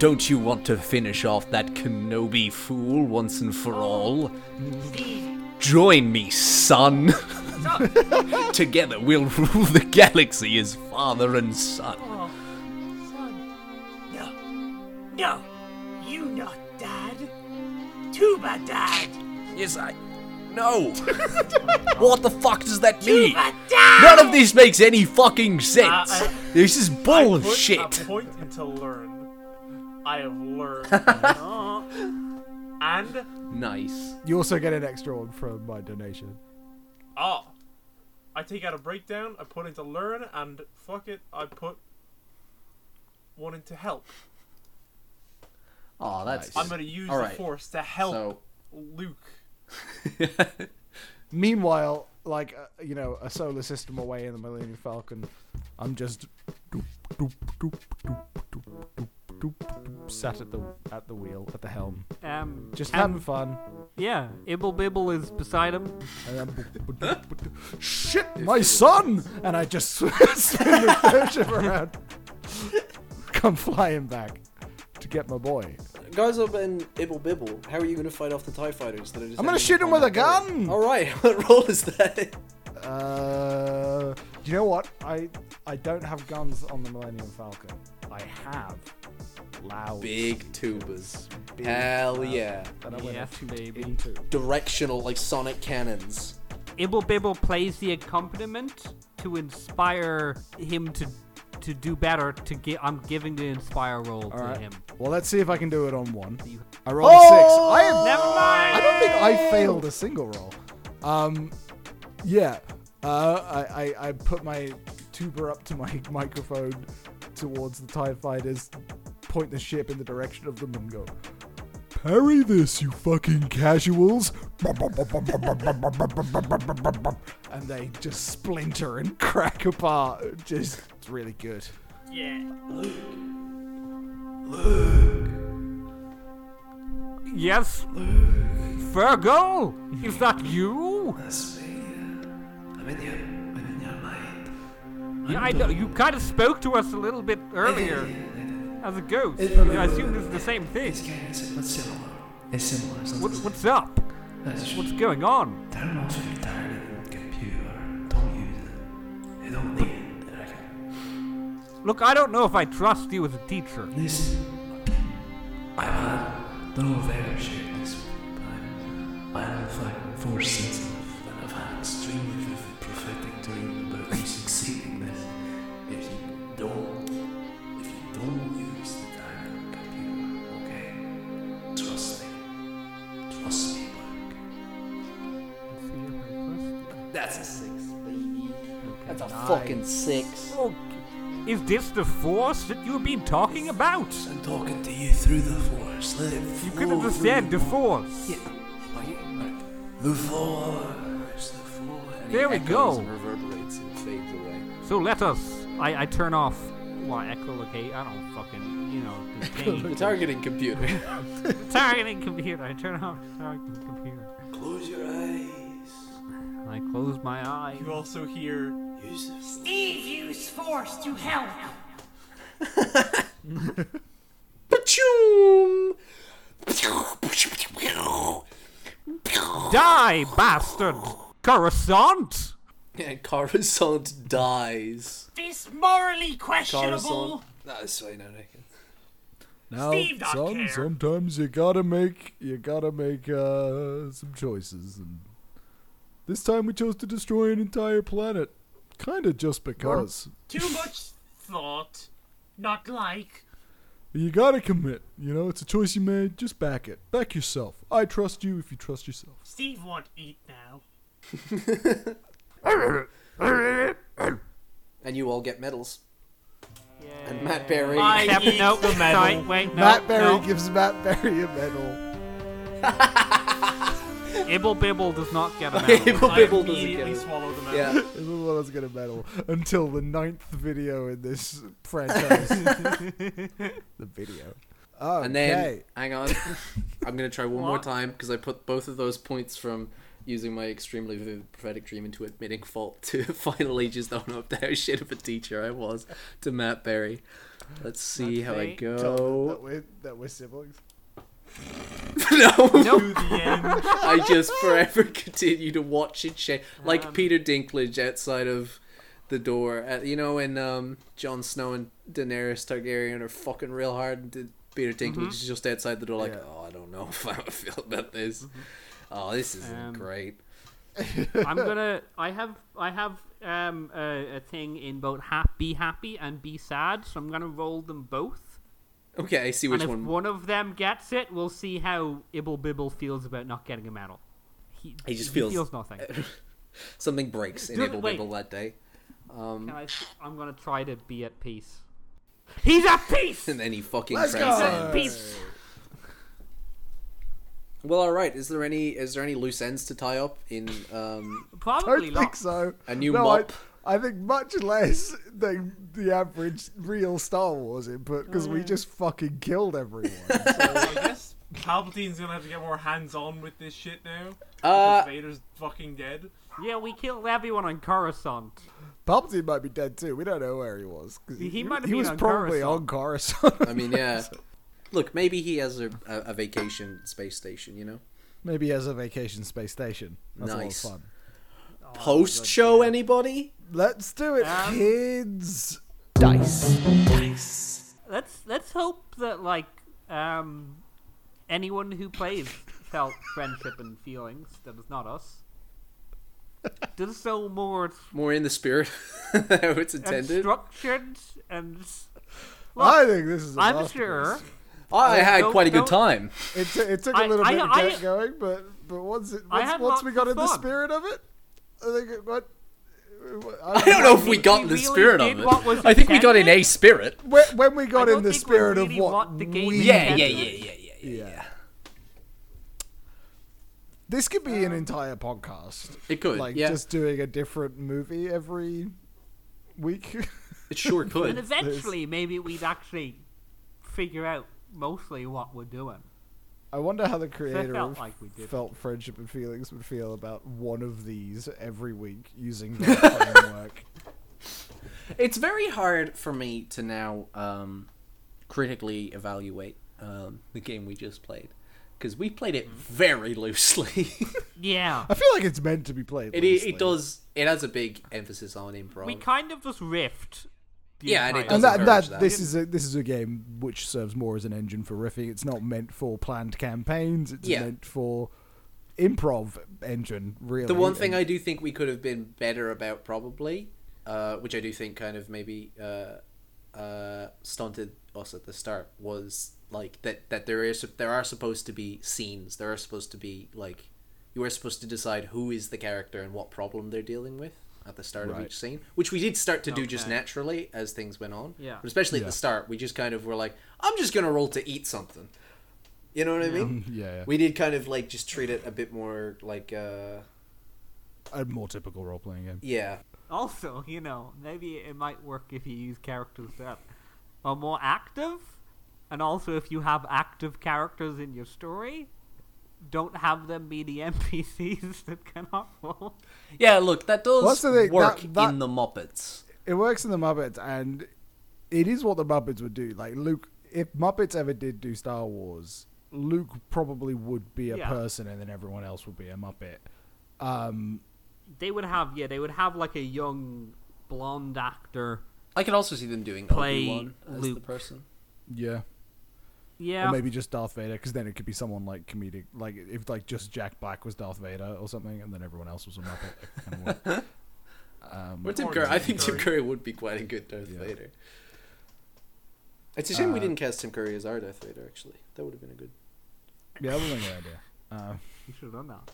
K: Don't you want to finish off that Kenobi fool once and
E: Oh.
K: for all? Join me, son. <laughs> Together we'll rule the galaxy as father and son.
A: No, you not dad. Tuba dad.
K: Yes,
A: <laughs>
K: I. No!
E: <laughs>
K: what the fuck does that mean? None of this makes any
E: Uh,
K: fucking sense!
G: I-
K: this is
G: Put
K: bullshit!
G: a point into learn. I have learned. <laughs> and
D: nice.
F: You also get an extra one from my donation.
G: Ah, I take out a breakdown. I put into learn, and fuck it, I put one into help.
D: Oh, that's
G: I'm gonna use
D: All
G: the
D: right.
G: force to help
D: So-
G: Luke.
F: <laughs> Meanwhile, like uh, you know, a solar system away in the Millennium Falcon, I'm just doop, doop, doop, doop, doop, doop, doop, doop, sat at the at the wheel at the helm,
E: Um,
F: just
E: and-
F: having <laughs> fun.
E: yeah, Ibble Bibble is beside him.
F: And then boop, boop, boop, boop, doop. shit, my son! And I just <laughs> swing the spaceship around, <laughs> come flying back to get my boy.
D: Guys up and Ibble Bibble, how are you going to fight off the TIE fighters that are just
F: I'm gonna
D: hanging
F: shoot him
D: on
F: with a
D: that door?
F: gun! <laughs>
D: Alright, what roll is that?
F: Uh, you know what? I I don't have guns on the Millennium Falcon. I have loud,
D: Big tubas.
F: big
D: Hell
F: loud-
D: yeah.
F: That I went
E: Yes,
F: to
E: baby.
F: into.
D: Directional, like sonic cannons.
E: Ibble Bibble plays the accompaniment to inspire him to to do better. To get, I'm giving the inspire roll
F: All
E: to
F: right.
E: him.
F: Well, let's see if I can do it on one.
E: You-
F: I rolled a six. I have
E: Oh! Never mind.
F: I don't think I failed a single roll. Um, yeah. Uh, I, I, I put my tuber up to my <laughs> microphone towards the TIE fighters, point the ship in the direction of them, and go,
B: Parry this, you fucking casuals.
F: and they just splinter and <laughs> crack apart. Just it's really good.
E: Yes, Virgo, is that you?
D: I'm in your, I'm in your light.
E: Yeah, I know. You kind of spoke to us a little bit earlier as a ghost. I assume this is the same thing.
I: It's similar. It's similar. It's
E: What, what's up? What's going on?
I: Turn off your darn computer. Don't use it. I don't need it. I can
E: Look, I don't know if I trust you as a teacher.
I: listen. I've had no very shit this time. I am fucking force sensitive, and I've had extremely vivid prophetic dreams about you succeeding this. If you don't, if you don't use the darn computer, okay? Trust me. Trust me, Luke.
D: That's a six, baby. That's a fucking six.
E: Oh, is this the force that you've been talking about?
I: I'm talking to you through the force. Let it
E: You
I: flow
E: could have just
I: through
E: said
I: you.
E: the force.
I: <laughs> Yeah. Like, like, the force. The force.
E: There we
D: Echoes
E: go.
D: And reverberates and fades away.
E: So let us. I, I turn off. Why echolocate? I don't fucking you know
D: <laughs> The
E: contain
D: targeting computer.
E: <laughs> targeting computer. I turn off targeting computer.
I: Close your eyes.
E: And I close my eyes.
G: You also hear
I: Use the force.
N: Steve used force to
A: <laughs>
N: help.
D: Pachoom!
E: Die, bastard! Coruscant.
D: And <laughs> Coruscant dies.
N: This morally questionable.
D: Coruscant. That's fine, I reckon.
B: Now,
N: Steve don't
B: some-
N: care.
B: sometimes you gotta make you gotta make uh, some choices, and this time we chose to destroy an entire planet, kind of just because.
N: Too much thought, not
D: <laughs>
N: like.
B: You gotta commit. You know, it's a choice you made. Just back it. Back yourself. I trust you if you trust yourself.
N: Steve won't eat now.
D: And you all get medals. And Matt Berry.
E: Step- no, sorry, wait, no,
F: Matt Berry
E: no.
F: gives Matt Berry a medal.
E: Ibble Bibble does not
D: <laughs>
E: get a medal.
D: Bibble
G: I
D: Bibble doesn't get
G: immediately
D: it.
G: swallow
F: <laughs>
G: the medal.
D: Yeah.
F: Everyone's gonna medal until the ninth video in this franchise. the video. Oh,
D: And then,
F: okay.
D: hang
F: <laughs>
D: on, I'm gonna try one more
E: What?
D: time because I put both of those points from using my extremely vivid prophetic dream into admitting fault to <laughs> finally just own up to how <laughs> shit of a teacher I was to Matt Berry. Let's see how I
E: Okay.
F: that
D: go.
F: we're, that we're siblings.
D: no,
G: To the
E: <laughs>
G: end.
D: I just forever <laughs> continue to watch it change, like
E: Um,
D: Peter Dinklage outside of the door. At, you know, when um, Jon Snow and Daenerys Targaryen are fucking real hard, and D- Peter Dinklage
E: Mm-hmm.
D: is just outside the door, like,
F: Yeah.
D: oh, I don't know <laughs> if I feel about this. Oh, this isn't
E: Um,
D: great.
E: <laughs> I'm gonna. I have. I have um a, a thing in both hap, be happy and be sad. So I'm gonna roll them both.
D: Okay, I see which
E: and if
D: one.
E: one? of them gets it, we'll see how Ibble Bibble feels about not getting a medal. He,
D: <laughs> He just feels-
E: nothing.
D: <laughs> Something breaks in
E: Dude,
D: Idle
E: wait.
D: Bibble that day. Um,
E: Can I, I'm gonna try to be at peace. He's at peace.
D: <laughs> and then he fucking
F: Let's
D: cracks
F: go!
D: in.
E: At peace.
D: Well, all right. Is there any is there any loose ends to tie up in um,
F: I
E: Probably
F: don't think
E: not.
F: so.
D: a new
F: No, I,
D: mop?
F: I think much less than the average real Star Wars input because we just fucking killed everyone.
E: <laughs>
G: I guess Palpatine's gonna have to get more hands-on with this shit now.
D: Uh,
G: because Vader's fucking dead.
E: Yeah, we killed everyone on Coruscant.
F: Palpatine might be dead too. We don't know where he was. 'cause
E: He might have
F: he
E: been
F: was
E: on
F: probably
E: Coruscant.
F: on Coruscant. <laughs>
D: I mean, <laughs> yeah. Look, maybe he has a, a, a vacation space station. You know,
O: Maybe as a vacation space station. That's
D: Nice.
O: a lot of fun.
D: post show anybody?
F: Let's do it,
E: Oh, Um,
F: kids.
D: Dice.
E: Let's let's hope that like um anyone who plays felt friendship and feelings that is not us. Does so more
D: More in the spirit <laughs> how it's
E: and
D: intended.
E: structured and
F: I think this is. a
E: I'm
F: masterpiece.
E: sure
D: I had
E: Don't-
D: quite a good
E: don't-
D: time.
F: It, t- it took a
E: I-
F: little
E: I-
F: bit
E: I-
F: to get going, but but once it,
E: I
F: once,
E: had
F: once we
E: lots
F: got
E: of
F: in the
E: fun.
F: spirit of it, I think it got.
D: I don't know if we
E: think
D: got
E: we
D: in the
E: really
D: spirit
E: did
D: of it.
E: what was
D: I think we got in
E: intended.
D: a spirit.
F: When, when we got
E: I
F: in
E: don't
F: the
E: think we
F: spirit
E: really
F: of what
E: want the game
F: we
E: to
D: Yeah,
E: Intended.
D: yeah, yeah, yeah, yeah, yeah.
F: Yeah. This could be an entire podcast.
D: It could.
F: Like
D: yeah,
F: just doing a different movie every week.
D: it
F: <laughs>
D: sure
E: and
D: could.
E: eventually maybe we'd actually figure out mostly what we're doing.
F: I wonder how the creator
E: felt
F: of
E: like we did.
F: felt friendship and feelings would feel about one of these every week
E: <laughs>
F: using that framework.
D: It's very hard for me to now um, critically evaluate um, the game we just played because we played it very loosely.
E: Yeah.
F: I feel like it's meant to be played.
D: <laughs> it, it
F: loosely.
D: it does it has a big emphasis on improv.
E: We kind of just riffed. the
D: Yeah, and it
E: entire-
F: And
D: does
F: that,
D: encourage
F: that,
D: that.
F: this is a this is a game which serves more as an engine for riffing. It's not meant for planned campaigns. It's
D: Yeah.
F: meant for improv engine. Really,
D: the one thing
F: and-
D: I do think we could have been better about probably, uh, which I do think kind of maybe uh, uh, stunted us at the start was like that that there is there are supposed to be scenes. There are supposed to be like you are supposed to decide who is the character and what problem they're dealing with at the start of
F: Right.
D: each scene, which we did start to do just
E: Okay.
D: naturally as things went on.
E: Yeah.
D: But especially at
F: Yeah.
D: the start, we just kind of were like, I'm just gonna roll to eat something. You know what I mean?
F: yeah, yeah.
D: We did kind of like just treat it a bit more like uh
O: A more typical role playing game.
D: yeah,
E: Also, you know, maybe it might work if you use characters that are more active, and also if you have active characters in your story, don't have them be the <laughs> NPCs that cannot roll.
D: Yeah, look, that does
F: What's the thing?
D: work
F: That- that-
D: in the Muppets.
F: it works in the Muppets, and it is what the Muppets would do. Like Luke, if Muppets ever did do Star Wars, Luke probably would be a
E: Yeah.
O: Person and then everyone else would be a Muppet.
F: Um,
E: They would have, yeah, they would have like a young blonde actor.
D: I could also see them doing
E: Play
D: Obi-Wan as the
E: Luke.
D: person.
O: Yeah.
E: Yeah,
O: Or maybe just Darth Vader, because then it could be someone like comedic, like if like just Jack Black was Darth Vader or something, and then everyone else was a Muppet. it kinda
D: <laughs>
O: worked.
F: Um,
D: Or Tim
G: Or
D: Curry. I
G: Tim
D: think Tim
G: Curry.
D: Curry would be quite a good Darth Vader. It's a shame we didn't cast Tim Curry as our Darth Vader. Actually, that would have been a good.
O: yeah, that was a good idea. Uh,
E: you should have done that.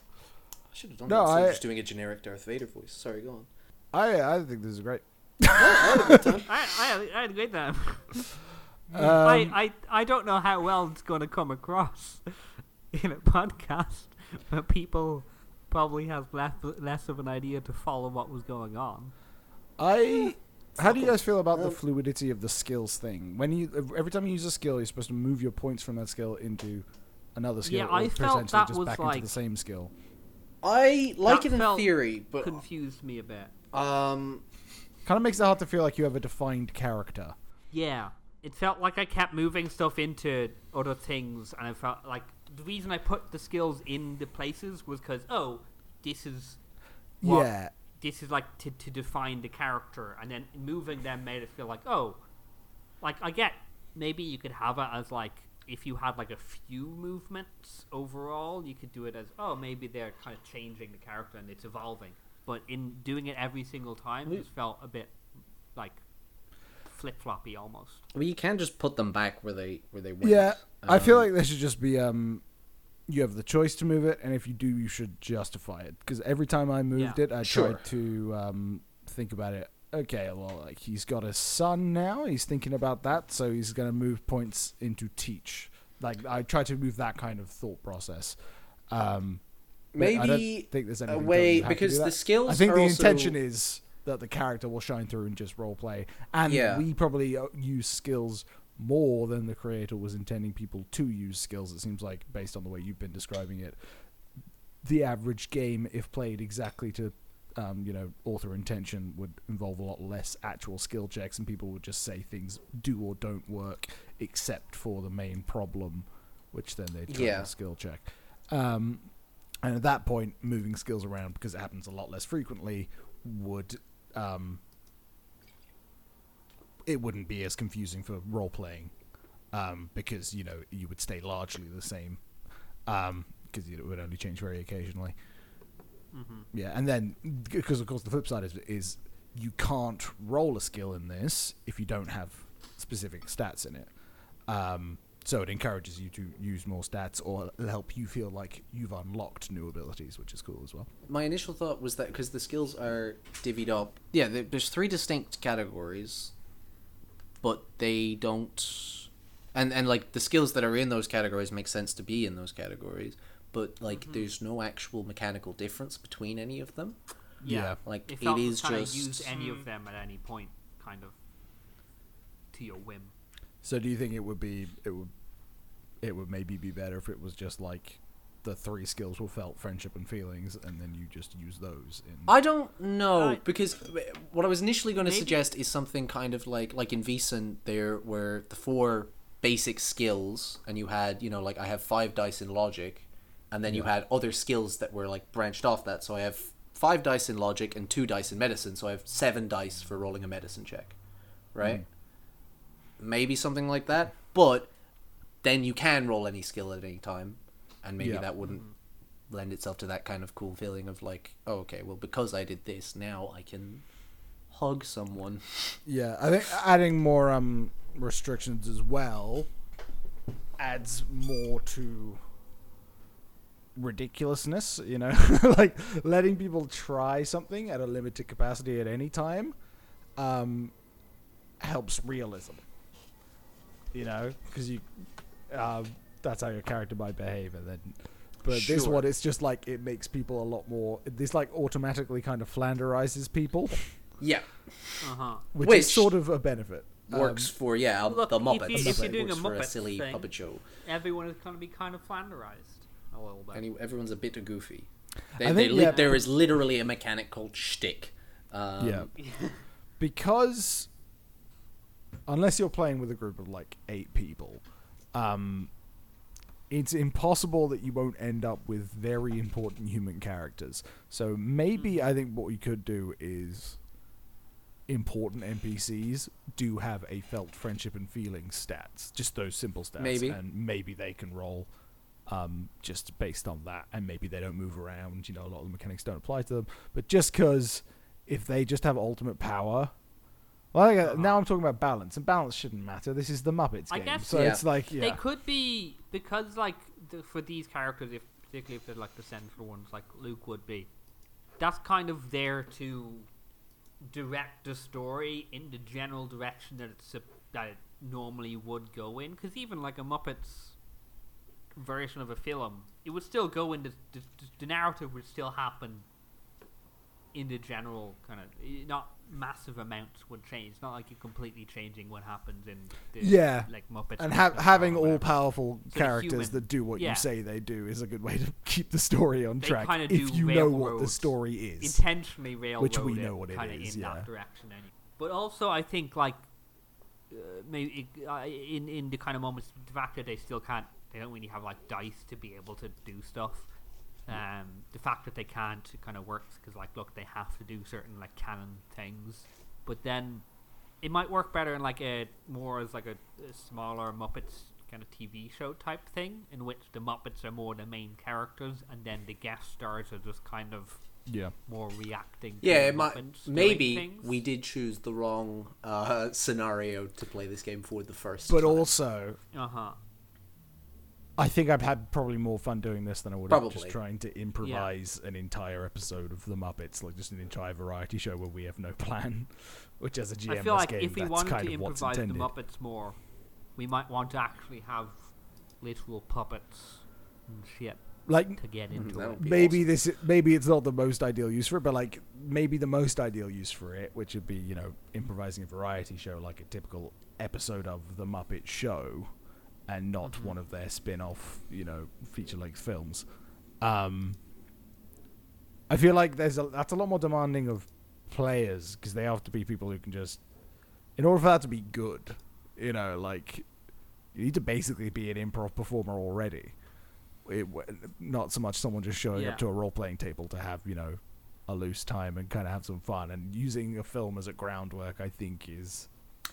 D: I should have done
F: No,
D: that. instead of
F: I-
D: just doing a generic Darth Vader voice. Sorry, go on.
F: I I think this is
D: <laughs>
F: great.
E: I, I, had- I had a great time. I, I, I don't know how well it's going to come across <laughs> in a podcast where people probably have less, less of an idea to follow what was going on.
F: I. How do you guys feel about the fluidity of the skills thing? When you every time you use a skill, you're supposed to move your points from that skill into another skill,
E: Yeah,
F: or
E: I felt
F: potentially
E: that
F: just
E: was
F: back
E: like-
F: into the same skill.
D: I like
E: That
D: it in
E: felt
D: theory, but
E: Confused me a bit.
D: um,
F: Kind of makes it hard to feel like you have a defined character.
E: Yeah. It felt like I kept moving stuff into other things, and I felt like the reason I put the skills in the places was because, oh, this is. what-
F: Yeah,
E: This is like to, to define the character, and then moving them made it feel like, oh, like I get maybe you could have it as like if you had like a few movements overall, you could do it as oh maybe they're kind of changing the character and it's evolving. But in doing it every single time, just felt a bit like flip floppy almost.
D: well, you can just put them back where they where they went.
F: yeah. I feel
D: Um,
F: like there should just be um, you have the choice to move it, and if you do, you should justify it. Because every time I moved
E: Yeah.
F: it, I
D: Sure.
F: tried to um, think about it. Okay, well, like he's got a son now. He's thinking about that, so he's going to move points into teach. Like I tried to move that kind of thought process. Um, but I don't
D: Maybe
F: think there's
D: a
F: anything done.
D: way-
F: You have to
D: because
F: do
D: the
F: that.
D: skills
F: I think
D: are
F: the
D: also-
F: intention is that the character will shine through and just roleplay, and
D: Yeah.
F: we probably uh, use skills more than the creator was intending people to use skills. It seems like based on the way you've been describing it, the average game, if played exactly to um, you know author intention, would involve a lot less actual skill checks, and people would just say things do or don't work except for the main problem, which then they try
D: Yeah.
F: a skill check. Um, and at that point, moving skills around because it happens a lot less frequently would um, it wouldn't be as confusing for role playing um, because you know you would stay largely the same because it would only change very occasionally. Yeah, and then because of course the flip side is is you can't roll a skill in this if you don't have specific stats in it. Um, so it encourages you to use more stats or it'll help you feel like you've unlocked new abilities, which is cool as well.
D: my initial thought was that because the skills are divvied up yeah there- there's three distinct categories but they don't and and like the skills that are in those categories make sense to be in those categories but like
E: Mm-hmm.
D: there's no actual mechanical difference between any of them
E: Yeah.
D: like
E: If
D: it
E: not,
D: is
E: kinda
D: just
E: use any of them at any point, kind of to your whim.
F: So do you think it would be it would it would maybe be better if it was just like the three skills were felt, friendship, and feelings, and then you just use those in
D: I don't know
E: I-
D: because what I was initially going to
E: Maybe-
D: suggest is something kind of like like in Vison there were the four basic skills and you had you know like I have five dice in logic and then you had other skills that were like branched off that so I have five dice in logic and two dice in medicine so I have seven dice for rolling a medicine check
B: <laughs>
D: right maybe something like that but then you can roll any skill at any time and maybe
F: Yeah.
D: that wouldn't lend itself to that kind of cool feeling of like, oh, okay, well, because I did this, now I can hug someone.
F: Yeah, I think adding more um restrictions as well adds more to ridiculousness, you know, <laughs> like letting people try something at a limited capacity at any time um helps realism. You know, because you um that's how your character might behave and then but this
D: Sure.
F: one it's just like it makes people a lot more this like automatically kind of flanderizes people
D: Yeah,
E: Uh huh.
F: which,
D: Which
F: is sort of a benefit. Um,
D: works for yeah
E: look,
D: the
E: if
D: Muppets.
E: you- if
D: but
E: you're doing
D: it works
E: a
D: for a
E: Muppets
D: silly
E: thing-
D: puppet show.
E: Everyone is going to be kind of flanderized Oh, a little bit.
D: Any, everyone's a bit too goofy. They,
F: I
D: they
F: think,
D: li-
F: yeah.
D: There is literally a mechanic called shtick. Um,
F: yeah,
D: <laughs>
F: because unless you're playing with a group of like eight people, um, it's impossible that you won't end up with very important human characters. So
D: Hmm.
F: maybe I think what we could do is important NPCs do have a felt friendship and feeling stats, just those simple stats,
D: Maybe.
F: and maybe they can roll. Um, just based on that, and maybe they don't move around. You know, a lot of the mechanics don't apply to them. But just because if they just have ultimate power, well, I think, uh, now I'm talking about balance, and balance shouldn't matter. This is the Muppets
E: Uh-huh. I
F: game,
E: guess-
F: so
D: Yeah.
F: it's like yeah.
E: They could be because like the, for these characters, if particularly if they're like the central ones, like Luke would be. That's kind of there to direct the story in the general direction that it's sup- that it normally would go in. Because even like a Muppets version of a film, it would still go in the the, the narrative would still happen in the general kind of eh, not massive amounts would change. Not like you're completely changing what happens in the
F: Yeah.
E: like Muppets
F: and
E: version
F: ha-
E: or
F: having all
E: whatever.
F: powerful
E: the
F: characters
E: human-
F: that do what
E: yeah.
F: you say they do is a good way to <laughs> keep the story on
E: They
F: track
E: kinda
F: if
E: do
F: you know what the
E: railroads
F: story is.
E: intentionally railroad
F: Which we know what it
E: kind
F: is,
E: in
F: yeah.
E: that direction. Anyway. But also, I think like uh, maybe it, uh, in in the kind of moments, the fact that they still can't, they don't really have like dice to be able to do stuff. Um, the fact that they can't kind of works because like look, they have to do certain like canon things, but then it might work better in like a more as like a, a smaller Muppets kind of TV show type thing, in which the Muppets are more the main characters, and then the guest stars are just kind of
F: Yeah.
E: more reacting. to
D: Yeah, it
E: the
D: might,
E: Muppets doing
D: maybe
E: things.
D: we did choose the wrong uh, scenario to play this game for the first
F: But
E: Uh-huh.
D: time.
F: also,
E: Uh huh.
F: I think I've had probably more fun doing this than I would have just
D: Probably.
F: trying to improvise an entire episode of the Muppets, like just an entire variety show where we have no <laughs> plan. Which, as a GM,
E: I feel
F: this
E: like
F: game,
E: if we
F: that's
E: wanted
F: kind
E: to
F: of what's
E: improvise the
F: intended.
E: Muppets more, we might want to actually have literal puppets and shit
F: Like
E: to get into
D: Mm, Mm-hmm. That
E: it.
D: would be
F: maybe this maybe it's not the most ideal use for it, but like maybe the most ideal use for it, which would be you know improvising a variety show like a typical episode of the Muppet Show, and not
E: Mm-hmm.
F: one of their spin-off you know feature-length films. Um, I feel like there's a that's a lot more demanding of players because they have to be people who can just in order for that to be good, you know, like you need to basically be an improv performer already. It, w- not so much someone just showing
E: Yeah.
F: up to a role playing table to have you know a loose time and kind of have some fun. And using a film as a groundwork, I think, is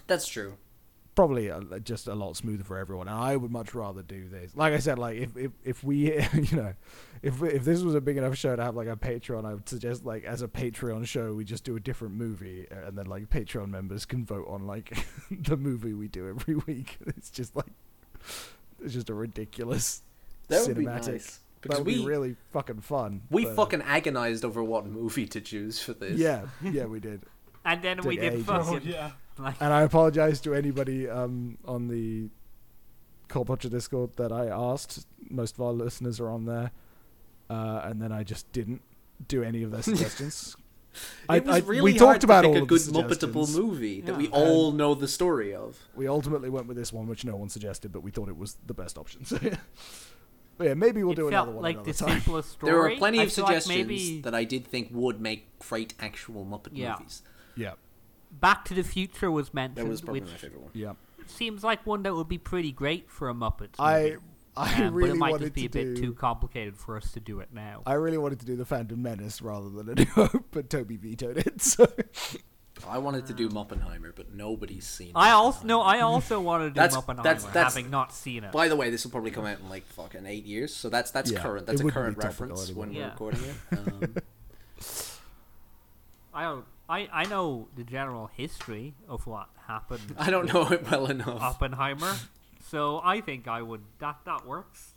D: That's true.
F: probably a, just a lot smoother for everyone. And I would much rather do this. Like I said, like if if, if we <laughs> you know if if this was a big enough show to have like a Patreon, I would suggest like as a Patreon show, we just do a different movie, uh, and then like Patreon members can vote on like <laughs> the movie we do every <laughs> week. It's just like it's just a ridiculous
D: That would be
F: cinematic.
D: nice. Because
F: That would
D: we
F: be really fucking fun.
D: we
F: but- uh,
D: fucking agonized over what movie to choose for this.
F: yeah yeah we did.
E: <laughs> And then we
F: Took
E: did
F: ages. Oh,
D: Oh,
E: fucking
G: yeah.
E: like
F: And I apologize to anybody um, on the Culpepper Discord that I asked. Most of our listeners are on there, uh, and then I just didn't do any
D: <laughs>
F: of their suggestions. I,
D: It was
F: I-
D: really
F: we talked
D: hard to
F: about
D: pick
F: all
D: a
F: of
D: good
F: the suggestions.
D: Muppetable movie that
E: Yeah.
D: we all know the story of.
F: We ultimately went with this one, which no one suggested, but we thought it was the best option. So yeah, but yeah, maybe we'll
E: it
F: do
E: felt
F: another one
E: like
F: another
E: the
F: time.
E: simplest story.
D: <laughs> There are plenty
E: I
D: of
E: feel like
D: suggestions
E: maybe
D: that I did think would make great actual Muppet
E: Yeah.
D: movies.
F: Yeah,
E: Back to the Future was
D: That
E: mentioned,
D: was probably
E: which
D: my favorite one.
F: yeah.
E: seems like one that would be pretty great for a Muppet.
F: I I
E: but
F: really
E: it might just
F: wanted
E: be
F: to
E: a bit
F: do.
E: too complicated for us to do it now.
F: <laughs> I really wanted to do the Phantom Menace rather than a New Hope, but Toby vetoed it. So
D: I wanted to do Moppenheimer, but nobody's seen.
E: I also no,
D: Moppenheimer.
E: I also wanted to do
D: That's-
E: Oppenheimer,
D: that's- that's-
E: having not seen it.
D: By the way, this will probably come out in like fucking eight years, so that's that's
F: Yeah,
D: current.
F: it
D: That's a
F: wouldn't be
D: current
F: topical
D: reference
F: anymore.
D: when we're
E: Yeah.
D: recording it. Um,
E: I, don't- I I know the general history of what happened.
D: <laughs> I don't know it well enough.
E: Oppenheimer, so I think I would that that works.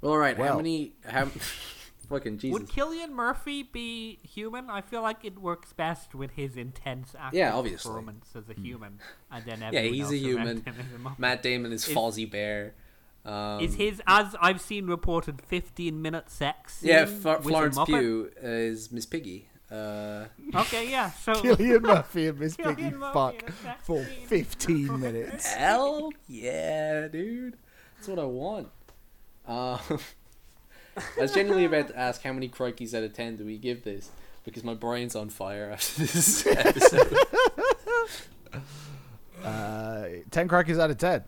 D: Well, all right.
F: Well.
D: How many? How <laughs> fucking Jesus?
E: Would Killian Murphy be human? I feel like it works best with his intense acting
D: Yeah, obviously. Hmm.
E: performance as a human, and then
D: <laughs> Yeah,
E: everyone
D: he's a
E: else around
D: human.
E: him is a Muppet.
D: Matt Damon is
E: Is-
D: Fozzie Bear. Um,
E: is his as I've seen reported fifteen minute sex? Scene
D: yeah,
E: with
D: Fl-
E: a
D: Florence
E: Muppet?
D: Pugh is Miss Piggy. Uh,
E: Okay, yeah. So
F: <laughs> Killian Murphy
D: <laughs>
F: and Miss
E: Killian
F: Piggy
E: Murphy
F: fuck
E: and Miss
F: for
E: Piggy.
F: 15 minutes.
D: hell yeah, dude. That's what I want. Um, I was genuinely about to ask how many crikeys out of ten do we give this because my brain's on fire after
F: <laughs>
D: this <laughs> episode.
F: Uh, 10 crackers out of 10,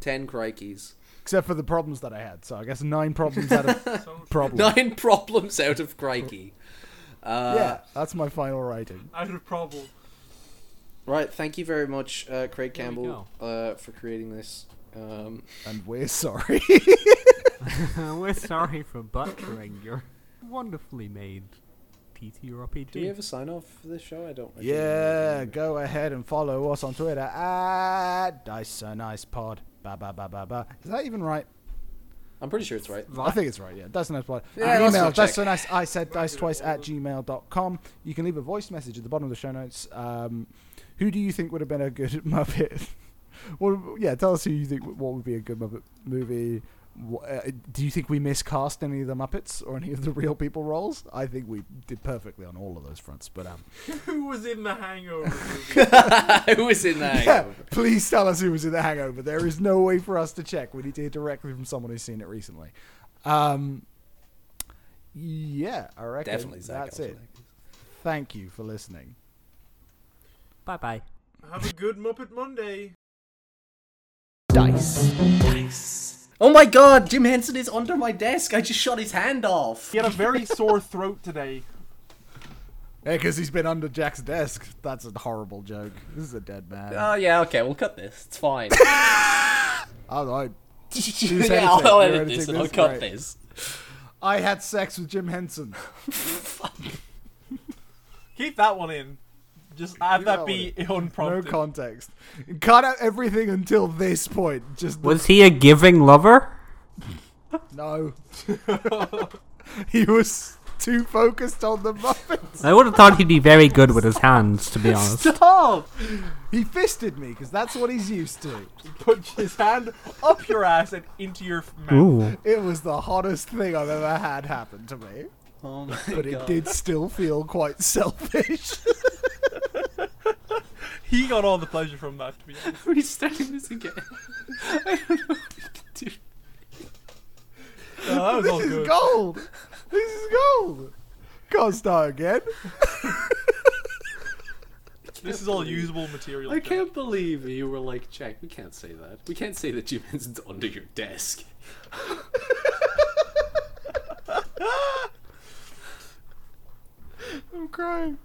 D: ten crikeys.
F: except for the problems that I had. So I guess 9 problems out
D: <laughs>
F: of
G: So
F: problems.
D: Nine problems out of crikey. Uh,
F: Yeah, that's my final rating.
G: out of problem.
D: Right. Thank you very much, uh, Craig
E: There we
D: Campbell, uh, for creating this. Um,
F: And we're sorry.
E: <laughs> We're sorry for butchering your wonderfully made TTRPG.
D: do we have a sign off <laughs> for this show? I don't. I don't
F: yeah,
D: remember.
F: go ahead and follow us on Twitter at Dice and Ice Pod. Ba ba ba ba ba. Is that even right?
D: I'm pretty sure it's right.
F: I think it's right, yeah. That's a nice part.
D: Yeah, let's
F: email,
D: not
F: that's
D: check.
F: so nice. I said dice twice at gmail.com. You can leave a voice message at the bottom of the show notes. Um, who do you think would have been a good Muppet? <laughs> well, yeah, tell us who you think what would be a good Muppet movie. Wh- uh, do you think we miscast any of the Muppets or any of the real people roles? I think we did perfectly on all of those fronts, but um,
G: <laughs> Who was in the Hangover movie?
D: Who was in
F: <laughs>
D: that?
F: yeah, please tell us who was in the hangover. There is no way for us to check. We need to hear directly from someone who's seen it recently. Um, yeah, I reckon
D: Definitely Zach.
F: that's it. Thank you for listening.
E: Bye bye.
G: Have a good Muppet Monday.
F: Dice.
D: Oh my god, Jim Henson is under my desk. I just shot his hand off.
G: He had a very sore
F: <laughs>
G: throat today.
F: Yeah, because he's been under Jack's desk. That's a horrible joke. This is a dead man.
D: Oh yeah, okay, we'll cut this. It's
F: <laughs>
D: fine. <laughs>
F: I, don't know.
D: yeah, I'll, I'll
F: You're
D: edit
F: editing
D: this and
F: this?
D: I'll cut
F: Right.
D: this.
F: I
D: <laughs>
F: had sex with Jim Henson.
G: Keep that one in.
C: Just have that be <laughs>
F: No
C: unprompted.
F: context. Cut out everything until this point. Just
E: Was he a giving lover?
F: no. <laughs> he was too focused on the <laughs> muffins.
E: I would have thought he'd be very good with his hands, to be honest.
F: Stop! He fisted me because that's what he's used to.
C: <laughs> Put his hand up your ass and into your f- mouth.
E: Ooh.
F: It was the hottest thing I've ever had happen to me.
D: Oh my
F: But it did still feel quite <laughs> selfish.
C: He got all the pleasure from that, to be honest.
D: Are we starting this again? <laughs> I don't know if we can do
C: No, that was all
F: this is
C: good.
F: gold. This is gold. Can't
N: <laughs>
F: start again.
C: This is all usable material.
D: I
C: Jack.
D: can't believe you were like, Jack, we can't say that. We can't say that you meant it's under your desk.
B: <laughs>
F: I'm crying.